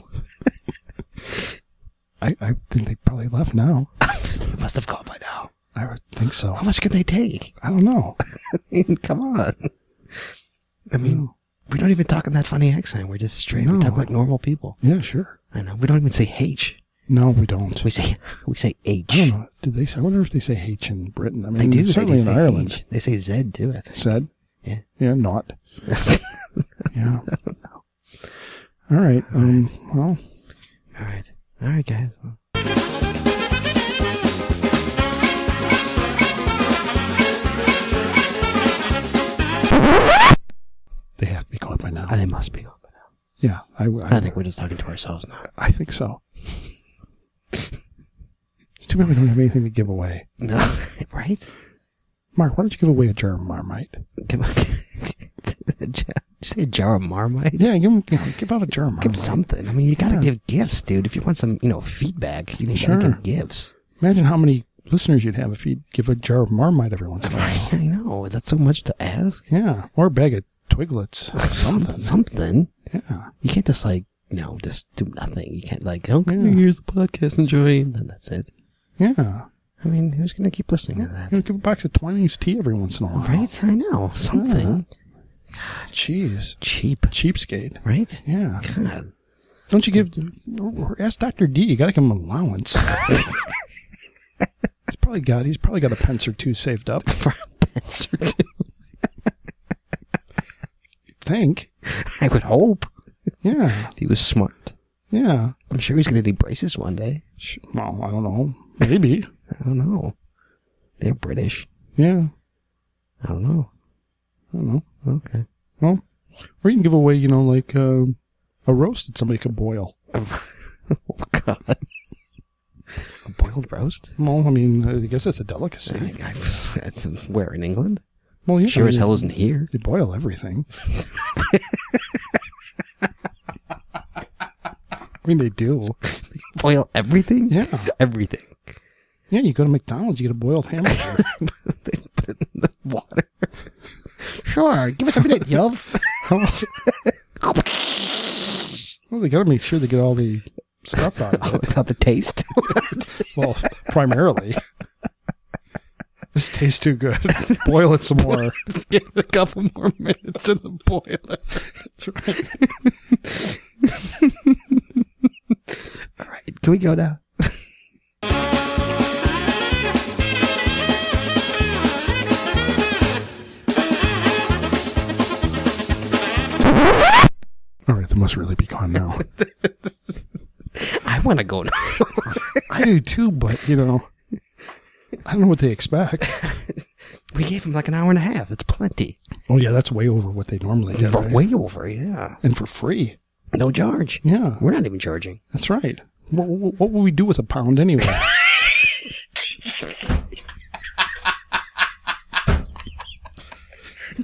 I, I think they probably left now.
they must have gone by now.
I would think so.
How much can they take?
I don't know.
I mean, come on. I mean, we don't even talk in that funny accent. We're just straight.
No.
We talk like normal people.
Yeah, sure.
I know. We don't even say H.
No, we don't.
We say we say H.
I don't know. Did they? Say, I wonder if they say H in Britain. I mean,
They do. They
certainly
do
in
say
Ireland.
H. They say Z too. I think.
Said.
Yeah.
Yeah. Not. yeah. All right. Um. Well.
All right. All right, guys. Well,
Ah, They have to be caught by now.
they must be. gone by now.
yeah, I, I,
I think we're just talking to ourselves now.
I think so. it's too bad we don't have anything to give away.
No, right?
Mark, why don't you give away a jar of Marmite?
Give a, did you say a jar of Marmite?
Yeah, give, 'em- you know, give out a jar of Marmite.
Give something. I mean, you gotta
Yeah.
give gifts, dude. If you want some, you know, feedback, you need
Sure.
to give gifts.
Imagine how many listeners you'd have if you give a jar of Marmite every once in a while.
I know. Is that so much to ask?
Yeah, or a bag of Twiglets.
Something.
Something.
something.
Yeah.
You can't just like, you know, just do nothing. You can't like, oh,
Yeah.
here's the podcast, enjoy, and then that's it.
Yeah.
I mean, who's gonna keep listening to
You know,
that?
give a box of 20s tea every once in a while.
Right? I know. Something
Jeez.
cheap,
Cheapskate.
right?
Yeah.
God.
Don't you give. Or ask Dr. D. You got to give him allowance. he's probably got. He's probably got a pence or two saved up.
Pence or two.
Think.
I would hope.
Yeah.
If he was smart.
Yeah.
I'm sure he's gonna need braces one day.
Sh- Well, I don't know. Maybe.
I don't know. They're British.
Yeah.
I don't know.
I don't know.
Okay.
Well, or you can give away, you know, like uh, a roast that somebody could boil.
Oh God. A boiled roast?
Well, I mean, I guess that's a delicacy.
I, I, that's where in England?
Well, yeah.
Sure as
you-
hell isn't here.
They boil everything. I mean, they do.
Boil everything?
Yeah.
Everything.
Yeah, you go to McDonald's, you get a boiled hamburger.
they put it in the water. Sure, give us a minute, Yelv.
well, they got to make sure they get all the stuff out of it.
About the taste.
Well, primarily. This tastes too good. Boil it some more.
Give it a couple more minutes in the boiler.
That's right.
All right, can we go now?
All right, they must really be gone now.
I want to go now.
I do too, but you know, I don't know what they expect.
we gave him like an hour and a half. That's plenty.
Oh yeah, that's way over what they normally get.
But
right?
Way over, yeah.
and for free.
No charge.
Yeah,
We're not even charging.
that's right. What, what, what will we do with a pound anyway?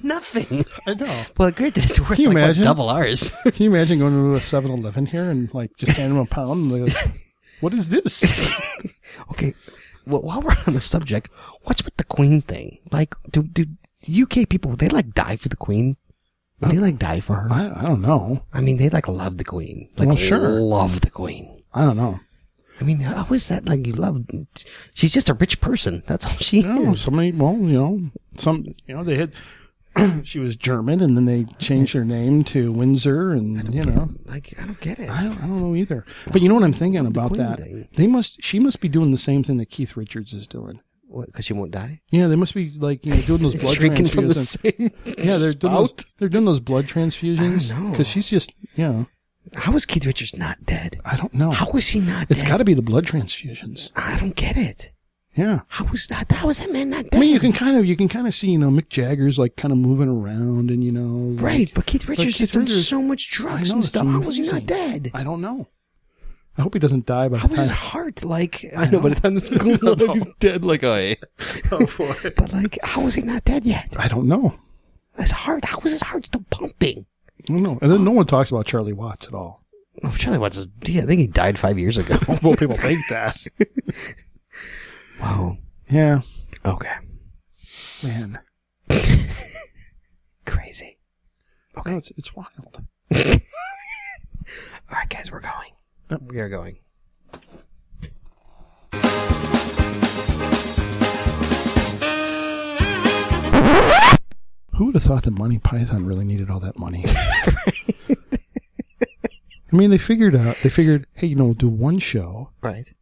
Nothing.
I know.
Well, great that it's worth
Can you
like what,
imagine?
double ours.
Can you imagine going to a 7-Eleven here and like just hand them a pound? And they're like, what is this?
okay. Well, while we're on the subject, what's with the Queen thing. Like, do do UK people they like die for the Queen? Would they like die for her?
I, I don't know.
I mean, they like love the Queen. Like,
Well, sure.
love the Queen.
I don't know.
I mean, how is that like you love? She's just a rich person. That's all she
No,
is.
somebody. Well, you know, some. You know, they had. she was German, and then they changed her name to Windsor, and you know,
like I don't get it.
I don't, I don't know either. But you know what I'm thinking about
Queen
that?
thing.
They must. She must be doing the same thing that Keith Richards is doing.
Because she won't die.
Yeah, they must be like you know doing those blood
Drinking
transfusions.
from the same
yeah, they're doing those,
spout?
they're doing those blood transfusions because she's just you know.
How is Keith Richards not dead?
I don't know. How
is he not?
It's got to be the blood transfusions.
I don't get it.
Yeah.
How was that? How was that man not dead?
I mean, you can kind of you can kind of see you know Mick Jagger's like kind of moving around and you know like-
Right, but Keith
like,
Richards has done
Richards-
so much
I
drugs
know,
and
it's
stuff. How was he
amazing.
not dead?
I don't know. I hope he doesn't die by
How
the
was his
time.
heart? Like
I
I know, by the time this goes
I
on,
know.
he's dead. Like I.
Oh boy!
But like, how was he not dead yet?
I don't know.
His heart. How was his heart still pumping?
I don't know. And then no one talks about Charlie Watts at all.
Oh, Charlie Watts. is- Yeah, I think he died five years ago.
well, people think that.
wow.
Yeah,
Okay.
man.
Crazy.
Okay, it's it's wild.
All right, guys, we're going. We are going.
Who would have thought that Monty Python really needed all that money? I mean, they figured out. They figured, hey, you know, we'll do one show
Right.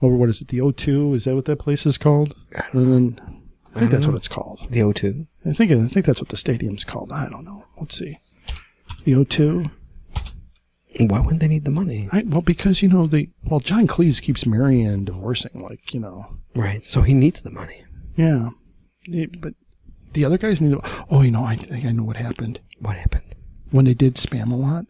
over. What is it? The O2? Is that what that place is called? And then I think that's what it's called.
The O2.
I think I think that's what the stadium's called. I don't know. Let's see. The O2.
Why wouldn't they need the money?
I, well, because you know the well, John Cleese keeps marrying and divorcing. Like you know,
Right. So he needs the money.
yeah. It- but the other guys need. Oh, you know, I think I know what happened.
What happened?
when they did spam a lot,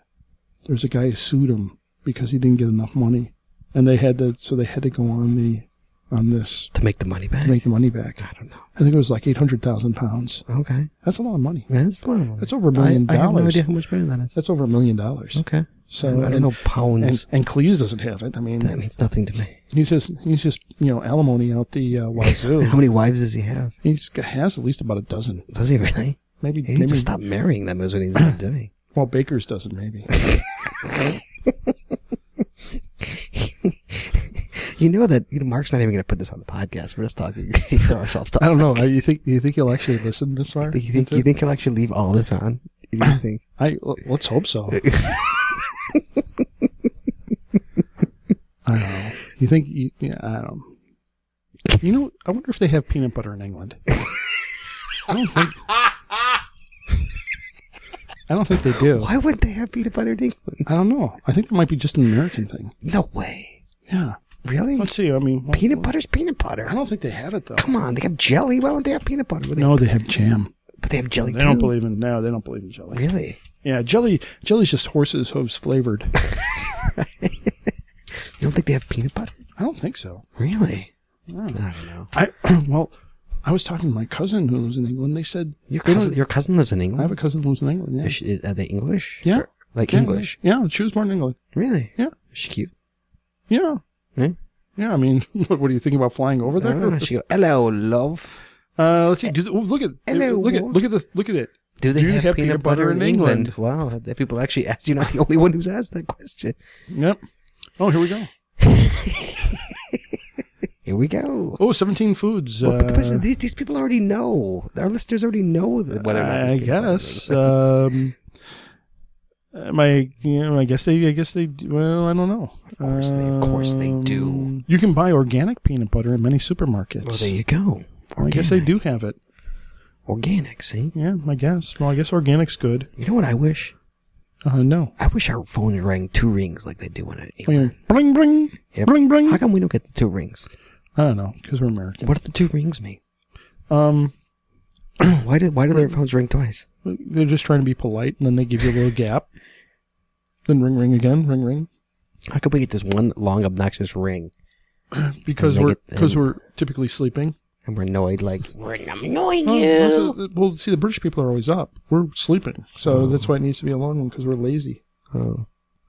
there's a guy who sued him because he didn't get enough money, and they had to so they had to go on the on this
To make the money back.
to make the money back.
I don't know.
I think it was like eight hundred thousand pounds.
Okay.
That's a lot of money.
Yeah, that's a lot of money.
That's over a million
I, I have no
dollars.
idea how much money that is.
That's over a million dollars.
Okay.
So
I don't
and-
know pounds.
And, and Cleese doesn't have it. I mean,
that means nothing to me.
he's just he's just you know alimony out the uh, wazoo.
How many wives does he have?
He's g- has at least about a dozen.
Does he really?
Maybe
He
maybe
needs to stop marrying them. Is what he's not doing.
Well, Baker's doesn't maybe.
You know that you know, Mark's not even going to put this on the podcast. We're just talking. you hear ourselves
I
talking.
don't know. Uh, You think you think he'll actually listen this far?
You think
into it?
you think he'll actually leave all this on? You don't think?
I l- let's hope so. I don't know. You think? You, yeah, I don't. You know, I wonder if they have peanut butter in England. I don't think. I don't think they do.
Why would they have peanut butter in England?
I don't know. I think it might be just an American thing.
No way.
Yeah.
Really?
Let's see. I mean, what-
peanut
what-
butter's peanut butter.
I don't think they have it though.
Come on, they have jelly. Why would they have peanut butter? Would they-
No, they have jam.
but they have jelly
They
too.
don't believe in no. They don't believe in jelly.
Really?
Yeah, jelly. Jelly's just horses' hooves flavored.
You don't think they have peanut butter?
I don't think so.
Really? I don't know.
I well, I was talking to my cousin who lives in England. They said
Your
they
cousin,
don't-
your cousin lives in
I have
England.
a cousin who lives in England. Yeah,
Is she- is- are they English?
Yeah.
Or- like
Yeah,
English.
Yeah, she was born in England.
Really?
Yeah,
Is she cute?
yeah,
Hmm?
yeah. I mean, what, what do you think about flying over
I don't know.
there?
Ah, She go, hello, love.
Uh, let's see. Do the, oh, look at
Hello,
look at
world.
look at this look at it.
Do they
you
have, peanut, butter, in England? Wow, that people actually asked. You're not the only one who's asked that question.
Yep. Oh, here we go.
Here we go.
Oh, 17 foods.
Well, but the person,
uh,
these, these people already know. Our listeners already know that whether or not.
I
there's peanut butter in
guess. um, uh, my, you know, I guess they, I guess they. d- Well, I don't know. Of
course they- of course they do.
You can buy organic peanut butter in many
England.
supermarkets.
Well, there you go.
I guess they do have it.
Organic, see?
Yeah, I guess. Well, I guess organic's good.
You know what I wish?
Uh, no.
I wish our phones rang two rings like they do in
I
England.
mean, bling bling,
Yep.
bling bling.
How come we don't get the two rings?
I don't know because we're American.
What do the two rings mean?
Um,
Why do why do their phones ring twice?
they're just trying to be polite, and then they give you a little gap. Then ring ring again, ring ring.
How come we get this one long obnoxious ring
Because
And they
we're
get-
because
and-
we're typically sleeping.
and we're annoyed like we're annoying
Oh,
you?
also, well, see, the British people are always up. We're sleeping, so that's why it needs to be a long one because we're lazy.
Oh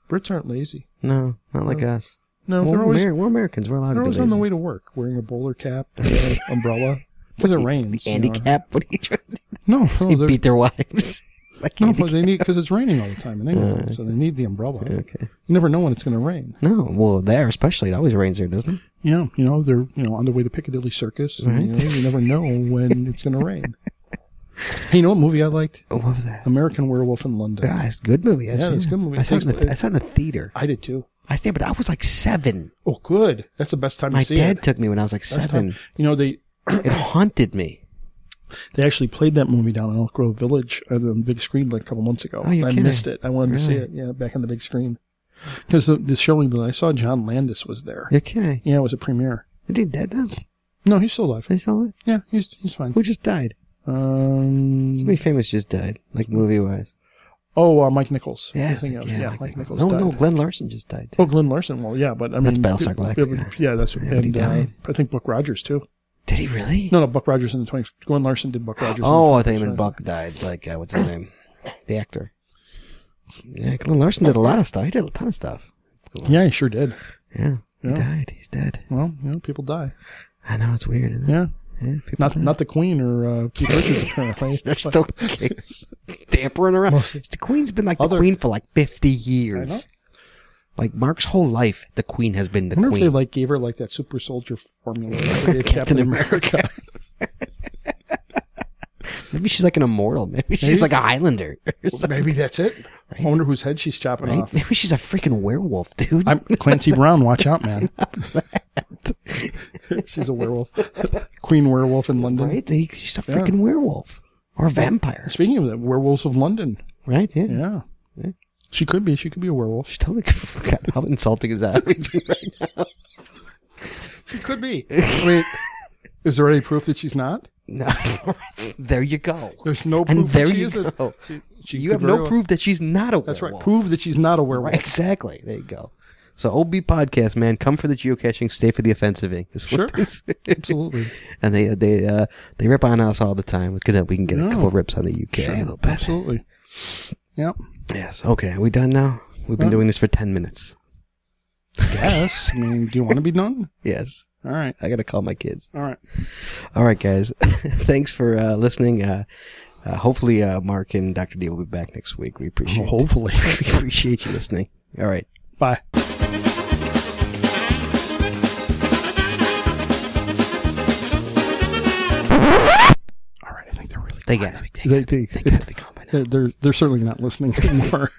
Brits aren't lazy.
no, not like us.
No,
Well,
they're
we're,
always
Ameri- we're Americans. We're allowed
they're
to be
always
lazy.
on the way to work wearing a bowler cap, and an umbrella. Because it rains.
handicap? What are you trying to do?
No,
They beat their wives.
no, but they need because it's raining all the time in England, so they need the umbrella.
Okay.
You never know when it's going to rain.
No, well, there especially, it always rains there, doesn't it?
Yeah, you know they're you know on their way to Piccadilly Circus. and, you,
Right.
know, you never know when it's going to rain. Hey, you know what movie I liked?
Oh, what was that?
American Werewolf in London.
Yeah, "Ah, it's a good movie. I've
yeah,
seen
it's a
it.
good movie.
I saw it in the-
Takes-
I saw it in the theater.
I did too.
I stand, but I was like seven.
Oh, good. That's the best time
My
to see
dad
it.
took me when I was like
Best time.
seven.
You know they
It haunted me.
they actually played that movie down in Elk Grove Village on the big screen like a couple months ago.
Oh, you're
I
kidding.
missed it. I wanted to see
Really?
it. Yeah, back on the big screen. Because the, the showing that I saw, John Landis was there.
You're kidding.
Yeah, it was a premiere.
Is he dead now?
No, he's still alive.
Is he still alive?
Yeah, he's he's fine.
Who just died?
Um,
Somebody famous just died, like movie wise.
oh, uh, Mike Nichols.
Yeah,
I think it was-
yeah,
yeah,
Mike
Mike Nichols.
No,
died.
no, Glenn Larson just died. Too.
Oh, Glenn Larson. Well, yeah, but I mean,
That's Battlestar
yeah, but-
Galactica.
Yeah, that's
Yeah, but he
and, uh,
died.
I think Buck Rogers too.
Did he really?
No, no, Buck Rogers in the twenty. Glenn Larson did Buck Rogers. in the
Oh, I thought you
20th.
meant Buck died. Like uh, what's his name? The actor. Yeah, Glenn Larson did a lot of stuff. He did a ton of stuff.
Yeah, he sure did.
Yeah, he
Yeah.
died. He's dead.
Well, you know, people die.
I know it's weird. Isn't it?
Yeah.
yeah people
Not
die.
not the Queen or uh, Keith Richards apparently.
They're still kicks- dampering around. The Queen's been like
Other-
the Queen for like 50
I know.
years. Like Mark's whole life, the Queen has been the
I wonder
Queen.
if they like gave her like that super soldier formula like they
Captain
did Captain America.
Maybe she's like an immortal. Maybe she's
Maybe.
like a Highlander. or
Well,
something,
Maybe that's it. I wonder whose head she's chopping
right?
off.
Maybe she's a freaking werewolf, dude.
Uh-huh. I'm Clancy Brown. Watch out, man. she's a werewolf, Queen werewolf in London.
right? They- She's a freaking werewolf or a vampire,
Speaking of that, werewolves of London.
right? Yeah.
Yeah.
Yeah.
She could be. She could be a werewolf.
She totally. God, how insulting is that?
She could be. I mean, is there any proof that she's not?
no. there you go.
There's no proof
And there
that she
you
is a-
go.
she- she
You
could
have
very
no
well-
proof that she's not a
That's right.
werewolf.
Prove that she's not a werewolf.
Right, exactly. There you go. So OB podcast, man, come for the geocaching, stay for the offensive ink. Is what
Sure.
this-
Absolutely.
and they they uh, they rip on us all the time. We can we can get a
No.
couple rips on the UK. a little bit.
Absolutely. Yep.
Yes. Okay. Are we done now? We've been
Huh?
doing this for ten minutes.
Yes. I mean, do you want to be done?
Yes.
All right.
I gotta call my kids.
All right.
All right, guys. Thanks for uh, listening. Uh, uh, hopefully, uh, Mark and Doctor D will be back next week. We appreciate.
Oh, Hopefully.
we appreciate you listening. All right.
Bye. All right. I think they're really.
They got. They,
They, they,
they gotta be gone by now.
they're, they're they're certainly not listening anymore.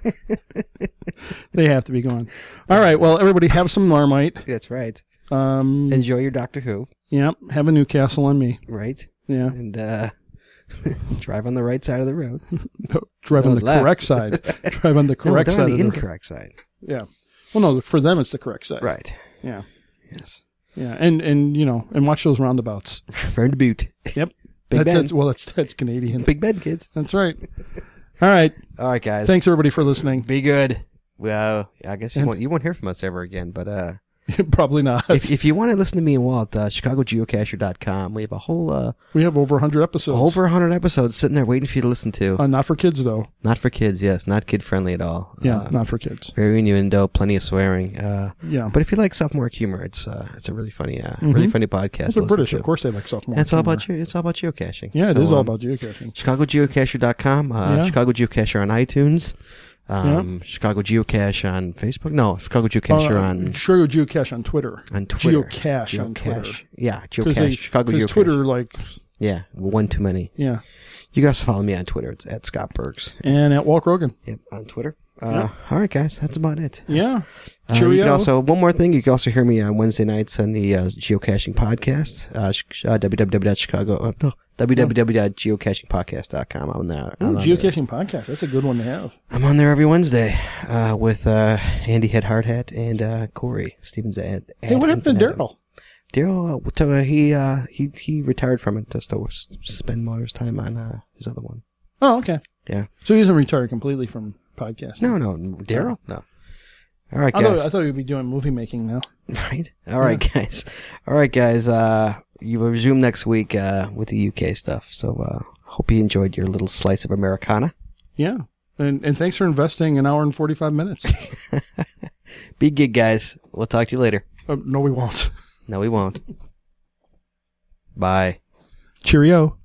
they have to be gone. All right. Well, everybody have some Marmite.
That's right.
Um.
Enjoy your Doctor Who.
Yep. Have a Newcastle on me.
Right.
Yeah.
and uh, drive on the right side of the road.
No, drive on
No,
the
left.
correct side. drive on the
No,
correct
they're
side.
on
of
the
the-
incorrect side.
yeah. Well, no, for them it's the correct side.
Right.
Yeah.
Yes.
Yeah. And and you know and watch those roundabouts.
Round boot.
Yep.
Big
that's,
Ben.
that's, well, that's that's Canadian.
Big bed, kids.
That's right. All right.
All right, guys.
Thanks everybody for listening.
Be good. Well, I guess you
And-
won't you won't hear from us ever again. But uh,
Probably not.
if if you want to listen to me and Walt, uh, ChicagoGeocacher.com. We have a whole uh,
We have over 100 episodes.
over hundred episodes sitting there waiting for you to listen to.
Uh, not for kids though.
not for kids, yes. Not kid friendly at all.
Yeah,
Uh,
not for kids.
very innuendo, plenty of swearing. Uh,
Yeah.
But if you like sophomore humor, it's uh, it's a really funny, uh,
Mhm.
really funny podcast.
Well,
to
they're
listen
British,
to.
of course. They like sophomore.
And it's all
humor.
about you. It's all about geocaching.
Yeah, it
So,
is all
um,
about geocaching.
ChicagoGeocacher.com, uh,
Yeah.
Chicago Geocacher on iTunes, um, Chicago Geocache on Facebook. No, Chicago Geocacher
Uh,
on
Chicago Geocache on Twitter.
on Twitter.
Geocache on Twitter.
Yeah,
Because they-
Geocache. Chicago
'cause
Geocache.
Twitter, like,
Yeah, one too many.
yeah.
You guys follow me on Twitter. It's at Scott Bergs.
And at Walk Rogan.
Yep, on Twitter. Uh, All right, guys, that's about it.
Yeah.
Uh, you can also one more thing. You can also hear me on Wednesday nights on the uh, geocaching podcast. Uh, sh- uh, www.chicago. Uh, no, www.geocachingpodcast.com. I'm on there.
Ooh,
I'm on there.
geocaching podcast. That's a good one to have.
I'm on there every Wednesday uh, with uh, Andy Head Hard Hat and uh, Corey Stevens. At,
Hey, what happened to Daryl?
Daryl, uh, to- uh, he uh, he he retired from it just to s- spend more of his time on uh, his other one.
Oh, okay.
Yeah.
So he doesn't retire completely from podcasting.
No, no, Daryl, no. All right,
I
guys.
thought, I thought he would be doing movie making now.
Right. All right, guys. All right, guys. Uh, you will resume next week uh, with the UK stuff. So uh, hope you enjoyed your little slice of Americana.
Yeah. And, and thanks for investing an hour and 45 minutes.
Be good, guys. We'll talk
Oh,
to you later.
uh, no, we won't.
No, we won't. Bye.
Cheerio.